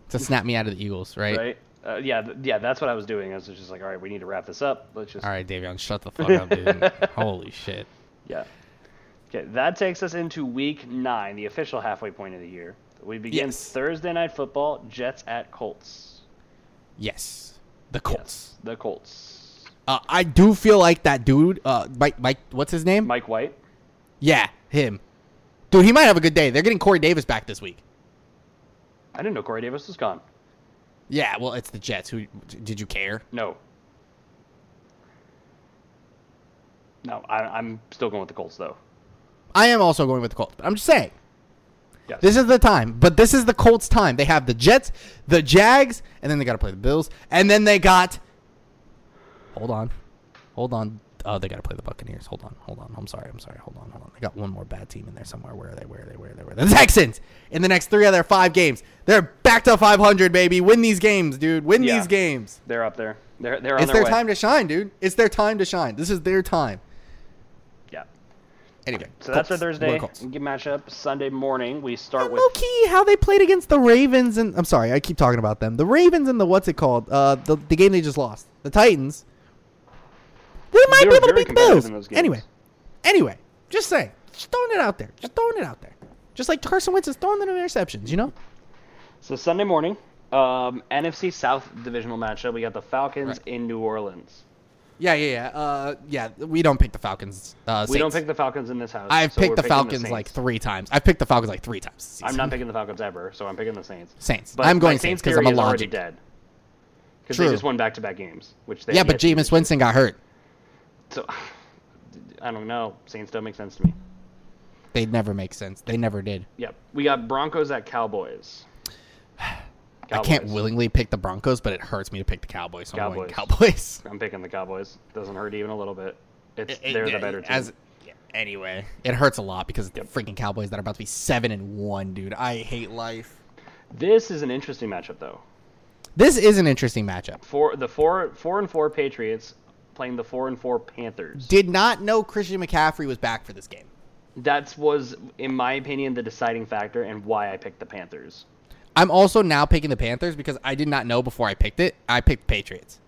to snap me out of the Eagles, right? right? Uh, yeah, th- yeah, that's what I was doing. I was just like, all right, we need to wrap this up. Let's just All right, Davion, shut the fuck up, dude. Holy shit. yeah. Okay, that takes us into week nine, the official halfway point of the year. We begin Yes. Thursday night football, Jets at Colts. Yes, the Colts. The Colts. Uh, I do feel like that dude, uh, Mike. Mike, what's his name? Mike White. Yeah, him. Dude, he might have a good day. They're getting Corey Davis back this week. I didn't know Corey Davis was gone. Yeah, well, it's the Jets. Who did you care? No. No, I, I'm still going with the Colts though. I am also going with the Colts. But I'm just saying, Yes. this is the time. But this is the Colts' time. They have the Jets, the Jags, and then they got to play the Bills, and then they got. Hold on, hold on. Oh, they got to play the Buccaneers. Hold on, hold on. I'm sorry, I'm sorry. Hold on, hold on. They got one more bad team in there somewhere. Where are they? Where are they? Where are they? Where are they? The Texans in the next three of their five games. They're back to 500, baby. Win these games, dude. Win Yeah. these games. they're up there. They're they're on It's their, their way. time to shine, dude. It's their time to shine. This is their time. Yeah. Anyway, So that's a Colts. Thursday We're Colts. matchup. Sunday morning, we start And with low key, how they played against the Ravens and I'm sorry, I keep talking about them. The Ravens and the what's it called? Uh, the, the game they just lost, the Titans. They might They be were able to very beat the Bills. competitive in those games. Anyway, anyway, just saying, just throwing it out there, just throwing it out there, just like Carson Wentz is throwing the interceptions, you know? So Sunday morning, um, NFC South divisional matchup. We got the Falcons Right. in New Orleans. Yeah, yeah, yeah. Uh, yeah, we don't pick the Falcons. Uh, We don't Saints. pick the Falcons in this house. I've so we're picked the picking Falcons like Saints. three times. I've picked the Falcons like three times. this I'm season. not picking the Falcons ever, so I'm picking the Saints. Saints. But I'm my going Saints Saints 'cause I'm a theory is already logic. dead. Because they True. just won back-to-back games, which they Yeah, have but yet to do. Jameis Winston got hurt. So, I don't know. Saints don't make sense to me. They never make sense. They never did. Yep. We got Broncos at Cowboys. I can't Cowboys. willingly pick the Broncos, but it hurts me to pick the Cowboys. So I'm going Cowboys. Cowboys. I'm picking the Cowboys. Doesn't hurt even a little bit. It's they're the better team. As, anyway, it hurts a lot because of the freaking Cowboys that are about to be seven and one, dude. I hate life. This is an interesting matchup, though. This is an interesting matchup. Four the four four and four Patriots playing the four and four Panthers. Did not know Christian McCaffrey was back for this game. That was, in my opinion, the deciding factor and why I picked the Panthers. I'm also now picking the Panthers because I did not know before I picked it. I picked Patriots.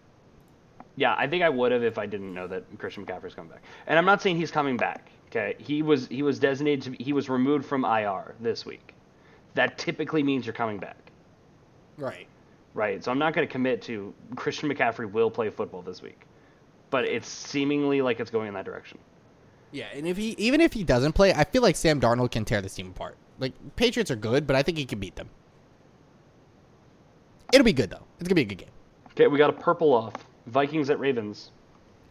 Yeah, I think I would have if I didn't know that Christian McCaffrey's coming back. And I'm not saying he's coming back. Okay, he was he was designated to be, he was removed from IR this week. That typically means you're coming back, Right. right? So I'm not going to commit to Christian McCaffrey will play football this week, but it's seemingly like it's going in that direction. Yeah, and if he even if he doesn't play, I feel like Sam Darnold can tear this team apart. Like Patriots are good, but I think he can beat them. It'll be good though. It's gonna be a good game. Okay, we got a purple off Vikings at Ravens.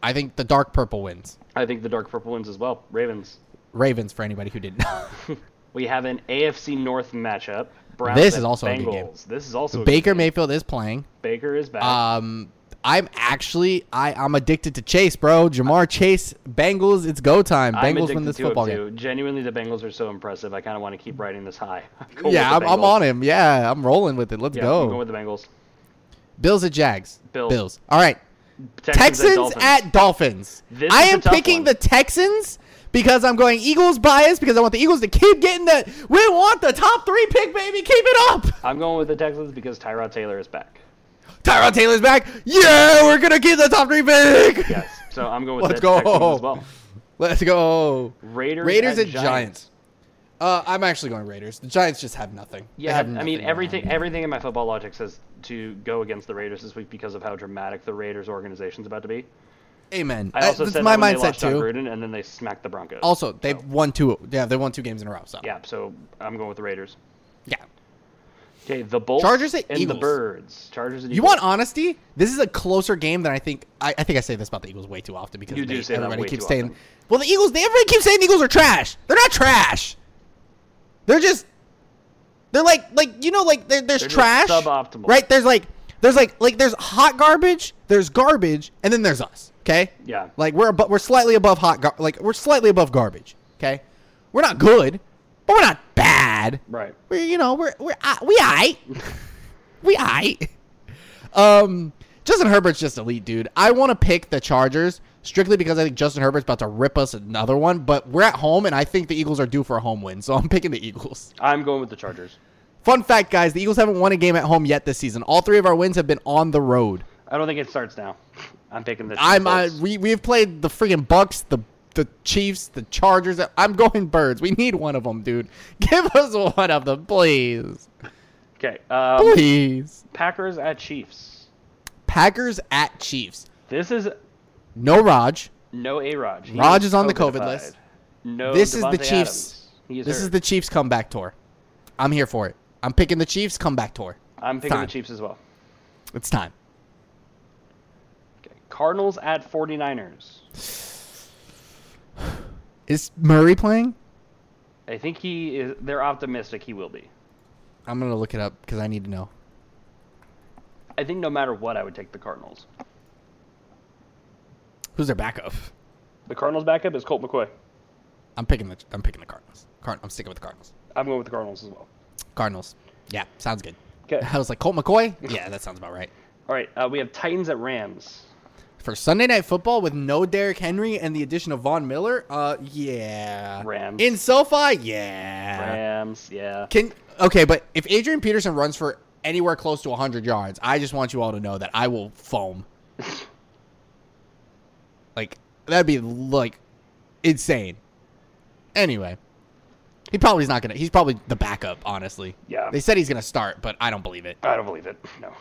I think the dark purple wins. I think the dark purple wins as well. Ravens. Ravens for anybody who didn't. know. We have an AFC North matchup. Browns This at is also a good Bengals. game. This is also a good Baker game. Mayfield is playing. Baker is back. Um, I'm actually I I'm addicted to Chase, bro. Jamar Chase, Bengals. It's go time. I'm Bengals addicted win this to him, football too. game. Genuinely, the Bengals are so impressive. I kind of want to keep riding this high. Yeah, I'm, I'm on him. Yeah, I'm rolling with it. Let's Yeah, I'm go. going with the Bengals. Bills at Jags. Bills. Bills. All right. Texans, Texans Dolphins. at Dolphins. This I is a am tough picking one. the Texans because I'm going Eagles bias because I want the Eagles to keep getting the. We want the top three pick, baby. Keep it up. I'm going with the Texans because Tyrod Taylor is back. Tyrod Taylor's back. Yeah, we're gonna keep the top three pick. Yes, so I'm going with Let's the Texans go. as well. Let's go. Raiders, Raiders at and Giants. Uh, I'm actually going Raiders. The Giants just have nothing. They Yeah, have I nothing mean going everything. on. Everything in my football logic says to go against the Raiders this week because of how dramatic the Raiders organization's about to be. Amen. Uh, I also That's said my that when they mindset lost John too. Gruden, and then they smacked the Broncos. Also, they've won two. Yeah, they won two games in a row. So yeah, so I'm going with the Raiders. yeah. Okay, the Bolts Chargers at and Eagles. the Birds. Chargers and You Eagles. want honesty? This is a closer game than I think. I, I think I say this about the Eagles way too often because You do they- say that everybody way keeps too saying, often. "Well, the Eagles." They everybody keeps saying the Eagles are trash. They're not trash. They're just. They're like like you know like there, there's They're just trash. suboptimal. Right? There's like there's like like there's hot garbage. There's garbage, and then there's us. Okay. Yeah. Like we're abo- we're slightly above hot. Gar- like we're slightly above garbage. Okay. We're not good, but we're not bad. Right. We're you know we're we're uh, we I we I. Um, Justin Herbert's just elite, dude. I want to pick the Chargers strictly because I think Justin Herbert's about to rip us another one. But we're at home, and I think the Eagles are due for a home win, so I'm picking the Eagles. I'm going with the Chargers. Fun fact, guys: the Eagles haven't won a game at home yet this season. All three of our wins have been on the road. I don't think it starts now. I'm picking this. I'm I, close. we we've played the freaking Bucks, the the Chiefs, the Chargers. I'm going Birds. We need one of them, dude. Give us one of them, please, okay. Um, please. Packers at Chiefs. Packers at Chiefs. This is No Raj. no A. Rod. He Raj is on the COVID COVIDified. list. No. This is the Devontae Chiefs. Adams. He This is hurt. the Chiefs comeback tour. I'm here for it. I'm picking the Chiefs comeback tour. I'm picking Fine. the Chiefs as well. It's time. Okay. Cardinals at 49ers. Is Murray playing? I think he is. They're optimistic he will be. I'm gonna look it up because I need to know. I think no matter what, I would take the Cardinals. Who's their backup? The Cardinals backup is Colt McCoy. I'm picking the I'm picking the Cardinals. Card, I'm sticking with the Cardinals. I'm going with the Cardinals as well. Cardinals. Yeah, sounds good. 'Kay. I was like Colt McCoy. Yeah, that sounds about right. All right, uh, we have Titans at Rams. For Sunday night football with no Derrick Henry and the addition of Von Miller, uh, yeah. Rams. in SoFi, yeah. Rams, yeah. Can okay, but if Adrian Peterson runs for anywhere close to 100 yards, I just want you all to know that I will foam. like that'd be like insane. Anyway, he probably's not gonna. He's probably the backup, honestly. Yeah. They said he's gonna start, but I don't believe it. I don't believe it. No.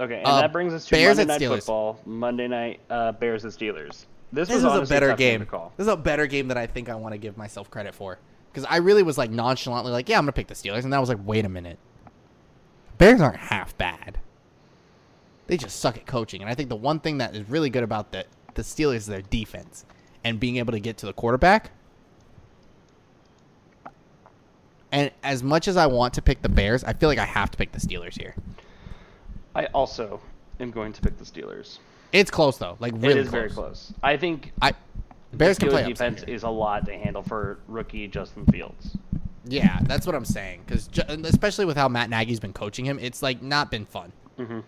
Okay, and Uh, that brings us to Bears Monday at Night Steelers. Football. Monday Night uh, Bears at Steelers. This This, was is a honestly better tough game game. to call. This is a better game than I think I want to give myself credit for. Because I really was like nonchalantly like, yeah, I'm gonna pick the Steelers, and then I was like, wait a minute, Bears aren't half bad. They just suck at coaching, and I think the one thing that is really good about the the Steelers is their defense and being able to get to the quarterback. And as much as I want to pick the Bears, I feel like I have to pick the Steelers here. I also am going to pick the Steelers. It's close though, like really it is very close. I think I Bears the can play Steelers upset defense here. is a lot to handle for rookie Justin Fields. Yeah, that's what I'm saying. Because especially with how Matt Nagy's been coaching him, it's like not been fun. Mm-hmm.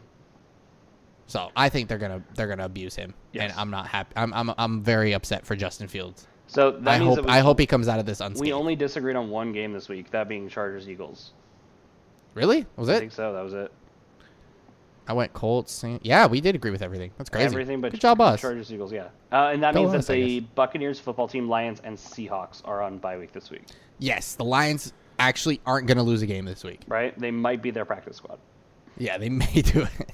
So I think they're gonna they're gonna abuse him, Yes. and I'm not happy. I'm I'm I'm very upset for Justin Fields. So that I means hope that we, I hope he comes out of this unscathed. we only disagreed on one game this week, that being Chargers Eagles. really was I it? think so. That was it. I went Colts. Saint- Yeah, we did agree with everything. That's crazy. Everything but good job us. Chargers Eagles, yeah. Uh, and that Go means us, that I the Buccaneers football team, Lions, and Seahawks are on bye week this week, Yes, the Lions actually aren't gonna lose a game this week. right? They might be their practice squad. Yeah, they may do it.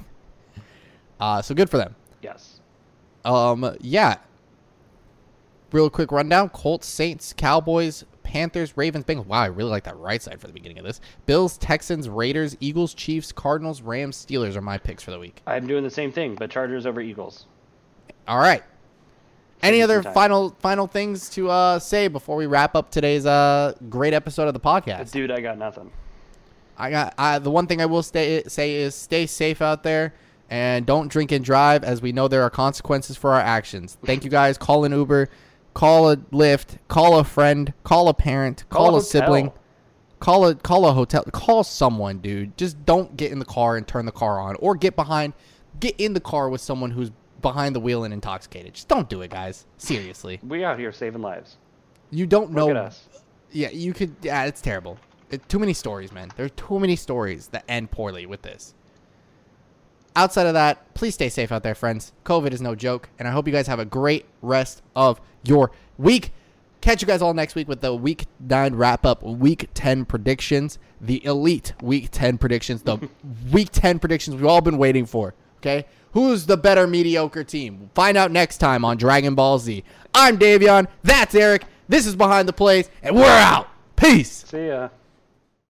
Uh, so good for them. Yes. Um, yeah. Real quick rundown: Colts, Saints, Cowboys, Panthers, Ravens, Bengals. Wow, I really like that right side for the beginning of this. Bills, Texans, Raiders, Eagles, Chiefs, Cardinals, Rams, Steelers are my picks for the week. I'm doing the same thing, but Chargers over Eagles. All right. Any Save you other some time. final final things to uh, say before we wrap up today's uh, great episode of the podcast? Dude, I got nothing. I got I, the one thing I will stay, say is stay safe out there and don't drink and drive, as we know there are consequences for our actions. Thank you guys. Call an Uber, call a Lyft, call a friend, call a parent, Call a call, a, hotel. sibling, call a call a hotel, call someone, dude. Just don't get in the car and turn the car on, or get behind, get in the car with someone who's behind the wheel and intoxicated. Just don't do it, guys. Seriously, We out here saving lives. you don't know Look at us. yeah, you could. Yeah, it's terrible. It, too many stories, man. There's too many stories that end poorly with this. Outside of that, please stay safe out there, friends. COVID is no joke, and I hope you guys have a great rest of your week. Catch you guys all next week with the week nine wrap up, week 10 predictions, the elite week 10 predictions, the week 10 predictions we've all been waiting for. Okay? Who's the better mediocre team? Find out next time on Dragon Ball Z. I'm Davion. That's Eric. This is Behind the Plays, and we're out. Peace. See ya.